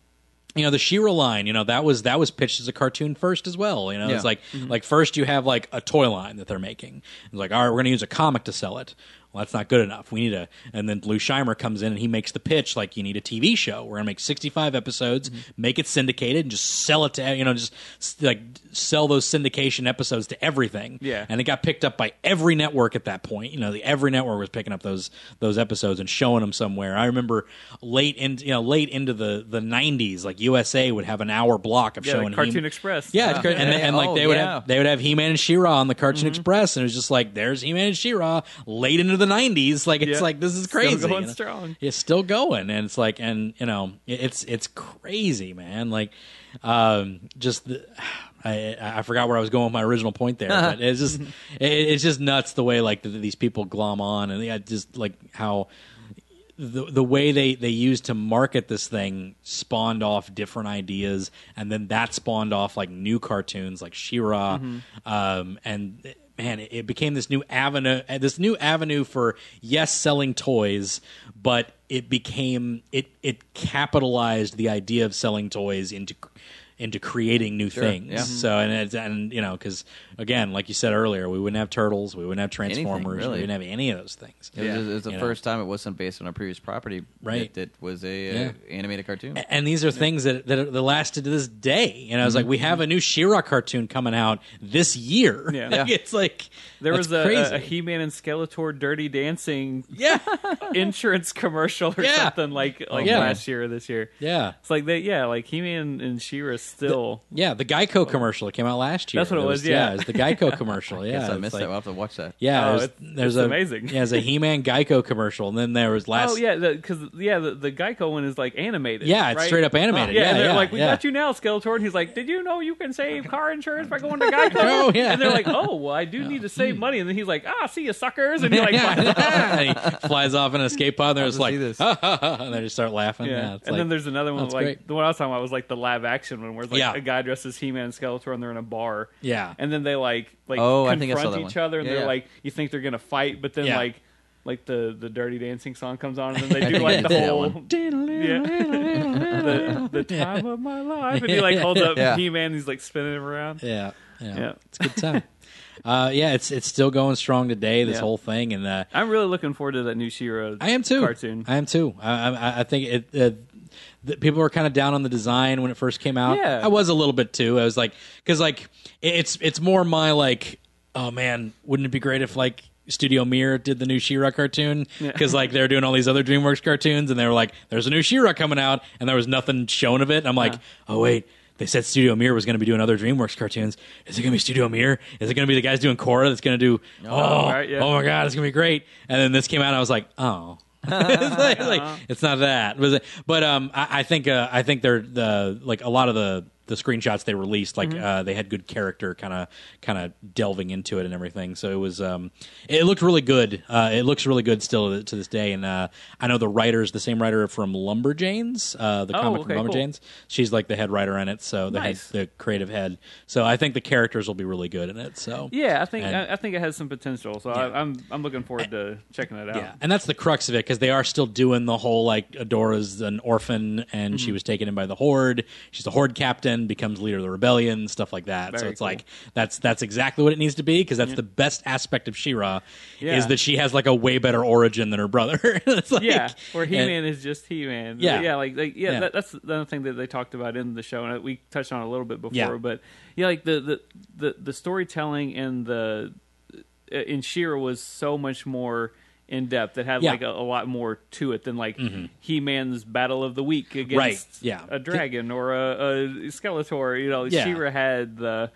Speaker 2: you know the Shira line. You know that was that was pitched as a cartoon first as well. You know
Speaker 4: Yeah.
Speaker 2: it's like like first you have like a toy line that they're making. It's like all right, we're going to use a comic to sell it. Well, that's not good enough. We need a and then Lou Scheimer comes in and he makes the pitch like you need a TV show. We're going to make sixty five episodes, make it syndicated, and just sell it to you know just s- like sell those syndication episodes to everything.
Speaker 3: Yeah.
Speaker 2: and it got picked up by every network at that point. You know, the, every network was picking up those those episodes and showing them somewhere. I remember late in you know late into the the nineties, like USA would have an hour block of
Speaker 3: Yeah,
Speaker 2: showing
Speaker 3: like Cartoon
Speaker 2: He-
Speaker 3: Express.
Speaker 2: Yeah, it's cra- and, they- and like
Speaker 4: Oh,
Speaker 2: they would
Speaker 4: yeah.
Speaker 2: have they would have He Man and She Ra on the
Speaker 3: Mm-hmm.
Speaker 2: Cartoon Express, and it was just like there's He Man and She Ra late into the nineties. Like it's
Speaker 3: Yeah.
Speaker 2: like this is
Speaker 3: Still
Speaker 2: crazy.
Speaker 3: going
Speaker 2: you know?
Speaker 3: strong.
Speaker 2: It's still going, and it's like, and you know, it- it's it's crazy, man. Like, um, just the, I I forgot where I was going with my original point there, but it's just it, it's just nuts the way like th these people glom on, and yeah, just like how the the way they they used to market this thing spawned off different ideas, and then that spawned off like new cartoons like Shira,
Speaker 4: Mm-hmm.
Speaker 2: um, and man, it, it became this new avenue, uh, this new avenue for yes, selling toys, but it became it it capitalized the idea of selling toys into into creating new things.
Speaker 4: yeah. Mm-hmm.
Speaker 2: So and it's, and you know because again, like you said earlier, we wouldn't have turtles, we wouldn't have transformers,
Speaker 4: really.
Speaker 2: we wouldn't have any of those things.
Speaker 4: It was, it was the
Speaker 2: You know.
Speaker 4: first time it wasn't based on a previous property.
Speaker 2: Right.
Speaker 4: That, that was a uh, animated cartoon.
Speaker 2: and these are things that that, are, that lasted to this day. You know, I was like, we
Speaker 3: Mm-hmm.
Speaker 2: have a new Shira cartoon coming out this year.
Speaker 3: Yeah.
Speaker 2: Like,
Speaker 4: Yeah.
Speaker 2: it's like
Speaker 3: There
Speaker 2: that's
Speaker 3: was a,
Speaker 2: crazy.
Speaker 3: a, a He-Man and Skeletor Dirty Dancing
Speaker 2: yeah,
Speaker 3: insurance commercial or
Speaker 2: Yeah. Oh,
Speaker 3: something like like
Speaker 2: yeah.
Speaker 3: last year or this year.
Speaker 2: yeah,
Speaker 3: It's like they yeah, like He-Man and She-Ra still
Speaker 2: yeah. The Geico commercial that came out last year.
Speaker 3: That's what it
Speaker 2: There
Speaker 3: was, yeah.
Speaker 2: it was the Geico commercial. Yeah,
Speaker 4: Guess I
Speaker 2: it's
Speaker 4: missed
Speaker 2: like-
Speaker 4: that. We'll have to watch that.
Speaker 2: Yeah,
Speaker 3: Oh,
Speaker 2: there's,
Speaker 3: it's-
Speaker 2: there's
Speaker 3: it's
Speaker 2: a,
Speaker 3: amazing.
Speaker 2: Yeah, there's a He-Man Geico commercial, and then there was last.
Speaker 3: Oh yeah, because yeah, the, the Geico one is like animated.
Speaker 2: Yeah, it's
Speaker 3: right? Oh,
Speaker 2: straight up animated.
Speaker 3: Yeah,
Speaker 2: Yeah,
Speaker 3: and they're
Speaker 2: yeah,
Speaker 3: like, "We
Speaker 2: yeah.
Speaker 3: got you now, Skeletor." And he's like, "Did you know you can save car insurance by going to Geico?"
Speaker 2: Oh, yeah. Hmm.
Speaker 3: And they're like, "Oh, well, I do need to save money." And then he's like, "Ah, see you, suckers!" And he like,
Speaker 2: Yeah.
Speaker 3: flies off.
Speaker 2: And he flies off in an escape pod, and they're
Speaker 4: to
Speaker 2: just
Speaker 4: see
Speaker 2: like,
Speaker 4: this.
Speaker 2: and they just start laughing.
Speaker 3: yeah.
Speaker 2: Yeah,
Speaker 3: and
Speaker 2: it's like,
Speaker 3: then there's another one
Speaker 2: that's
Speaker 3: like
Speaker 2: great.
Speaker 3: the one I was talking about was like the live action one where it's like
Speaker 2: Yeah.
Speaker 3: a guy dresses He-Man and Skeletor and they're in a bar.
Speaker 2: Yeah.
Speaker 3: And then they like like
Speaker 4: Oh, I
Speaker 3: confront
Speaker 4: think I saw that
Speaker 3: each
Speaker 4: one.
Speaker 3: other and
Speaker 4: Yeah,
Speaker 3: they're
Speaker 4: yeah.
Speaker 3: like you think they're gonna fight, but then
Speaker 2: Yeah.
Speaker 3: like like the the Dirty Dancing song comes on and then they
Speaker 4: I
Speaker 3: do
Speaker 4: think I
Speaker 3: like the
Speaker 4: did see that
Speaker 3: whole
Speaker 4: one.
Speaker 3: the, the time of my life. And he like holds up
Speaker 4: Yeah.
Speaker 3: He-Man. He's like spinning him around.
Speaker 2: Yeah, yeah,
Speaker 3: Yeah.
Speaker 2: it's a good time. uh, yeah, it's it's still going strong today. This
Speaker 3: Yeah.
Speaker 2: whole thing, and uh,
Speaker 3: I'm really looking forward to that new She-Ra.
Speaker 2: I am too.
Speaker 3: Cartoon.
Speaker 2: I am too. I I, I think it. Uh, the, people were kind of down on the design when it first came out.
Speaker 3: Yeah.
Speaker 2: I was a little bit too. I was like, because like it- it's it's more my like, oh man, wouldn't it be great if like Studio Mir did the new She-Ra cartoon? Because like they're doing all these other DreamWorks cartoons, and they were like, there's a new She-Ra coming out, and there was nothing shown of it. And I'm like, oh wait. They said Studio Mir was going to be doing other DreamWorks cartoons. Is it going to be Studio Mir? Is it going to be the guys doing Korra that's going to do? Oh,
Speaker 3: right, yeah.
Speaker 2: oh my god, it's gonna be great. And then this came out, and I was like, oh. it's, like, like, it's not that, but but um, I, I think uh, I think they're the like a lot of the the screenshots they released, like
Speaker 3: Mm-hmm.
Speaker 2: uh, they had good character, kind of kind of delving into it and everything. So it was um, it looked really good. Uh, it looks really good still to this day. And uh, I know the writer's the same writer from Lumberjanes, uh, the
Speaker 3: Oh,
Speaker 2: comic
Speaker 3: okay,
Speaker 2: from
Speaker 3: cool.
Speaker 2: Lumberjanes. She's like the head writer on it, so the
Speaker 3: Nice.
Speaker 2: head, the creative head. So I think the characters will be really good in it. So
Speaker 3: Yeah, I think
Speaker 2: And-
Speaker 3: I, I think it has some potential. So I, I'm I'm looking forward to checking it out.
Speaker 2: Yeah, and that's the crux of it because they are still doing the whole like Adora's an orphan and
Speaker 3: Mm-hmm.
Speaker 2: she was taken in by the Horde. She's the Horde captain, becomes leader of the rebellion, stuff like that. so
Speaker 3: Very
Speaker 2: it's
Speaker 3: cool.
Speaker 2: like that's that's exactly what it needs to be because that's the best aspect of Shira
Speaker 3: Yeah.
Speaker 2: is that she has like a way better origin than her brother. It's like-
Speaker 3: yeah, where He
Speaker 2: and-
Speaker 3: Man is just He Man.
Speaker 2: Yeah.
Speaker 3: yeah, like, like yeah,
Speaker 2: Yeah.
Speaker 3: That, that's another thing that they talked about in the show, and we touched on it a little bit before.
Speaker 2: Yeah.
Speaker 3: But yeah, like the the the, the storytelling and the in Shira was so much more in depth. It had
Speaker 2: Yeah. Mm-hmm.
Speaker 3: like a, a lot more to it than like He Man's Battle of the Week against
Speaker 2: Right, yeah.
Speaker 3: a dragon or a, a Skeletor. You know,
Speaker 2: Yeah.
Speaker 3: Shira had the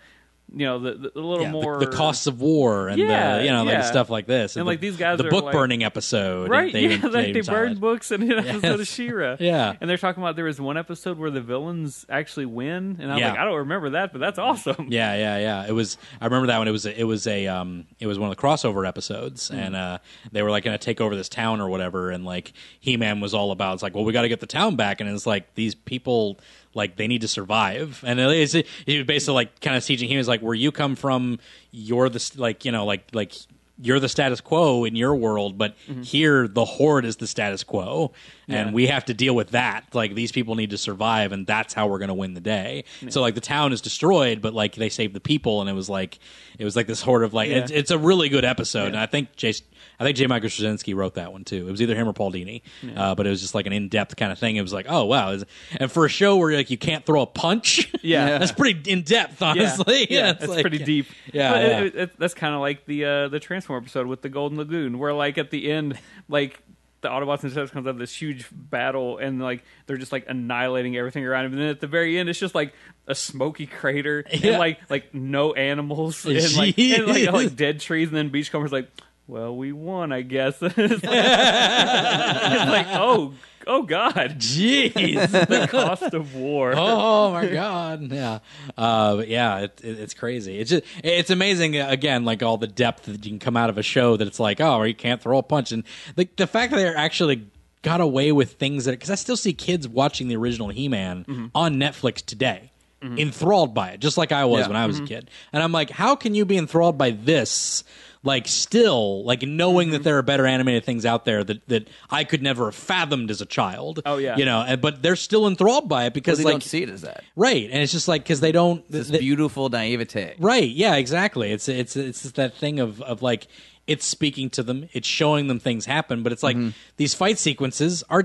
Speaker 3: you know the, the, the little
Speaker 2: yeah, the-
Speaker 3: more
Speaker 2: the, costs of war and
Speaker 3: Yeah,
Speaker 2: the you know like
Speaker 3: yeah.
Speaker 2: stuff like this
Speaker 3: And,
Speaker 2: the,
Speaker 3: like, these guys
Speaker 2: the
Speaker 3: are,
Speaker 2: book
Speaker 3: like-
Speaker 2: burning episode
Speaker 3: Right,
Speaker 2: they,
Speaker 3: yeah, like they
Speaker 2: saw
Speaker 3: burned
Speaker 2: it.
Speaker 3: books in an episode of
Speaker 2: Yes.
Speaker 3: Shira.
Speaker 2: Yeah.
Speaker 3: and they're talking about there was one episode where the villains actually win, and I'm
Speaker 2: Yeah.
Speaker 3: like, I don't remember that, but that's awesome.
Speaker 2: Yeah, yeah, yeah. It was. I remember that one. It was. A, it was a. Um, it was one of the crossover episodes, and uh, they were like going to take over this town or whatever. And like He Man was all about. It's like, well, we got to get the town back, and it's like these people. Like they need to survive, and it is it was basically like kind of sieging. He was like, "Where you come from, you're the s- like you know like like you're the status quo in your world, but
Speaker 3: Mm-hmm.
Speaker 2: here the horde is the status quo, and we have to deal with that. Like these people need to survive, and that's how we're going to win the day. So like the town is destroyed, but like they save the people, and it was like it was like this horde of like
Speaker 3: Yeah.
Speaker 2: it's, it's a really good episode, and I think Jason. I think J. Michael Straczynski wrote that one too. It was either him or Paul Dini, uh, but it was just like an in-depth kind of thing. It was like, oh wow, It's- and for a show where like you can't throw a punch,
Speaker 3: Yeah.
Speaker 2: that's pretty in-depth,
Speaker 3: Yeah,
Speaker 2: honestly.
Speaker 3: yeah,
Speaker 2: it's
Speaker 3: that's
Speaker 2: like-
Speaker 3: pretty deep.
Speaker 2: Yeah,
Speaker 3: But it-
Speaker 2: yeah.
Speaker 3: it- it- that's kind of like the uh, the Transform episode with the Golden Lagoon, where like at the end, like the Autobots and Decepticons have this huge battle, and like they're just like annihilating everything around him, and then at the very end, it's just like a smoky crater
Speaker 2: Yeah.
Speaker 3: and like like no animals and like, and, like,
Speaker 2: Jeez.
Speaker 3: like dead trees, and then Beachcomber's like, well, we won, I guess. it's like, it's like, oh. Oh God!
Speaker 2: Jeez.
Speaker 3: The cost of war.
Speaker 2: oh my god yeah uh but yeah it, it, it's crazy it's just it's amazing uh, again like all the depth that you can come out of a show that it's like oh you can't throw a punch and the, the fact that they're actually got away with things that because i still see kids watching the original he-man
Speaker 4: Mm-hmm.
Speaker 2: on netflix today enthralled by it just like i was
Speaker 4: Yeah. Mm-hmm.
Speaker 2: when i was a kid and i'm like how can you be enthralled by this like still like knowing
Speaker 4: Mm-hmm.
Speaker 2: that there are better animated things out there that that i could never have fathomed as a child
Speaker 3: Oh, yeah.
Speaker 2: you know and- but they're still enthralled by it
Speaker 4: Because
Speaker 2: because
Speaker 4: they
Speaker 2: like
Speaker 4: don't see it as that.
Speaker 2: right and it's just like because they don't
Speaker 4: This
Speaker 2: th- th-
Speaker 4: beautiful naivete.
Speaker 2: right yeah exactly it's it's it's just that thing of of like it's speaking to them it's showing them things happen but it's like these fight sequences are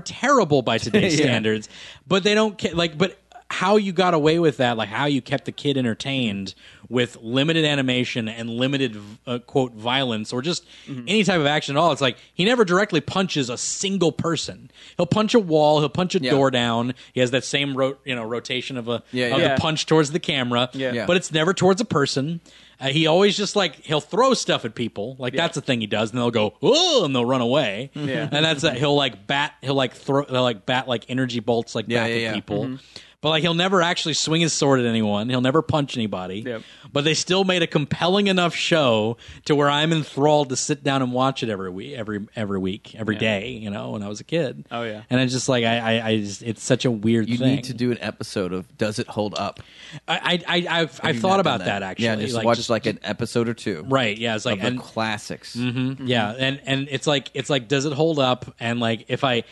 Speaker 2: terrible by today's
Speaker 4: Mm-hmm. Yeah.
Speaker 2: standards but they don't ca- like but how you got away with that like how you kept the kid entertained with limited animation and limited uh, quote violence or just
Speaker 4: Mm-hmm.
Speaker 2: any type of action at all it's like he never directly punches a single person he'll punch a wall he'll punch a
Speaker 4: Yeah.
Speaker 2: door down he has that same ro- you know rotation of a
Speaker 4: Yeah,
Speaker 2: of
Speaker 4: yeah.
Speaker 2: the
Speaker 3: Yeah.
Speaker 2: punch towards the camera,
Speaker 3: Yeah. Yeah.
Speaker 2: but it's never towards a person. Uh, he always just like he'll throw stuff at people, like that's the thing he does, and they'll go oh, and they'll run away.
Speaker 3: Yeah.
Speaker 2: and that's that. He'll like bat, he'll like throw, they'll like bat like energy bolts like
Speaker 4: Yeah,
Speaker 2: back
Speaker 4: yeah,
Speaker 2: at
Speaker 4: yeah. Mm-hmm.
Speaker 2: people. But like he'll never actually swing his sword at anyone. He'll never punch anybody.
Speaker 3: Yep.
Speaker 2: But they still made a compelling enough show to where I'm enthralled to sit down and watch it every week, every every week, every day. You know, when I was a kid.
Speaker 3: Oh, yeah.
Speaker 2: And it's just like I, I, I just, it's such a weird.
Speaker 4: You
Speaker 2: thing.
Speaker 4: need to do an episode of Does It Hold Up?
Speaker 2: I I I- I've, I've
Speaker 4: You've
Speaker 2: thought
Speaker 4: not
Speaker 2: about
Speaker 4: done
Speaker 2: that. actually.
Speaker 4: Yeah, just watch
Speaker 2: just-
Speaker 4: like an episode or two.
Speaker 2: right. Yeah, it's like
Speaker 4: Of the
Speaker 2: and, Mm-hmm.
Speaker 4: classics.
Speaker 2: yeah, and and it's like it's like does it hold up? And like if I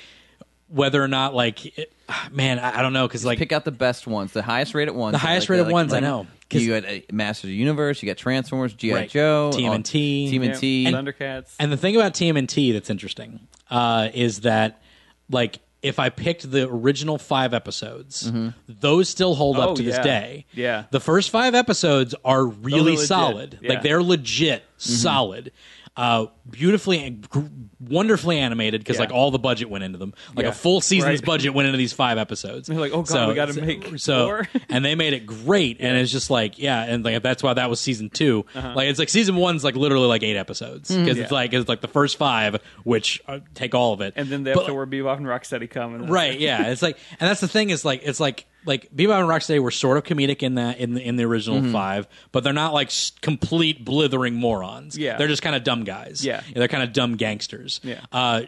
Speaker 2: whether or not like it, man, I, I don't know because like
Speaker 4: Pick out the best ones, the highest rated ones.
Speaker 2: The highest
Speaker 4: Like, uh,
Speaker 2: rated
Speaker 4: like-
Speaker 2: ones, I
Speaker 4: like,
Speaker 2: know. 'Cause-
Speaker 4: You got uh, Masters of the Universe, you got Transformers, G.I.
Speaker 2: Right.
Speaker 4: Joe,
Speaker 2: TMNT.
Speaker 4: all- TMNT.
Speaker 3: Yeah, Thundercats.
Speaker 2: And the thing about TMNT that's interesting uh, is that, like, if I picked the original five episodes, those still hold
Speaker 3: Mm-hmm. Oh,
Speaker 2: up to this
Speaker 3: yeah.
Speaker 2: day.
Speaker 3: Yeah.
Speaker 2: the first five episodes are really
Speaker 3: legit.
Speaker 2: solid.
Speaker 3: Yeah. Mm-hmm.
Speaker 2: Like they're legit solid. Uh, beautifully, and gr- wonderfully animated because
Speaker 3: Yeah.
Speaker 2: like all the budget went into them. Like
Speaker 3: Yeah.
Speaker 2: a full season's
Speaker 3: Right.
Speaker 2: budget went into these five episodes.
Speaker 3: They're like, "Oh, God, we gotta make
Speaker 2: so,
Speaker 3: more."
Speaker 2: and they made it great. And it's just like, yeah, and like that's why that was season 2 Like it's like season one's like literally like eight episodes because it's
Speaker 3: Uh-huh. Mm. Yeah.
Speaker 2: like it's like the first five, which uh, take all of it,
Speaker 3: And then the
Speaker 2: But-
Speaker 3: episode where Bebop and Rocksteady come. And
Speaker 2: right? Yeah, it's like, and that's the thing is like it's like like Bebop and Rocksteady were sort of comedic in that in the, in the original
Speaker 3: Mm-hmm.
Speaker 2: five, but they're not like s- complete blithering morons.
Speaker 3: Yeah.
Speaker 2: they're just kind of dumb guys.
Speaker 3: Yeah.
Speaker 2: they're kind of dumb gangsters.
Speaker 3: Yeah.
Speaker 2: Uh,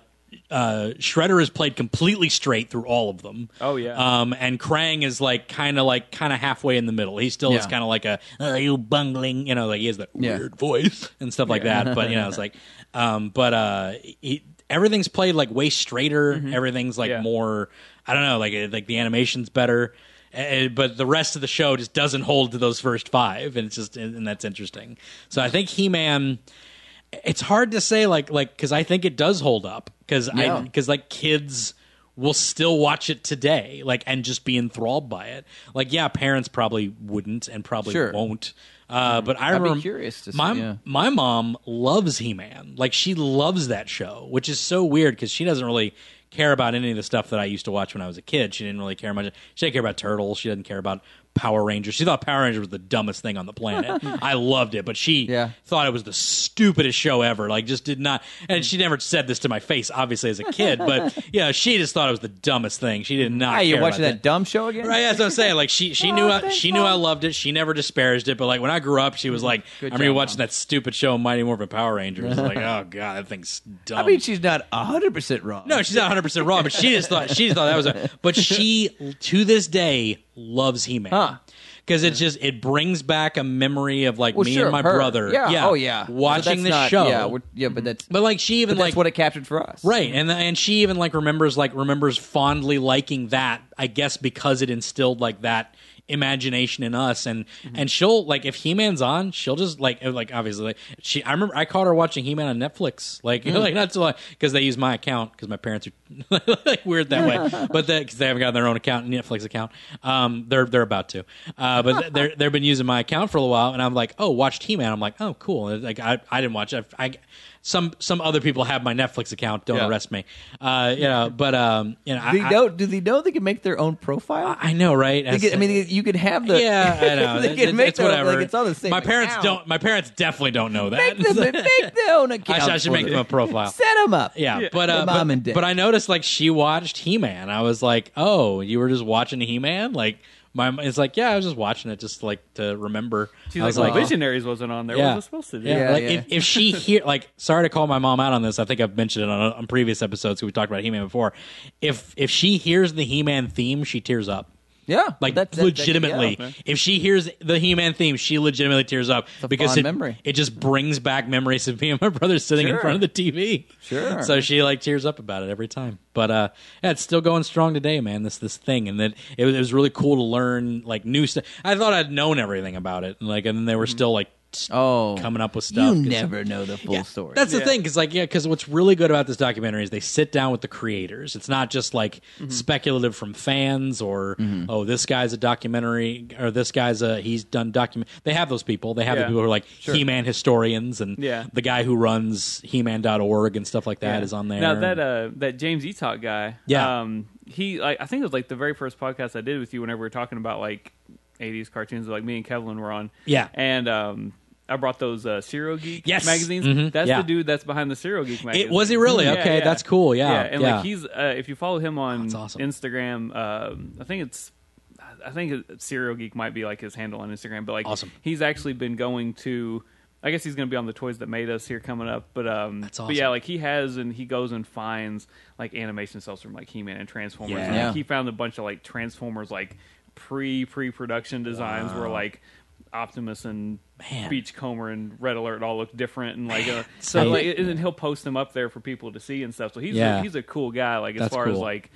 Speaker 2: uh, Shredder is played completely straight through all of them.
Speaker 3: Oh, yeah.
Speaker 2: Um, and Krang is like kind of like kind of halfway in the middle. He still is
Speaker 4: Yeah.
Speaker 2: kind of like a oh, you bungling, you know, like he has that
Speaker 4: Yeah.
Speaker 2: weird voice and stuff like that. But you know, it's like, um, but uh, he, everything's played like way straighter.
Speaker 4: Mm-hmm.
Speaker 2: Everything's like
Speaker 3: Yeah.
Speaker 2: more. I don't know, like it- like the animation's better. eh, But the rest of the show just doesn't hold to those first five, and it's just and and that's interesting. So I think He Man it's hard to say like like because I think it does hold up because I
Speaker 4: Yeah.
Speaker 2: because like kids will still watch it today like and just be enthralled by it like yeah parents probably wouldn't and probably
Speaker 4: Sure. Mm-hmm.
Speaker 2: won't uh, but I
Speaker 4: be
Speaker 2: remember
Speaker 4: curious to see,
Speaker 2: my
Speaker 4: yeah.
Speaker 2: my mom loves He Man like she loves that show which is so weird because she doesn't really care about any of the stuff that I used to watch when I was a kid she didn't really care much she didn't care about turtles she didn't care about Power Rangers she thought Power Rangers was the dumbest thing on the planet I loved it but she
Speaker 4: Yeah.
Speaker 2: thought it was the stupidest show ever. Like, just did not. And she never said this to my face, obviously, as a kid. But yeah, she just thought it was the dumbest thing. She did not.
Speaker 4: Hey, you're
Speaker 2: care
Speaker 4: watching
Speaker 2: about
Speaker 4: that dumb show again?
Speaker 2: Right, that's what I'm saying. Like she, she knew, I, she knew I loved it. She never disparaged it. But like when I grew up, she was like,
Speaker 4: Good
Speaker 2: "I remember
Speaker 4: job,
Speaker 2: watching
Speaker 4: Mom.
Speaker 2: that stupid show, Mighty Morphin Power Rangers." like, oh god, that thing's dumb.
Speaker 4: I mean, she's not hundred percent wrong.
Speaker 2: No, she's not 100 percent wrong, but she just thought she just thought that was a. But she to this day loves He Man.
Speaker 4: Huh.
Speaker 2: Because it just it brings back a memory of like
Speaker 4: Well,
Speaker 2: me
Speaker 4: sure,
Speaker 2: and my
Speaker 4: her.
Speaker 2: brother,
Speaker 4: Yeah. Oh yeah. But that's
Speaker 2: watching the
Speaker 4: not-
Speaker 2: show,
Speaker 4: Yeah. we're- yeah, but that's
Speaker 2: but like she even
Speaker 4: but
Speaker 2: like
Speaker 4: that's what it captured for us.
Speaker 2: right, and and she even like remembers like remembers fondly liking that. I guess because it instilled like that imagination in us, and and she'll like if He Man's on, she'll just like uh, like obviously like, she. I remember I caught her watching He Man on Netflix, like like not so long because they use my account because my parents are like weird that way, but because they haven't gotten their own account Netflix account. Um, they're they're about to, uh, but they're they've been using my account for a while, and I'm like, oh, watched He Man. I'm like, oh, cool. And, Like I I didn't watch. it. I, I some some other people have my Netflix account. Don't
Speaker 4: Yeah.
Speaker 2: arrest me. Uh, you know, but um, you know, I,
Speaker 4: Do they
Speaker 2: I-
Speaker 4: know? Do they know they can make their own profile?
Speaker 2: I know, right?
Speaker 4: They could- I mean, they- you could have the.
Speaker 2: yeah, I know.
Speaker 4: they
Speaker 2: It-
Speaker 4: could
Speaker 2: it-
Speaker 4: make
Speaker 2: it's
Speaker 4: their own-
Speaker 2: whatever.
Speaker 4: Like it's all the same.
Speaker 2: My parents
Speaker 4: account.
Speaker 2: don't. My parents definitely don't know that.
Speaker 4: make them. Make their own account.
Speaker 2: I should
Speaker 4: for
Speaker 2: make them a profile.
Speaker 4: Set them up.
Speaker 2: Yeah, but uh,
Speaker 4: The mom
Speaker 2: but,
Speaker 4: and dad.
Speaker 2: but I noticed like she watched He Man. I was like, oh, you were just watching He Man. Like my it's like yeah, I was just watching it just like to remember.
Speaker 3: She's
Speaker 2: I
Speaker 3: like, "Oh,
Speaker 2: was
Speaker 3: well,
Speaker 2: like,
Speaker 3: Visionaries wasn't on there.
Speaker 2: Yeah.
Speaker 3: Was it supposed to be?
Speaker 2: yeah,
Speaker 4: Yeah,
Speaker 2: like
Speaker 4: yeah.
Speaker 2: If, if she hear like sorry to call my mom out on this. I think I've mentioned it on, on previous episodes. 'cause We talked about He Man before. If if she hears the He Man theme, she tears up.
Speaker 4: Yeah,
Speaker 2: Like
Speaker 4: that- that- that-
Speaker 2: legitimately,
Speaker 4: yeah.
Speaker 2: if she hears the He-Man theme, she legitimately tears up
Speaker 4: a
Speaker 2: because
Speaker 4: fond
Speaker 2: it,
Speaker 4: memory.
Speaker 2: it just brings back memories of me and my brother sitting in
Speaker 4: Sure.
Speaker 2: front of the TV.
Speaker 4: Sure.
Speaker 2: So she like tears up about it every time. But uh, yeah, it's still going strong today, man. This this thing, and that it was, it was really cool to learn like new stuff. I thought I'd known everything about it, and like, and they were still like s-
Speaker 4: Mm-hmm. Oh,
Speaker 2: coming up with stuff.
Speaker 4: You
Speaker 2: 'cause-
Speaker 4: never know the full story.
Speaker 2: that's the thing, because like yeah, because what's really good about this documentary is they sit down with the creators. It's not just like
Speaker 3: Mm-hmm.
Speaker 2: speculative from fans or oh this guy's a documentary or this guy's a he's done document. They have those people. They have the
Speaker 3: Yeah.
Speaker 2: people who are like He-Man historians and
Speaker 3: Yeah.
Speaker 2: the guy who runs He-Man.org and stuff like that is on there.
Speaker 3: Now that uh, that James Etock guy,
Speaker 2: Yeah.
Speaker 3: um, he like, I think it was like the very first podcast I did with you. Whenever we were talking about like '80s cartoons, like me and Kevlin were on,
Speaker 2: Yeah.
Speaker 3: and um, I brought those uh, Serial Geek
Speaker 2: Yes.
Speaker 3: magazines.
Speaker 2: Mhm.
Speaker 3: That's
Speaker 2: Yeah.
Speaker 3: the dude that's behind the Serial Geek magazine.
Speaker 2: was he really?
Speaker 3: Yeah,
Speaker 2: Okay,
Speaker 3: yeah.
Speaker 2: that's cool. Yeah,
Speaker 3: and
Speaker 2: yeah.
Speaker 3: like he's uh, if you follow him on
Speaker 2: That's awesome.
Speaker 3: Instagram, um, I think it's. I think it- Serial Geek might be like his handle on Instagram, but like
Speaker 2: Awesome.
Speaker 3: he's actually been going to. I guess he's going to be on the Toys That Made Us here coming up, but um,
Speaker 2: That's
Speaker 3: But yeah,
Speaker 2: awesome.
Speaker 3: like he has, and he goes and finds like animation cells from like He Man and Transformers.
Speaker 2: Yeah.
Speaker 3: And, like,
Speaker 4: Yeah.
Speaker 3: he found a bunch of like Transformers like pre pre production designs where like Optimus and
Speaker 2: Man.
Speaker 3: Beachcomber and Red Alert all look different, and like uh,
Speaker 2: I-
Speaker 3: so like and then he'll post them up there for people to see and stuff. So he's
Speaker 2: Yeah.
Speaker 3: a, he's a cool guy. Like as
Speaker 2: That's
Speaker 3: far as
Speaker 2: cool.
Speaker 3: like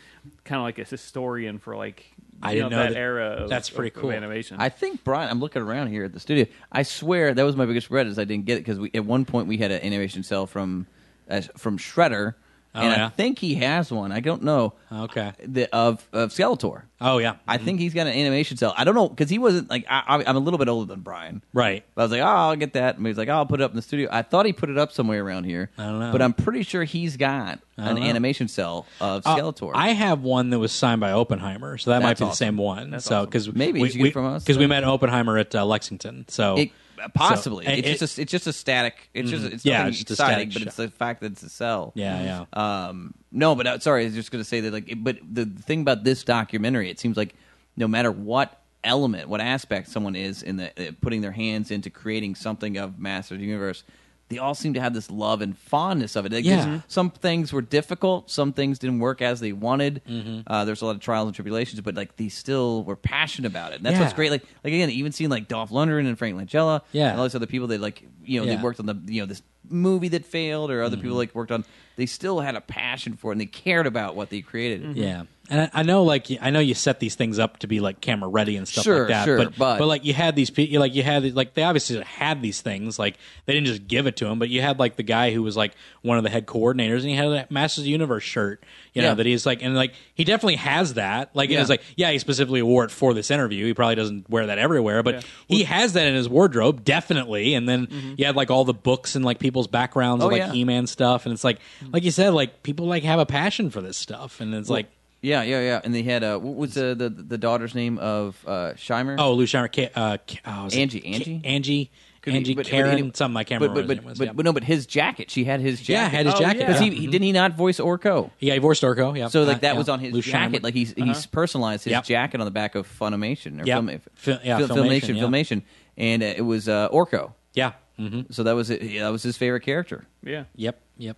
Speaker 3: kind of like a historian for like
Speaker 2: I
Speaker 3: you
Speaker 2: didn't know
Speaker 3: that,
Speaker 2: that-
Speaker 3: era. Of,
Speaker 2: that's pretty
Speaker 3: of- of
Speaker 2: cool.
Speaker 3: animation.
Speaker 4: I think Brian. I'm looking around here at the studio. I swear that was my biggest regret is I didn't get it because at one point we had an animation cell from uh, from Shredder,
Speaker 2: Oh,
Speaker 4: and
Speaker 2: yeah? Oh.
Speaker 4: I think he has one. I don't know.
Speaker 2: Okay.
Speaker 4: The, of of Skeletor.
Speaker 2: oh yeah,
Speaker 4: I think he's got an animation cell. I don't know because he wasn't like I, I, I'm a little bit older than Brian.
Speaker 2: right.
Speaker 4: But I was like, oh, I'll get that. And he was like, oh, I'll put it up in the studio. I thought he put it up somewhere around here. I
Speaker 2: don't know.
Speaker 4: But I'm pretty sure he's got an animation cell of
Speaker 2: Uh,
Speaker 4: Skeletor.
Speaker 2: I have one that was signed by Oppenheimer, so that might
Speaker 4: That's
Speaker 2: be the
Speaker 4: awesome.
Speaker 2: same one.
Speaker 3: That's
Speaker 2: so
Speaker 3: awesome.
Speaker 2: because
Speaker 4: Maybe
Speaker 2: we,
Speaker 4: you should get
Speaker 2: we,
Speaker 4: it from us.
Speaker 2: because we met Oppenheimer at uh, Lexington. So
Speaker 4: It- uh, possibly.
Speaker 2: so-
Speaker 4: it's
Speaker 2: it- Mm-hmm.
Speaker 4: just a, it's just a static. It's just it's
Speaker 2: Yeah,
Speaker 4: nothing
Speaker 2: it's just a
Speaker 4: exciting,
Speaker 2: static
Speaker 4: but it's the fact that it's a cell.
Speaker 2: yeah, yeah.
Speaker 4: Um. No, but uh, sorry, I was just going to say that. Like, it- but the thing about this documentary, it seems like no matter what element, what aspect someone is in the uh, putting their hands into creating something of Masters of the Universe, they all seem to have this love and fondness of it. Like,
Speaker 2: Yeah. Mm-hmm.
Speaker 4: there's- Some things were difficult. Some things didn't work as they wanted.
Speaker 2: Mm-hmm.
Speaker 4: Uh, there's a lot of trials and tribulations, but like they still were passionate about it. And that's what's
Speaker 2: Yeah.
Speaker 4: great. Like, like again, even seeing like Dolph Lundgren and Frank Langella,
Speaker 2: Yeah.
Speaker 4: and all these other people that like you know
Speaker 2: Yeah. Mm-hmm.
Speaker 4: they worked on the you know this movie that failed or other people like worked on. They still had a passion for it and they cared about what they created.
Speaker 2: Yeah, and I, I know, like, I know you set these things up to be like camera ready and stuff
Speaker 4: Sure,
Speaker 2: like that.
Speaker 4: sure,
Speaker 2: but,
Speaker 4: but-
Speaker 2: like you had these people, like you had these- like they obviously had these things. Like they didn't just give it to him, but you had like the guy who was like one of the head coordinators, and he had that Masters of the Universe shirt. You know
Speaker 4: Yeah.
Speaker 2: that he's like, and like he definitely has that. Like
Speaker 4: Yeah.
Speaker 2: it's like, yeah, he specifically wore it for this interview. He probably doesn't wear that everywhere, but he has that in his wardrobe definitely. And then
Speaker 4: Mm-hmm.
Speaker 2: you had like all the books and like people's backgrounds,
Speaker 4: Oh,
Speaker 2: of, like
Speaker 4: yeah.
Speaker 2: He-Man stuff, and it's like, like you said, like people like have a passion for this stuff, and it's like.
Speaker 4: Yeah, yeah, yeah. And they had uh, what was the the, the daughter's name of uh, Shimer?
Speaker 2: Oh, Lou Scheimer. Ca- Uh, Ca- oh, is it
Speaker 4: Angie,
Speaker 2: Ca-
Speaker 4: Angie?
Speaker 2: Angie.
Speaker 4: Could be-
Speaker 2: Angie
Speaker 4: but- but
Speaker 2: Karen.
Speaker 4: any-
Speaker 2: something I can't
Speaker 4: but,
Speaker 2: remember
Speaker 4: but,
Speaker 2: what
Speaker 4: but,
Speaker 2: his name was.
Speaker 4: but, but no, but his jacket. She had his jacket.
Speaker 2: yeah, had his
Speaker 3: Oh,
Speaker 2: jacket.
Speaker 3: yeah.
Speaker 4: because
Speaker 2: yeah.
Speaker 4: he, he didn't he not voice Orko.
Speaker 2: yeah, he voiced Orko. Yeah.
Speaker 4: So like
Speaker 2: Uh,
Speaker 4: that
Speaker 2: yeah.
Speaker 4: was on his
Speaker 2: Lou Scheimer. Uh-huh.
Speaker 4: jacket. Like he's he's personalized his
Speaker 2: Yep.
Speaker 4: jacket on the back of Funimation or
Speaker 2: Yep.
Speaker 4: Film,
Speaker 2: Fi- yeah,
Speaker 4: Fil-
Speaker 2: Filmation,
Speaker 4: Filmation,
Speaker 2: yeah.
Speaker 4: Filmation, and uh, it was uh, Orko.
Speaker 2: Yeah. hmm
Speaker 4: So that was it. yeah, that was his favorite character.
Speaker 3: Yeah.
Speaker 2: Yep. Yep.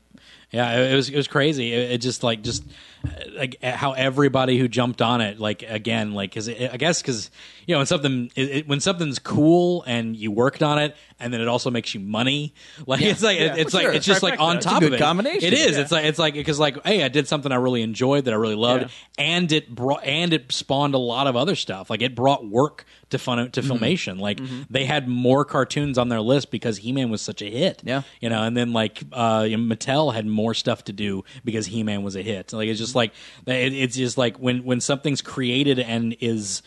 Speaker 2: Yeah, it it was it was crazy. It, it just like just uh, like how everybody who jumped on it like again like cuz I guess cuz you know when something it, it, when something's cool and you worked on it and then it also makes you money like it's like it-
Speaker 3: Yeah.
Speaker 2: it's
Speaker 4: Well,
Speaker 2: like
Speaker 4: sure.
Speaker 2: it's just like on
Speaker 3: Trifecta. It's
Speaker 4: a
Speaker 2: top of
Speaker 4: good
Speaker 2: it
Speaker 4: combination.
Speaker 2: It is.
Speaker 3: Yeah.
Speaker 2: It's like it's like cuz like hey, I did something I really enjoyed that I really loved and it brought and it spawned a lot of other stuff. Like it brought work to fun
Speaker 4: Mm-hmm.
Speaker 2: to filmation. Like they had more cartoons on their list because He-Man was such a hit
Speaker 4: Yeah.
Speaker 2: you know and then like uh you know, mattel had more stuff to do because he-man was a hit like it's
Speaker 4: Mm-hmm.
Speaker 2: just like it, it's just like when when something's created and is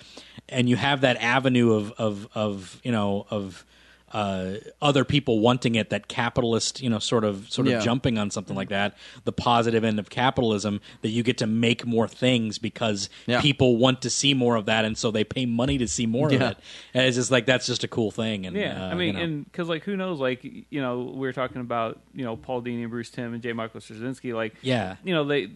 Speaker 2: and you have that avenue of of of you know of uh, other people wanting it that capitalist you know sort of sort of
Speaker 4: Yeah.
Speaker 2: jumping on something like that the positive end of capitalism that you get to make more things because
Speaker 4: Yeah.
Speaker 2: people want to see more of that and so they pay money to see more
Speaker 4: Yeah.
Speaker 2: of it and it's just like that's just a cool thing and
Speaker 3: Yeah,
Speaker 2: uh,
Speaker 3: I mean,
Speaker 2: you know.
Speaker 3: and because like who knows, like y- you know, we were talking about you know Paul Dini, Bruce Tim, and J. Michael Straczynski. Like,
Speaker 2: Yeah.
Speaker 3: you know, they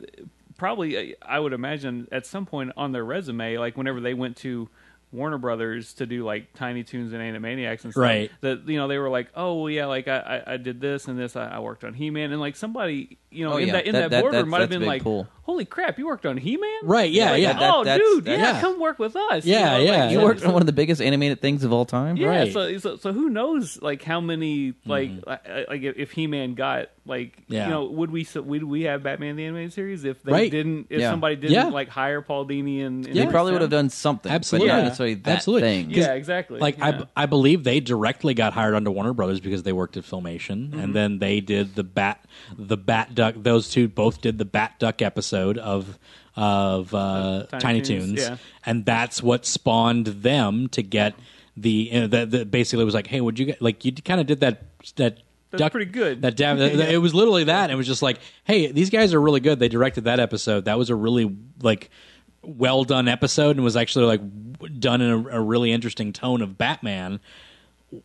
Speaker 3: probably I I would imagine at some point on their resume, like whenever they went to Warner Brothers to do like Tiny Toons and Animaniacs and stuff,
Speaker 2: Right.
Speaker 3: That you know they were like, oh well, yeah, like I, I, I did this and this, I, I worked on He Man, and like somebody you know
Speaker 4: Oh,
Speaker 3: in
Speaker 4: yeah.
Speaker 3: that in
Speaker 4: That-
Speaker 3: that,
Speaker 4: that-
Speaker 3: boardroom
Speaker 4: that's-
Speaker 3: might have
Speaker 4: that's a
Speaker 3: been
Speaker 4: big
Speaker 3: like,
Speaker 4: pull.
Speaker 3: holy crap, you worked on He Man,
Speaker 2: Right, yeah,
Speaker 3: Like,
Speaker 2: yeah, that-
Speaker 3: oh
Speaker 4: that's-
Speaker 3: dude,
Speaker 4: that's-
Speaker 3: yeah,
Speaker 2: yeah.
Speaker 3: come work with us,
Speaker 2: Yeah,
Speaker 3: like,
Speaker 2: yeah.
Speaker 4: You
Speaker 2: Yeah.
Speaker 4: worked on one of the biggest animated things of all time.
Speaker 3: yeah,
Speaker 2: Right.
Speaker 3: so, so so who knows like how many like
Speaker 4: Mm-hmm.
Speaker 3: li- like if if He Man got like
Speaker 2: Yeah.
Speaker 3: you know would we so- would we have Batman the animated series if they
Speaker 2: Right.
Speaker 3: didn't if
Speaker 4: Yeah.
Speaker 3: somebody didn't
Speaker 2: Yeah.
Speaker 3: like hire Paul Dini and, and
Speaker 4: They
Speaker 3: Bruce
Speaker 4: probably would have
Speaker 3: Timm?
Speaker 4: done something.
Speaker 2: Absolutely.
Speaker 4: but not
Speaker 2: Yeah.
Speaker 4: necessarily that
Speaker 2: Absolutely.
Speaker 4: thing.
Speaker 3: yeah exactly
Speaker 2: like
Speaker 3: yeah.
Speaker 2: I, I believe they directly got hired onto Warner Brothers because they worked at Filmation,
Speaker 3: Mm-hmm.
Speaker 2: and then they did the bat, the bat duck. Those two both did the bat duck episode of of uh,
Speaker 3: Tiny
Speaker 2: Tiny,
Speaker 3: Toons,
Speaker 2: Toons,
Speaker 3: yeah.
Speaker 2: and that's what spawned them to get the, you know, the, the basically was like, hey, would you get like you kind of did that that.
Speaker 3: That's
Speaker 2: duck-
Speaker 3: pretty good.
Speaker 2: That dab, that- it was literally that. and It was just like, hey, these guys are really good. They directed that episode. That was a really like well done episode, and was actually like w- done in a, a really interesting tone of Batman.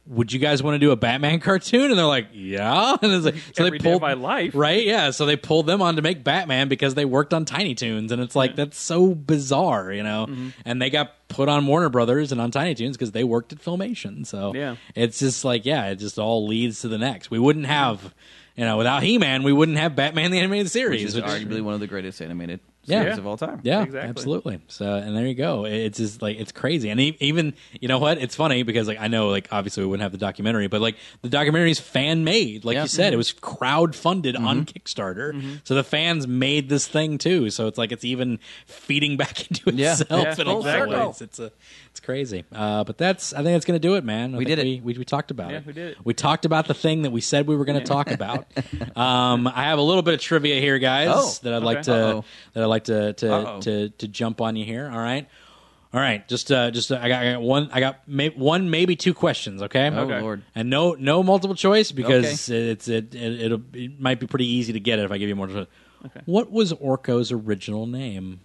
Speaker 2: Would you guys want to do a Batman cartoon? And they're like, yeah. And it's like, so they
Speaker 3: Every day
Speaker 2: pulled
Speaker 3: of my life.
Speaker 2: right? Yeah. So they pulled them on to make Batman because they worked on Tiny Toons, and it's like that's so bizarre, you know.
Speaker 4: Mm-hmm.
Speaker 2: And they got put on Warner Brothers and on Tiny Toons because they worked at Filmation. So
Speaker 3: Yeah.
Speaker 2: it's just like, yeah, it just all leads to the next. We wouldn't have, you know, without He Man, we wouldn't have Batman the Animated
Speaker 4: which
Speaker 2: Series.
Speaker 4: is
Speaker 2: which-
Speaker 4: arguably one of the greatest animated
Speaker 2: Yeah.
Speaker 4: series of all time.
Speaker 2: yeah,
Speaker 3: Exactly.
Speaker 2: absolutely. So, and there you go. It's just like it's crazy, and e- even you know what? It's funny because like I know like obviously we wouldn't have the documentary, but like the documentary is fan made. Like
Speaker 4: Yeah. Mm-hmm.
Speaker 2: you said, it was crowd funded on Kickstarter, so the fans made this thing too. So it's like it's even feeding back into
Speaker 4: Yeah.
Speaker 2: itself
Speaker 3: Yeah,
Speaker 2: in a lot of
Speaker 3: exactly.
Speaker 2: ways. It's a it's crazy. Uh, but that's I think that's gonna do it, man. I
Speaker 4: We
Speaker 2: think
Speaker 4: did it.
Speaker 2: We, we we talked about
Speaker 3: Yeah,
Speaker 2: it.
Speaker 3: we did it.
Speaker 2: We talked about the thing that we said we were going to talk about. um, I have a little bit of trivia here, guys,
Speaker 4: Oh,
Speaker 2: that I'd like
Speaker 3: okay.
Speaker 2: to
Speaker 4: Uh-oh.
Speaker 2: that I'd like to to,
Speaker 4: Uh-oh.
Speaker 2: to to jump on you here. All right, all right. Just uh, just uh, I, got, I got one. I got may, one, maybe two questions. Okay.
Speaker 4: Oh
Speaker 3: Okay.
Speaker 4: lord.
Speaker 2: And no no multiple choice because it's it, it it'll it might be pretty easy to get it if I give you more. Okay. What
Speaker 3: Hmm.
Speaker 2: was Orko's original name?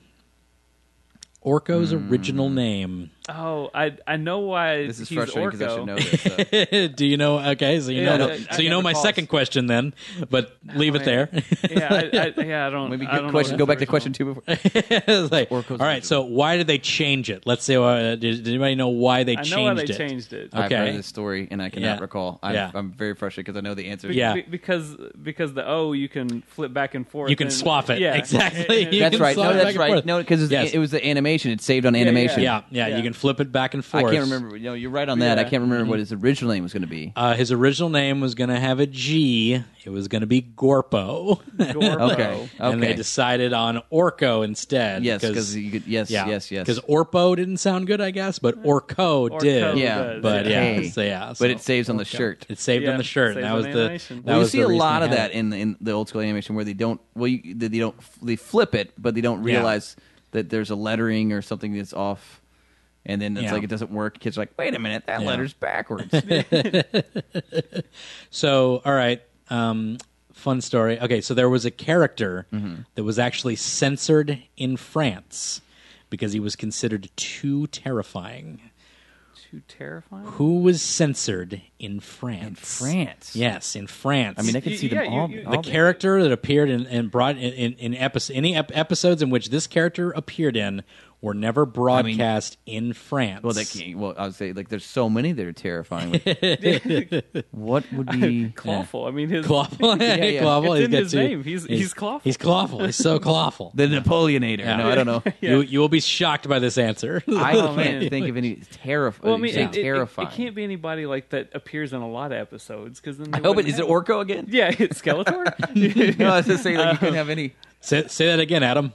Speaker 2: Orko's original name.
Speaker 3: Oh, I I know why
Speaker 4: This is
Speaker 3: he's
Speaker 4: frustrating because I should
Speaker 3: Orko.
Speaker 4: know this. so.
Speaker 2: Do you know? Okay, so you
Speaker 3: Yeah,
Speaker 2: know.
Speaker 3: I- I
Speaker 2: so you know
Speaker 3: never
Speaker 2: my
Speaker 3: pause.
Speaker 2: second question then, but leave it
Speaker 3: man.
Speaker 2: there.
Speaker 3: yeah, I, I, yeah, I don't.
Speaker 4: Maybe
Speaker 3: I don't know
Speaker 4: good question.
Speaker 3: what
Speaker 4: Go back to question
Speaker 3: original-
Speaker 4: two. Before.
Speaker 2: It's like, all
Speaker 4: Oracle's
Speaker 2: right, so why did they change it? Let's say, uh, did, did anybody know why they
Speaker 3: I
Speaker 2: changed
Speaker 3: know why they
Speaker 2: it?
Speaker 3: changed it.
Speaker 4: I've
Speaker 2: Okay.
Speaker 4: heard this story and I cannot
Speaker 2: Yeah.
Speaker 4: recall. I'm,
Speaker 2: Yeah.
Speaker 4: I'm very frustrated because I know the answer.
Speaker 3: Be-
Speaker 2: Yeah.
Speaker 3: be- because because the O you can flip back and forth.
Speaker 2: You can
Speaker 3: and-
Speaker 2: swap it.
Speaker 3: Yeah,
Speaker 2: Exactly.
Speaker 3: And- and-
Speaker 2: You
Speaker 4: that's
Speaker 2: can
Speaker 4: right. No,
Speaker 2: slide back
Speaker 4: that's
Speaker 2: and
Speaker 4: right.
Speaker 2: forth.
Speaker 4: No, because
Speaker 2: Yes.
Speaker 4: it was the animation. It's saved on animation.
Speaker 2: Yeah, yeah,
Speaker 3: Yeah.
Speaker 2: you can flip it back and
Speaker 4: I
Speaker 2: forth.
Speaker 4: can't remember. No, you're right on that. I
Speaker 3: Yeah.
Speaker 4: can't remember what his original name was going to be.
Speaker 2: Mm-hmm. Uh, his original name was going to have a G. It was going to be Gorpo.
Speaker 3: Gorbo.
Speaker 4: Okay.
Speaker 2: and they
Speaker 4: Okay.
Speaker 2: decided on Orco instead.
Speaker 4: Yes, because you could. Yes,
Speaker 2: yeah,
Speaker 4: yes, yes.
Speaker 2: Because Orpo didn't sound good, I guess, but Orco,
Speaker 3: Orco
Speaker 2: did.
Speaker 4: Yeah,
Speaker 3: does,
Speaker 2: but
Speaker 4: yeah.
Speaker 2: yeah,
Speaker 4: Okay.
Speaker 2: so yeah, so
Speaker 4: but it saves on the shirt.
Speaker 2: it saved
Speaker 3: Yeah,
Speaker 2: on the shirt. and
Speaker 3: saved
Speaker 2: That
Speaker 3: on
Speaker 2: was
Speaker 3: the
Speaker 2: the.
Speaker 3: animation.
Speaker 2: That
Speaker 4: Well, you
Speaker 2: was
Speaker 4: see
Speaker 2: the
Speaker 4: a
Speaker 2: reason
Speaker 4: lot
Speaker 2: they
Speaker 4: of
Speaker 2: had
Speaker 4: that
Speaker 2: it.
Speaker 4: in the, in the old school animation where they don't. Well, you, they they don't. They flip it, but they don't
Speaker 2: Yeah.
Speaker 4: realize that there's a lettering or something that's off. And then it's
Speaker 2: Yeah.
Speaker 4: like it doesn't work. Kids are like, "Wait a minute, that
Speaker 2: Yeah.
Speaker 4: letter's backwards."
Speaker 2: So, all right. Um, fun story. Okay, so there was a character
Speaker 4: Mm-hmm.
Speaker 2: that was actually censored in France because he was considered too terrifying.
Speaker 3: Too terrifying.
Speaker 2: Who was censored in France? In
Speaker 4: France?
Speaker 2: Yes, in France.
Speaker 4: I mean, I can
Speaker 3: You-
Speaker 4: see them
Speaker 3: yeah, you-
Speaker 4: all.
Speaker 3: you-
Speaker 4: all
Speaker 2: the
Speaker 4: there.
Speaker 2: character that appeared in, and brought in, in, in episodes, any ep- episodes in which this character appeared in were never broadcast in France.
Speaker 4: Well, they can, well, I would say like there's so many that are terrifying. Like, what would be?
Speaker 3: Clawful. I mean his.
Speaker 2: Clawful.
Speaker 4: yeah.
Speaker 2: Clawful.
Speaker 3: It's
Speaker 2: He's
Speaker 3: in
Speaker 2: got
Speaker 3: his
Speaker 2: two-
Speaker 3: name. He's- he's Clawful.
Speaker 2: He's clawful. He's so clawful.
Speaker 4: The Napoleonator.
Speaker 2: Yeah.
Speaker 4: No, I don't know.
Speaker 2: You you will be shocked by this answer.
Speaker 4: I
Speaker 3: Oh,
Speaker 4: can't
Speaker 3: man.
Speaker 4: think of any terrifying.
Speaker 3: Well, I mean, it, it- it-
Speaker 4: terrifying.
Speaker 3: It, can't be anybody like that appears in a lot of episodes because then.
Speaker 4: I hope it is it Orko again.
Speaker 3: Yeah, it's Skeletor.
Speaker 4: no, I was just saying like you couldn't have any.
Speaker 2: say, say that again, Adam.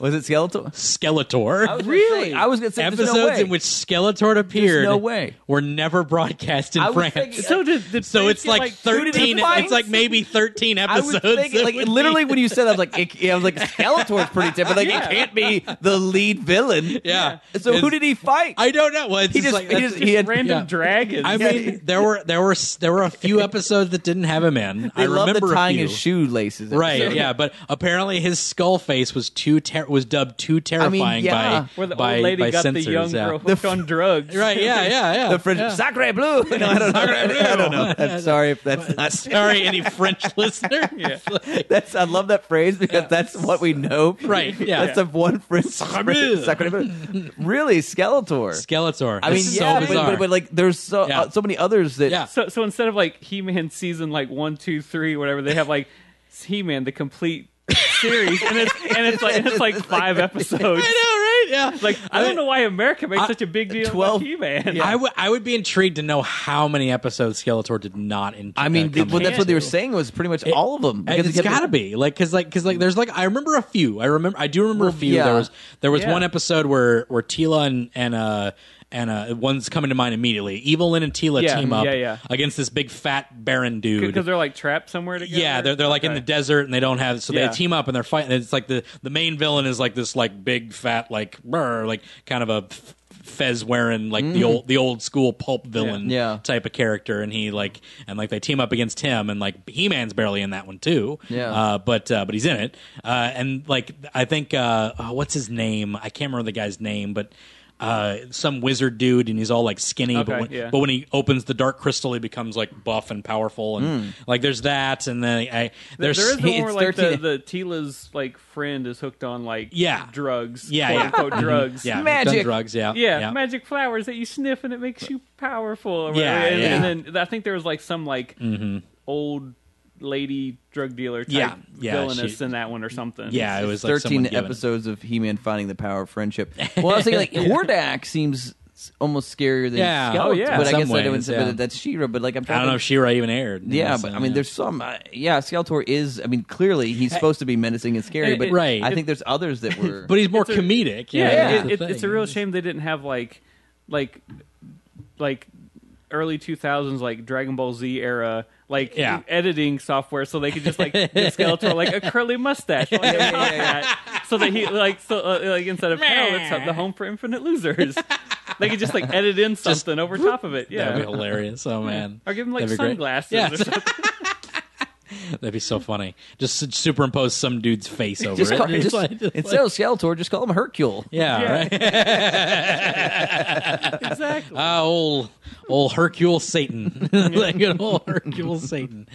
Speaker 4: Was it Skeletor?
Speaker 2: Skeletor.
Speaker 4: I was gonna say- I was gonna say there's no
Speaker 2: episodes
Speaker 4: way.
Speaker 2: in which Skeletor appeared.
Speaker 4: no way.
Speaker 2: Were never broadcast in
Speaker 4: I was
Speaker 2: France.
Speaker 4: thinking-
Speaker 3: so did, did
Speaker 2: so
Speaker 3: Prince
Speaker 2: it's
Speaker 3: get,
Speaker 2: like, thirteen.
Speaker 4: did it find-
Speaker 2: It's like maybe thirteen
Speaker 4: I was
Speaker 2: episodes.
Speaker 4: thinking,
Speaker 2: that
Speaker 4: like
Speaker 2: would be-
Speaker 4: literally when you said, that, I was like, it, I was like, Skeletor's pretty different. Like
Speaker 3: Yeah.
Speaker 4: it can't be the lead villain.
Speaker 2: Yeah.
Speaker 4: So who
Speaker 2: It's-
Speaker 4: did he fight?
Speaker 2: I don't know. Well, it's
Speaker 4: he just,
Speaker 2: just like
Speaker 4: he
Speaker 2: that's-
Speaker 4: just he had
Speaker 3: random
Speaker 2: yeah.
Speaker 3: dragons?
Speaker 2: I mean, there were there were s- there were a few episodes that didn't have him in.
Speaker 4: They
Speaker 2: I
Speaker 4: love
Speaker 2: remember
Speaker 4: the tying
Speaker 2: a few.
Speaker 4: his shoelaces.
Speaker 2: Right,
Speaker 4: episode.
Speaker 2: yeah, but apparently his skull face was too ter- was dubbed too terrifying
Speaker 4: yeah.
Speaker 2: by
Speaker 3: where the
Speaker 2: by,
Speaker 3: old lady
Speaker 2: by
Speaker 3: got
Speaker 2: censors,
Speaker 3: the young
Speaker 2: yeah.
Speaker 3: girl hooked on drugs.
Speaker 2: Right, yeah, yeah, yeah.
Speaker 4: The French Sacre Bleu. No, I don't know. I don't know. I'm sorry if that's not.
Speaker 2: Sorry, any French listener.
Speaker 3: Yeah.
Speaker 4: That's I love that phrase because that's what we know.
Speaker 2: Right, yeah.
Speaker 4: That's the one French
Speaker 2: Bleu.
Speaker 4: Sacre Bleu. Really, Skeletor.
Speaker 2: Skeletor.
Speaker 4: I mean,
Speaker 2: This is
Speaker 4: yeah,
Speaker 2: so
Speaker 4: but,
Speaker 2: bizarre.
Speaker 4: but, but like there's so
Speaker 2: Yeah.
Speaker 4: uh, so many others that
Speaker 2: yeah.
Speaker 3: So, so instead of like He Man season like one, two, three, whatever, they have like He Man the complete series, and it's and it's like it's like five episodes.
Speaker 2: I know, right? Yeah.
Speaker 3: Like I don't know why America makes
Speaker 2: I-
Speaker 3: such a big deal
Speaker 4: 12
Speaker 3: about He Man.
Speaker 2: I would I would be intrigued to know how many episodes Skeletor did not. In-
Speaker 4: I mean,
Speaker 2: uh,
Speaker 4: th-
Speaker 2: come
Speaker 4: well,
Speaker 2: in.
Speaker 4: that's what they were saying was pretty much all of them.
Speaker 2: And
Speaker 4: it
Speaker 2: it's
Speaker 4: kept-
Speaker 2: got to be like because like because like there's like I remember a few. I remember I do remember a few.
Speaker 4: yeah.
Speaker 2: There was there was
Speaker 3: Yeah.
Speaker 2: one episode where where Tila and and uh and uh one's coming to mind immediately. Evil Lyn and Tila
Speaker 3: Yeah,
Speaker 2: team up
Speaker 3: yeah, yeah.
Speaker 2: against this big fat Baron dude.
Speaker 3: because they're like trapped somewhere together.
Speaker 2: yeah, they're they're like in the
Speaker 3: Okay.
Speaker 2: desert and they don't have so
Speaker 3: Yeah.
Speaker 2: they team up and they're fighting. It's like the the main villain is like this like big fat like brr, like kind of a f- fez wearing like
Speaker 3: Mm.
Speaker 2: the old the old school pulp villain
Speaker 4: Yeah. Yeah.
Speaker 2: type of character and he like and like they team up against him and like He Man's barely in that one too.
Speaker 4: Yeah.
Speaker 2: uh, but uh, but he's in it uh, and like I think uh, oh, what's his name? I can't remember the guy's name, but. Uh, some wizard dude, and he's all like skinny, but
Speaker 3: Okay,
Speaker 2: when,
Speaker 3: yeah.
Speaker 2: but when he opens the dark crystal, he becomes like buff and powerful,
Speaker 4: Hmm.
Speaker 2: and like there's that, and then I there's
Speaker 3: there is the one where
Speaker 4: it's
Speaker 3: like the,
Speaker 4: 13
Speaker 3: the Tila's like friend is hooked on like
Speaker 2: Yeah.
Speaker 3: drugs
Speaker 2: Yeah,
Speaker 3: quote
Speaker 2: yeah. Mm-hmm.
Speaker 3: unquote drugs
Speaker 2: yeah,
Speaker 4: Magic.
Speaker 2: done drugs, yeah,
Speaker 3: yeah, magic flowers that you sniff and it makes you powerful. or
Speaker 2: Yeah,
Speaker 3: whatever. and,
Speaker 2: yeah. Mm-hmm.
Speaker 3: and then I think there was like some like old lady drug dealer type
Speaker 2: Yeah, yeah,
Speaker 3: villainous
Speaker 2: she-
Speaker 3: in that one or something.
Speaker 2: yeah. It was like
Speaker 4: thirteen
Speaker 2: someone giving-
Speaker 4: episodes of He-Man finding the power of friendship. Well, I was thinking like Hordak seems s- almost scarier than
Speaker 2: Yeah.
Speaker 4: Skeletor,
Speaker 2: Oh,
Speaker 3: yeah.
Speaker 4: but I
Speaker 2: Some
Speaker 4: guess that
Speaker 2: ways,
Speaker 4: would,
Speaker 2: yeah.
Speaker 4: but that's She-Ra. But like I'm
Speaker 2: I
Speaker 4: trying
Speaker 2: don't
Speaker 4: to
Speaker 2: know if Shira even aired.
Speaker 4: Yeah,
Speaker 2: So,
Speaker 4: but I mean, there's some. Uh, yeah, Skeletor is. I mean, clearly he's supposed to be menacing and scary,
Speaker 3: it-
Speaker 4: but
Speaker 2: right.
Speaker 4: I think there's others that were.
Speaker 2: but he's more
Speaker 3: it's a-
Speaker 2: comedic.
Speaker 3: yeah,
Speaker 2: yeah,
Speaker 3: it-
Speaker 2: that's
Speaker 3: it-
Speaker 2: the
Speaker 3: it's a
Speaker 2: thing.
Speaker 3: real shame they didn't have like, like, like early two thousands like Dragon Ball Z era like
Speaker 2: Yeah.
Speaker 3: editing software, so they could just like give Skeletor like a curly mustache, like, a top hat, so that he like so uh, like instead of hell, it's the home for infinite losers. they could just like edit in something over top of it. Yeah,
Speaker 2: That'd be hilarious. Oh man,
Speaker 3: Or give him like
Speaker 2: That'd be great.
Speaker 3: sunglasses.
Speaker 2: Yeah.
Speaker 3: Or something.
Speaker 2: That'd be so funny. Just superimpose some dude's face over
Speaker 4: Just
Speaker 2: it.
Speaker 4: call,
Speaker 2: It's
Speaker 4: just,
Speaker 2: like-
Speaker 4: instead of Skeletor, just call him Hercule.
Speaker 2: yeah, right.
Speaker 3: exactly.
Speaker 2: Ah, old old Hercule Satan, like an old Hercule Satan.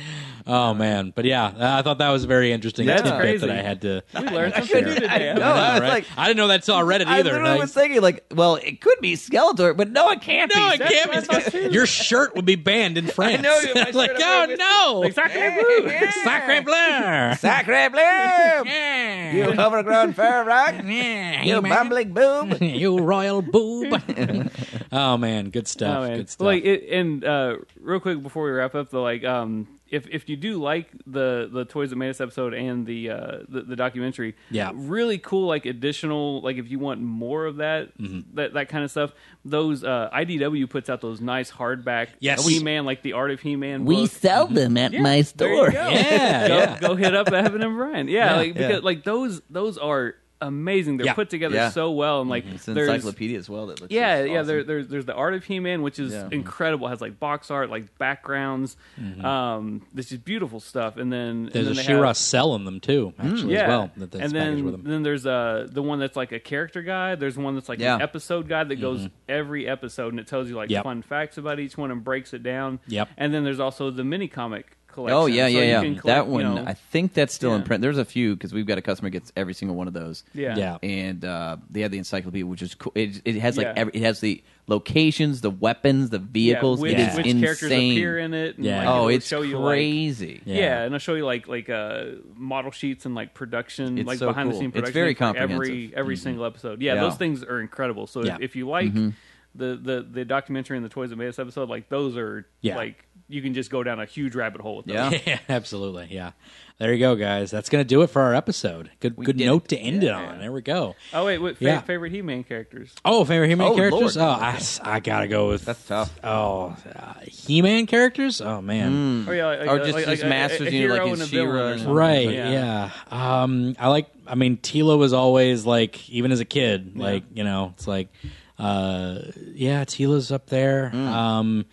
Speaker 2: Oh man, but yeah, I thought that was a very interesting
Speaker 4: That's
Speaker 2: tidbit
Speaker 3: crazy.
Speaker 2: that I had to.
Speaker 3: we learned something new today.
Speaker 4: know. I was
Speaker 2: right?
Speaker 4: like-
Speaker 2: I didn't know that's on Reddit
Speaker 4: I
Speaker 2: either.
Speaker 4: literally
Speaker 2: Like,
Speaker 4: was thinking, like, well, it could be Skeletor, but no, it can't
Speaker 2: no,
Speaker 4: be.
Speaker 2: it
Speaker 3: That's what I
Speaker 2: can't
Speaker 3: thought,
Speaker 2: be.
Speaker 3: too.
Speaker 2: Your shirt would be banned in France.
Speaker 4: know, my shirt
Speaker 2: like,
Speaker 4: would
Speaker 2: oh
Speaker 4: be-
Speaker 2: no,
Speaker 3: Like Sacre Bleu.
Speaker 2: Sacre bleu.
Speaker 4: Sacre bleu!
Speaker 2: Yeah.
Speaker 4: You overgrown fur rock!
Speaker 2: Yeah,
Speaker 4: You
Speaker 2: man.
Speaker 4: bumbling boob!
Speaker 2: you royal boob. oh man, good stuff.
Speaker 3: Oh, man.
Speaker 2: Good stuff.
Speaker 3: Like it, and uh, real quick before we wrap up, the like um, if if you do like the the Toys That Made Us episode and the uh, the, the documentary,
Speaker 2: Yeah.
Speaker 3: really cool like additional like if you want more of that
Speaker 2: Mm-hmm.
Speaker 3: that that kind of stuff, those uh, IDW puts out those nice hardback
Speaker 2: Yes.
Speaker 3: He Man like the Art of He Man.
Speaker 4: sell them at my
Speaker 3: there you go.
Speaker 2: yeah,
Speaker 3: go,
Speaker 2: yeah.
Speaker 3: go hit up Evan and Brian. Yeah,
Speaker 2: Yeah,
Speaker 3: like because
Speaker 4: yeah.
Speaker 3: like those those are amazing. They're
Speaker 2: Yeah. Mm-hmm.
Speaker 3: put together
Speaker 4: Yeah.
Speaker 3: so well, and like
Speaker 4: It's an
Speaker 3: there's
Speaker 4: encyclopedia as well. That looks
Speaker 3: yeah,
Speaker 4: just
Speaker 3: yeah.
Speaker 4: awesome.
Speaker 3: There, there's there's the art of He-Man, which is
Speaker 4: Yeah. Mm-hmm.
Speaker 3: incredible. It has like box art, like backgrounds. Um, this is beautiful stuff. And then
Speaker 2: There's
Speaker 3: and
Speaker 2: a
Speaker 3: then they
Speaker 2: Shira
Speaker 3: have-
Speaker 2: selling them too, actually
Speaker 3: yeah.
Speaker 2: as well. That that's
Speaker 3: and
Speaker 2: packaged
Speaker 3: then
Speaker 2: with them.
Speaker 3: then there's uh the one that's like a character guide. There's one that's like
Speaker 4: Yeah. Mm-hmm.
Speaker 3: an episode guide that goes every episode and it tells you like
Speaker 2: Yep.
Speaker 3: fun facts about each one and breaks it down.
Speaker 2: Yep.
Speaker 3: And then there's also the mini comic collection.
Speaker 4: Oh yeah,
Speaker 3: So
Speaker 4: yeah,
Speaker 3: you
Speaker 4: yeah.
Speaker 3: can collect,
Speaker 4: that
Speaker 3: you
Speaker 4: one,
Speaker 3: know-
Speaker 4: I think that's still in
Speaker 3: Yeah.
Speaker 4: print. There's a few because we've got a customer gets every single one of those.
Speaker 3: yeah.
Speaker 2: Yeah.
Speaker 4: and uh, they have the encyclopedia, which is cool. It, it has like
Speaker 3: Yeah.
Speaker 4: every, it has the locations, the weapons, the
Speaker 3: Yeah,
Speaker 4: vehicles.
Speaker 3: which,
Speaker 4: it is
Speaker 3: which
Speaker 4: insane.
Speaker 3: characters appear in it? and,
Speaker 2: Yeah.
Speaker 3: like,
Speaker 4: oh,
Speaker 3: it'll
Speaker 4: it's
Speaker 3: show you like,
Speaker 4: crazy.
Speaker 2: Yeah.
Speaker 3: Yeah. and I'll show you like like uh model sheets and like production,
Speaker 4: It's
Speaker 3: like
Speaker 4: so
Speaker 3: behind
Speaker 4: cool.
Speaker 3: the scene
Speaker 4: It's
Speaker 3: production.
Speaker 4: very
Speaker 3: for Every
Speaker 4: comprehensive. Mm-hmm.
Speaker 3: every single episode, yeah,
Speaker 4: Yeah. Mm-hmm.
Speaker 3: those things are incredible. So
Speaker 2: Yeah.
Speaker 3: if, if you like the, the the documentary and the Toys That Made Us episode, like those are
Speaker 2: Yeah.
Speaker 3: like you can just go down a huge rabbit hole with those.
Speaker 4: Yeah.
Speaker 2: Yeah, absolutely. Yeah. There you go, guys. That's gonna do it for our episode. Good good
Speaker 4: did
Speaker 2: note to end it on. There we go.
Speaker 3: Oh wait, what fa-
Speaker 2: Yeah.
Speaker 3: favorite He Man characters?
Speaker 2: Oh, favorite He-Man
Speaker 4: Oh,
Speaker 2: characters?
Speaker 4: Lord.
Speaker 2: Oh, I, s- I gotta go with
Speaker 4: That's tough.
Speaker 2: Oh, uh, He-Man characters? Oh man.
Speaker 3: Oh yeah, like,
Speaker 4: Mm. Or
Speaker 3: uh,
Speaker 4: just-
Speaker 3: like,
Speaker 4: just
Speaker 3: like, a-
Speaker 4: masters,
Speaker 3: a
Speaker 4: you know, like
Speaker 3: hero
Speaker 4: his
Speaker 3: and a villain
Speaker 4: She-Ra
Speaker 3: or
Speaker 4: and-
Speaker 3: something.
Speaker 2: Right,
Speaker 3: Yeah.
Speaker 2: yeah. Um I like I mean Tila was always like even as a kid, like, you know, it's like uh yeah, Tila's up there. Um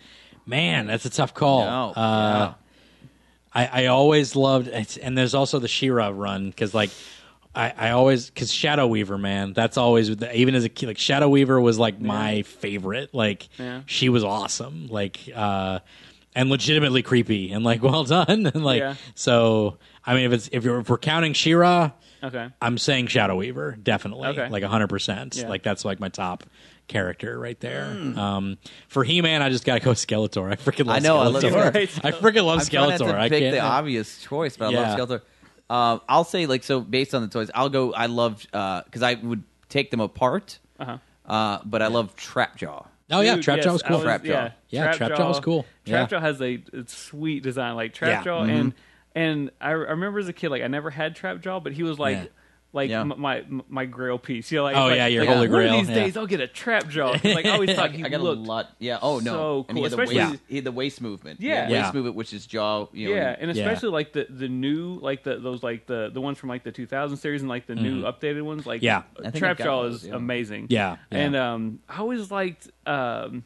Speaker 2: man, that's a tough call.
Speaker 4: No,
Speaker 2: uh I, I always loved, it's, and there's also the Shira run because like I, I always because Shadow Weaver, man, that's always even as a kid, like Shadow Weaver was like my favorite. Like
Speaker 3: Yeah.
Speaker 2: she was awesome, like uh, and legitimately creepy and like well done. and like
Speaker 3: Yeah.
Speaker 2: so, I mean, if it's if you're if we're counting Shira,
Speaker 3: Okay.
Speaker 2: I'm saying Shadow Weaver, definitely.
Speaker 3: Okay.
Speaker 2: Like 100%.
Speaker 3: Yeah. Hmm.
Speaker 2: Like that's like my top character right there. Um, for He-Man, I just got to go Skeletor. I freaking love
Speaker 4: I know, I love
Speaker 2: Skeletor. I,
Speaker 3: Skeletor.
Speaker 2: freaking love
Speaker 4: I'm trying
Speaker 2: Skeletor.
Speaker 4: not to
Speaker 2: I
Speaker 4: pick
Speaker 2: can't
Speaker 4: the obvious choice, but I
Speaker 2: Yeah.
Speaker 4: love Skeletor. Um, I'll say like so based on the toys. I'll go. I love because I would take them apart,
Speaker 3: Uh-huh.
Speaker 4: uh, but I love Trapjaw.
Speaker 2: Oh yeah,
Speaker 3: Dude,
Speaker 2: Trapjaw
Speaker 3: yes,
Speaker 2: was
Speaker 3: I
Speaker 2: cool.
Speaker 4: Trapjaw.
Speaker 3: Yeah,
Speaker 2: Yeah, Trapjaw was cool.
Speaker 3: Trapjaw
Speaker 2: Yeah. Mm-hmm.
Speaker 3: has a it's sweet design, like Trapjaw, and and I, I remember as a kid, like I never had Trapjaw, but he was like.
Speaker 2: Yeah.
Speaker 3: Like
Speaker 4: Yeah.
Speaker 3: m my m- my grail piece, you know, like,
Speaker 2: Oh,
Speaker 3: like-
Speaker 2: yeah, your
Speaker 3: like,
Speaker 2: Holy
Speaker 3: One
Speaker 2: Grail,
Speaker 3: of these
Speaker 2: yeah.
Speaker 3: days, I'll get a trap jaw. 'Cause, Like I always thought he
Speaker 4: I got
Speaker 3: looked,
Speaker 4: a lot. Yeah. Oh no.
Speaker 3: so
Speaker 4: And he had
Speaker 3: cool,
Speaker 4: the
Speaker 3: especially-
Speaker 4: waist, he had the waist movement. He
Speaker 3: Yeah.
Speaker 4: had the
Speaker 2: Yeah.
Speaker 4: waist movement, which is jaw. You know,
Speaker 3: yeah, and
Speaker 2: yeah.
Speaker 3: especially like the the new like the those like the the ones from like the 2000 series and like the new updated ones, like
Speaker 2: Mm-hmm. Yeah.
Speaker 4: I think I've got
Speaker 3: Trapjaw
Speaker 4: those,
Speaker 3: is
Speaker 4: yeah.
Speaker 3: amazing.
Speaker 2: Yeah, yeah.
Speaker 3: and um, I always liked um,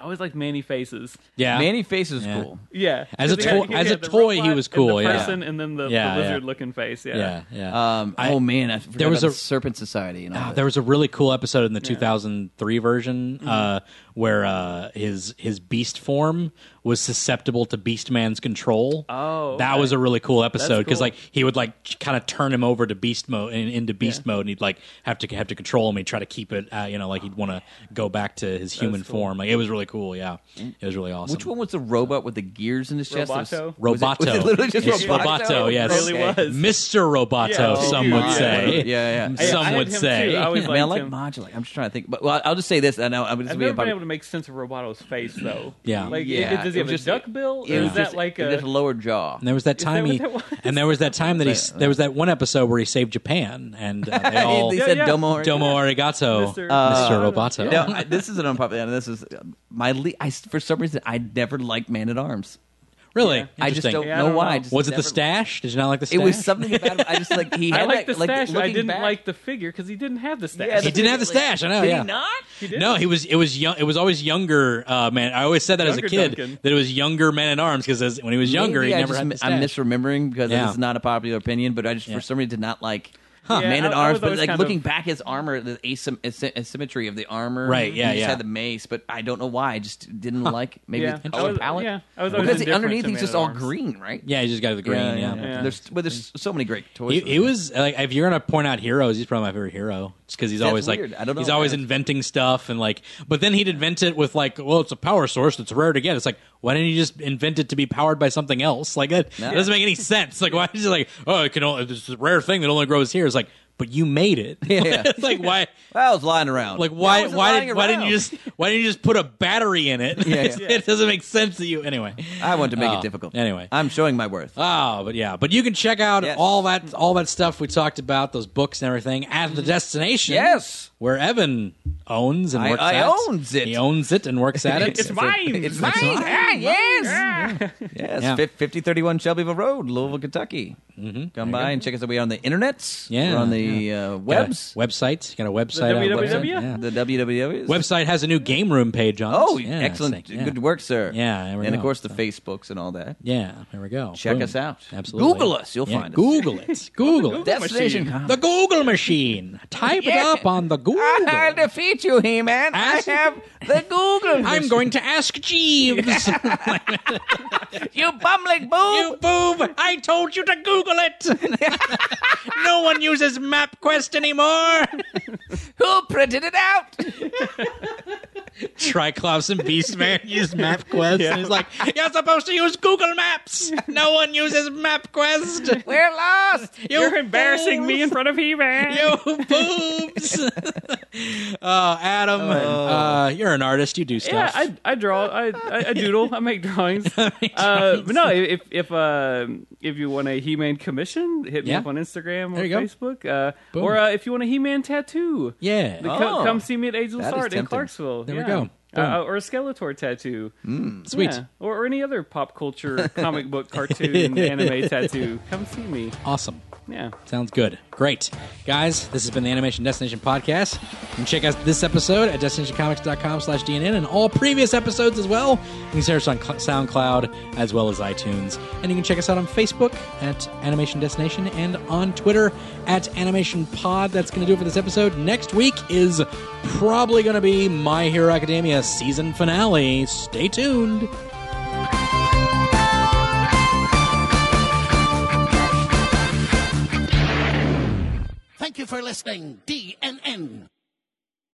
Speaker 3: I always liked Manny faces.
Speaker 2: yeah.
Speaker 4: Manny Face is
Speaker 2: Yeah.
Speaker 4: cool.
Speaker 3: Yeah,
Speaker 2: As a
Speaker 3: 'Cause he
Speaker 2: toy-
Speaker 3: had- he
Speaker 2: as a
Speaker 3: had the
Speaker 2: toy, he
Speaker 3: robot
Speaker 2: was
Speaker 3: and
Speaker 2: cool,
Speaker 3: The
Speaker 2: yeah.
Speaker 3: person and then the,
Speaker 2: Yeah, yeah.
Speaker 3: the lizard looking face. Yeah,
Speaker 2: yeah,
Speaker 3: Uh,
Speaker 2: yeah.
Speaker 4: Um,
Speaker 2: I-
Speaker 4: oh man, I forgot
Speaker 2: there was
Speaker 4: about
Speaker 2: a-
Speaker 4: the Serpent Society and all
Speaker 2: Ah,
Speaker 4: that.
Speaker 2: there was a really cool episode in the 2003 version
Speaker 3: Mm-hmm.
Speaker 2: uh, where uh, his his beast form was susceptible to Beastman's control.
Speaker 3: Oh,
Speaker 2: that
Speaker 3: okay.
Speaker 2: was a really cool episode because
Speaker 3: cool.
Speaker 2: like he would like kind of turn him over to beast mode in, into beast mode, and he'd like have to have to control him. He'd try to keep it, uh, you know, like he'd want to go back to his human
Speaker 3: cool.
Speaker 2: form. Like it was really cool. Yeah, it was really awesome.
Speaker 4: Which one was the robot with the gears in his chest? That was-
Speaker 3: Roboto?
Speaker 4: was it-
Speaker 2: Roboto.
Speaker 4: Was it, literally just
Speaker 2: It's
Speaker 4: Roboto?
Speaker 2: yes.
Speaker 3: It really was.
Speaker 2: Mr. Roboto,
Speaker 3: Yeah, oh,
Speaker 2: some
Speaker 3: dude,
Speaker 2: would
Speaker 3: yeah.
Speaker 2: say.
Speaker 4: Yeah, yeah.
Speaker 3: I-
Speaker 2: Some
Speaker 3: I had
Speaker 2: would
Speaker 3: him
Speaker 2: say.
Speaker 3: too. I always
Speaker 4: Man, I like
Speaker 3: liked him.
Speaker 4: modulate. I'm just trying to think, but well, I'll just say this. I know. I'm just
Speaker 3: I've
Speaker 4: being
Speaker 3: never been
Speaker 4: popular.
Speaker 3: able to make sense of Roboto's face though.
Speaker 2: Yeah.
Speaker 3: like it-
Speaker 4: Yeah,
Speaker 3: it- does
Speaker 4: it
Speaker 3: he have
Speaker 4: was
Speaker 3: a
Speaker 4: just-
Speaker 3: duck bill,
Speaker 4: It
Speaker 3: or
Speaker 4: was
Speaker 3: is
Speaker 4: just-
Speaker 3: that like uh,
Speaker 4: it
Speaker 3: a?
Speaker 4: had lower jaw?
Speaker 2: And there was that
Speaker 3: that
Speaker 2: time
Speaker 3: what
Speaker 2: he,
Speaker 3: that was?
Speaker 2: and there was that time that he, s- there was that one episode where he saved Japan, and uh, they all
Speaker 4: they said
Speaker 3: yeah.
Speaker 4: Domo or-
Speaker 2: domo arigato, Mr.
Speaker 3: Mr. Uh,
Speaker 2: Roboto.
Speaker 4: No, I, this is an unpopular. And this is my. Le- I, for some reason, I never liked Man at Arms.
Speaker 2: Really?
Speaker 4: I just
Speaker 2: Interesting.
Speaker 4: don't
Speaker 3: Yeah, I
Speaker 4: know
Speaker 3: don't
Speaker 4: why. I
Speaker 3: know.
Speaker 4: just
Speaker 2: Was it the
Speaker 4: never-
Speaker 2: stash? Did you not like the
Speaker 4: It
Speaker 2: stash?
Speaker 4: was something about. I just like he.
Speaker 3: I
Speaker 4: had
Speaker 3: like the
Speaker 4: that,
Speaker 3: stash. I
Speaker 4: looking
Speaker 3: didn't
Speaker 4: back-
Speaker 3: like the figure because he didn't have the stash.
Speaker 4: Yeah, the
Speaker 2: He didn't have the
Speaker 4: figure, like-
Speaker 2: stash. I know.
Speaker 4: Did
Speaker 2: Oh, yeah.
Speaker 4: he not?
Speaker 3: didn't.
Speaker 2: No, he was. It was young. It was always younger. Uh, man, I always said that
Speaker 3: Younger
Speaker 2: as a kid
Speaker 3: Duncan.
Speaker 2: that it was younger men at arms because when he was younger,
Speaker 4: Maybe
Speaker 2: he
Speaker 4: I
Speaker 2: never
Speaker 4: just,
Speaker 2: had the stash.
Speaker 4: I'm misremembering because
Speaker 2: Yeah.
Speaker 4: it's not a popular opinion, but I just for some reason did not like
Speaker 3: Yeah,
Speaker 4: Man
Speaker 3: I-
Speaker 4: at
Speaker 3: I
Speaker 4: Arms.
Speaker 3: was
Speaker 4: But
Speaker 3: always
Speaker 4: like
Speaker 3: kind
Speaker 4: looking
Speaker 3: of-
Speaker 4: back, his armor, the asymm- asy- asymmetry of the armor,
Speaker 2: Right, yeah,
Speaker 4: he just
Speaker 2: yeah.
Speaker 4: had the mace, but I don't know why. I just didn't like maybe
Speaker 3: Yeah.
Speaker 4: the
Speaker 3: I
Speaker 4: color
Speaker 3: was-
Speaker 4: palette.
Speaker 3: yeah, I was always
Speaker 4: because
Speaker 3: indifferent
Speaker 4: underneath
Speaker 3: to
Speaker 4: he's
Speaker 3: Man
Speaker 4: just
Speaker 3: at
Speaker 4: all
Speaker 3: Arms.
Speaker 4: green, right?
Speaker 2: yeah, he just got the green. Yeah,
Speaker 3: yeah.
Speaker 4: There's but there's so many great toys.
Speaker 2: He,
Speaker 4: for
Speaker 2: he
Speaker 4: this.
Speaker 2: was like, if you're gonna point out heroes, he's probably my favorite hero. It's because he's
Speaker 4: That's
Speaker 2: always
Speaker 4: weird.
Speaker 2: like,
Speaker 4: I don't know
Speaker 2: he's always
Speaker 4: why.
Speaker 2: inventing stuff and like. But then he'd invent it with like, well, it's a power source that's rare to get. It's like, why didn't you just invent it to be powered by something else? Like that
Speaker 4: No.
Speaker 2: it doesn't make any sense. Like, why is it like, oh, it can only this rare thing that only grows here? It's like, but you made it.
Speaker 4: Yeah.
Speaker 2: It's like why?
Speaker 4: I was lying around.
Speaker 2: Like why?
Speaker 4: was it
Speaker 2: Why
Speaker 4: lying
Speaker 2: did, why didn't you
Speaker 4: around?
Speaker 2: just? Why didn't you just put a battery in it?
Speaker 4: Yeah, yeah.
Speaker 2: it doesn't make sense to you. Anyway,
Speaker 4: I want to make
Speaker 2: Oh,
Speaker 4: it difficult.
Speaker 2: Anyway,
Speaker 4: I'm showing my worth.
Speaker 2: Oh, but yeah, but you can check out
Speaker 4: Yes.
Speaker 2: all that all that stuff we talked about, those books and everything, at the destination.
Speaker 4: Mm-hmm. Yes.
Speaker 2: where Evan owns and
Speaker 4: I-
Speaker 2: works
Speaker 4: I
Speaker 2: at.
Speaker 4: owns it.
Speaker 2: He owns it and works at it.
Speaker 3: It's mine. It's mine.
Speaker 4: Ah, yes. Yes,
Speaker 2: Yeah.
Speaker 4: fif- 5031 Shelbyville Road, Louisville, Kentucky. Mm-hmm. Come by and check us out. We're on the internets.
Speaker 2: Yeah,
Speaker 4: We're on the
Speaker 2: yeah.
Speaker 4: uh,
Speaker 2: Got a
Speaker 4: webs.
Speaker 2: website. Got a website. out,
Speaker 3: www?
Speaker 2: website, yeah.
Speaker 4: The www.
Speaker 2: Website has a new game room page on. it.
Speaker 4: Oh,
Speaker 2: Yeah,
Speaker 4: excellent.
Speaker 2: it's like- yeah.
Speaker 4: Good work, sir.
Speaker 2: Yeah, there we
Speaker 4: And of
Speaker 2: go.
Speaker 4: course, the Facebooks and all that.
Speaker 2: Yeah, there we go.
Speaker 4: Check
Speaker 2: Boom.
Speaker 4: us out.
Speaker 2: Absolutely.
Speaker 4: Google us. You'll
Speaker 2: Yeah,
Speaker 4: find us.
Speaker 2: Google it. Google it.
Speaker 4: Destination.
Speaker 2: The Google machine. Type it
Speaker 4: Yeah.
Speaker 2: up on the Google.
Speaker 4: I'll defeat you, He Man. I
Speaker 2: Ask-
Speaker 4: have the Google.
Speaker 2: I'm going to ask Jeeves.
Speaker 4: You bumbling boob.
Speaker 2: You boob! I told you to Google it! no one uses MapQuest anymore!
Speaker 4: Who printed it out?
Speaker 2: Triclops and Beastman use MapQuest. And he's like, You're supposed to use Google Maps! No one uses MapQuest!
Speaker 4: We're lost.
Speaker 2: You
Speaker 3: You're embarrassing me in
Speaker 2: boobs.
Speaker 3: front of He-Man.
Speaker 2: You boobs! uh, Adam, uh, you're an artist. You do stuff.
Speaker 3: Oh. Yeah, I, I draw. I, I, I doodle. I make drawings. Uh, but no, if if uh, if you want a He-Man commission, hit me
Speaker 2: Yeah.
Speaker 3: up on Instagram or
Speaker 2: There you go.
Speaker 3: Facebook, uh,
Speaker 2: Boom.
Speaker 3: or uh, if you want a He-Man tattoo,
Speaker 2: yeah.
Speaker 3: then
Speaker 4: Oh.
Speaker 3: co- come see me at Angel
Speaker 4: That is
Speaker 3: Art in
Speaker 4: tempting.
Speaker 3: Clarksville.
Speaker 2: There we
Speaker 3: yeah.
Speaker 2: go.
Speaker 3: Uh, or a Skeletor tattoo.
Speaker 2: Sweet.
Speaker 3: Yeah. Or, or any other pop culture, comic book, cartoon, anime tattoo. Come see me.
Speaker 2: Awesome.
Speaker 3: Yeah.
Speaker 2: Sounds good. Great. Guys, this has been the Animation Destination Podcast. You can check out this episode at destinationcomics.com slash DNN and all previous episodes as well. You can search us on Cl- SoundCloud as well as iTunes. And you can check us out on Facebook at Animation Destination and on Twitter at Animation Pod. That's going to do it for this episode. Next week is probably going to be My Hero Academia season finale. Stay tuned.
Speaker 6: Thank you for listening, DNN.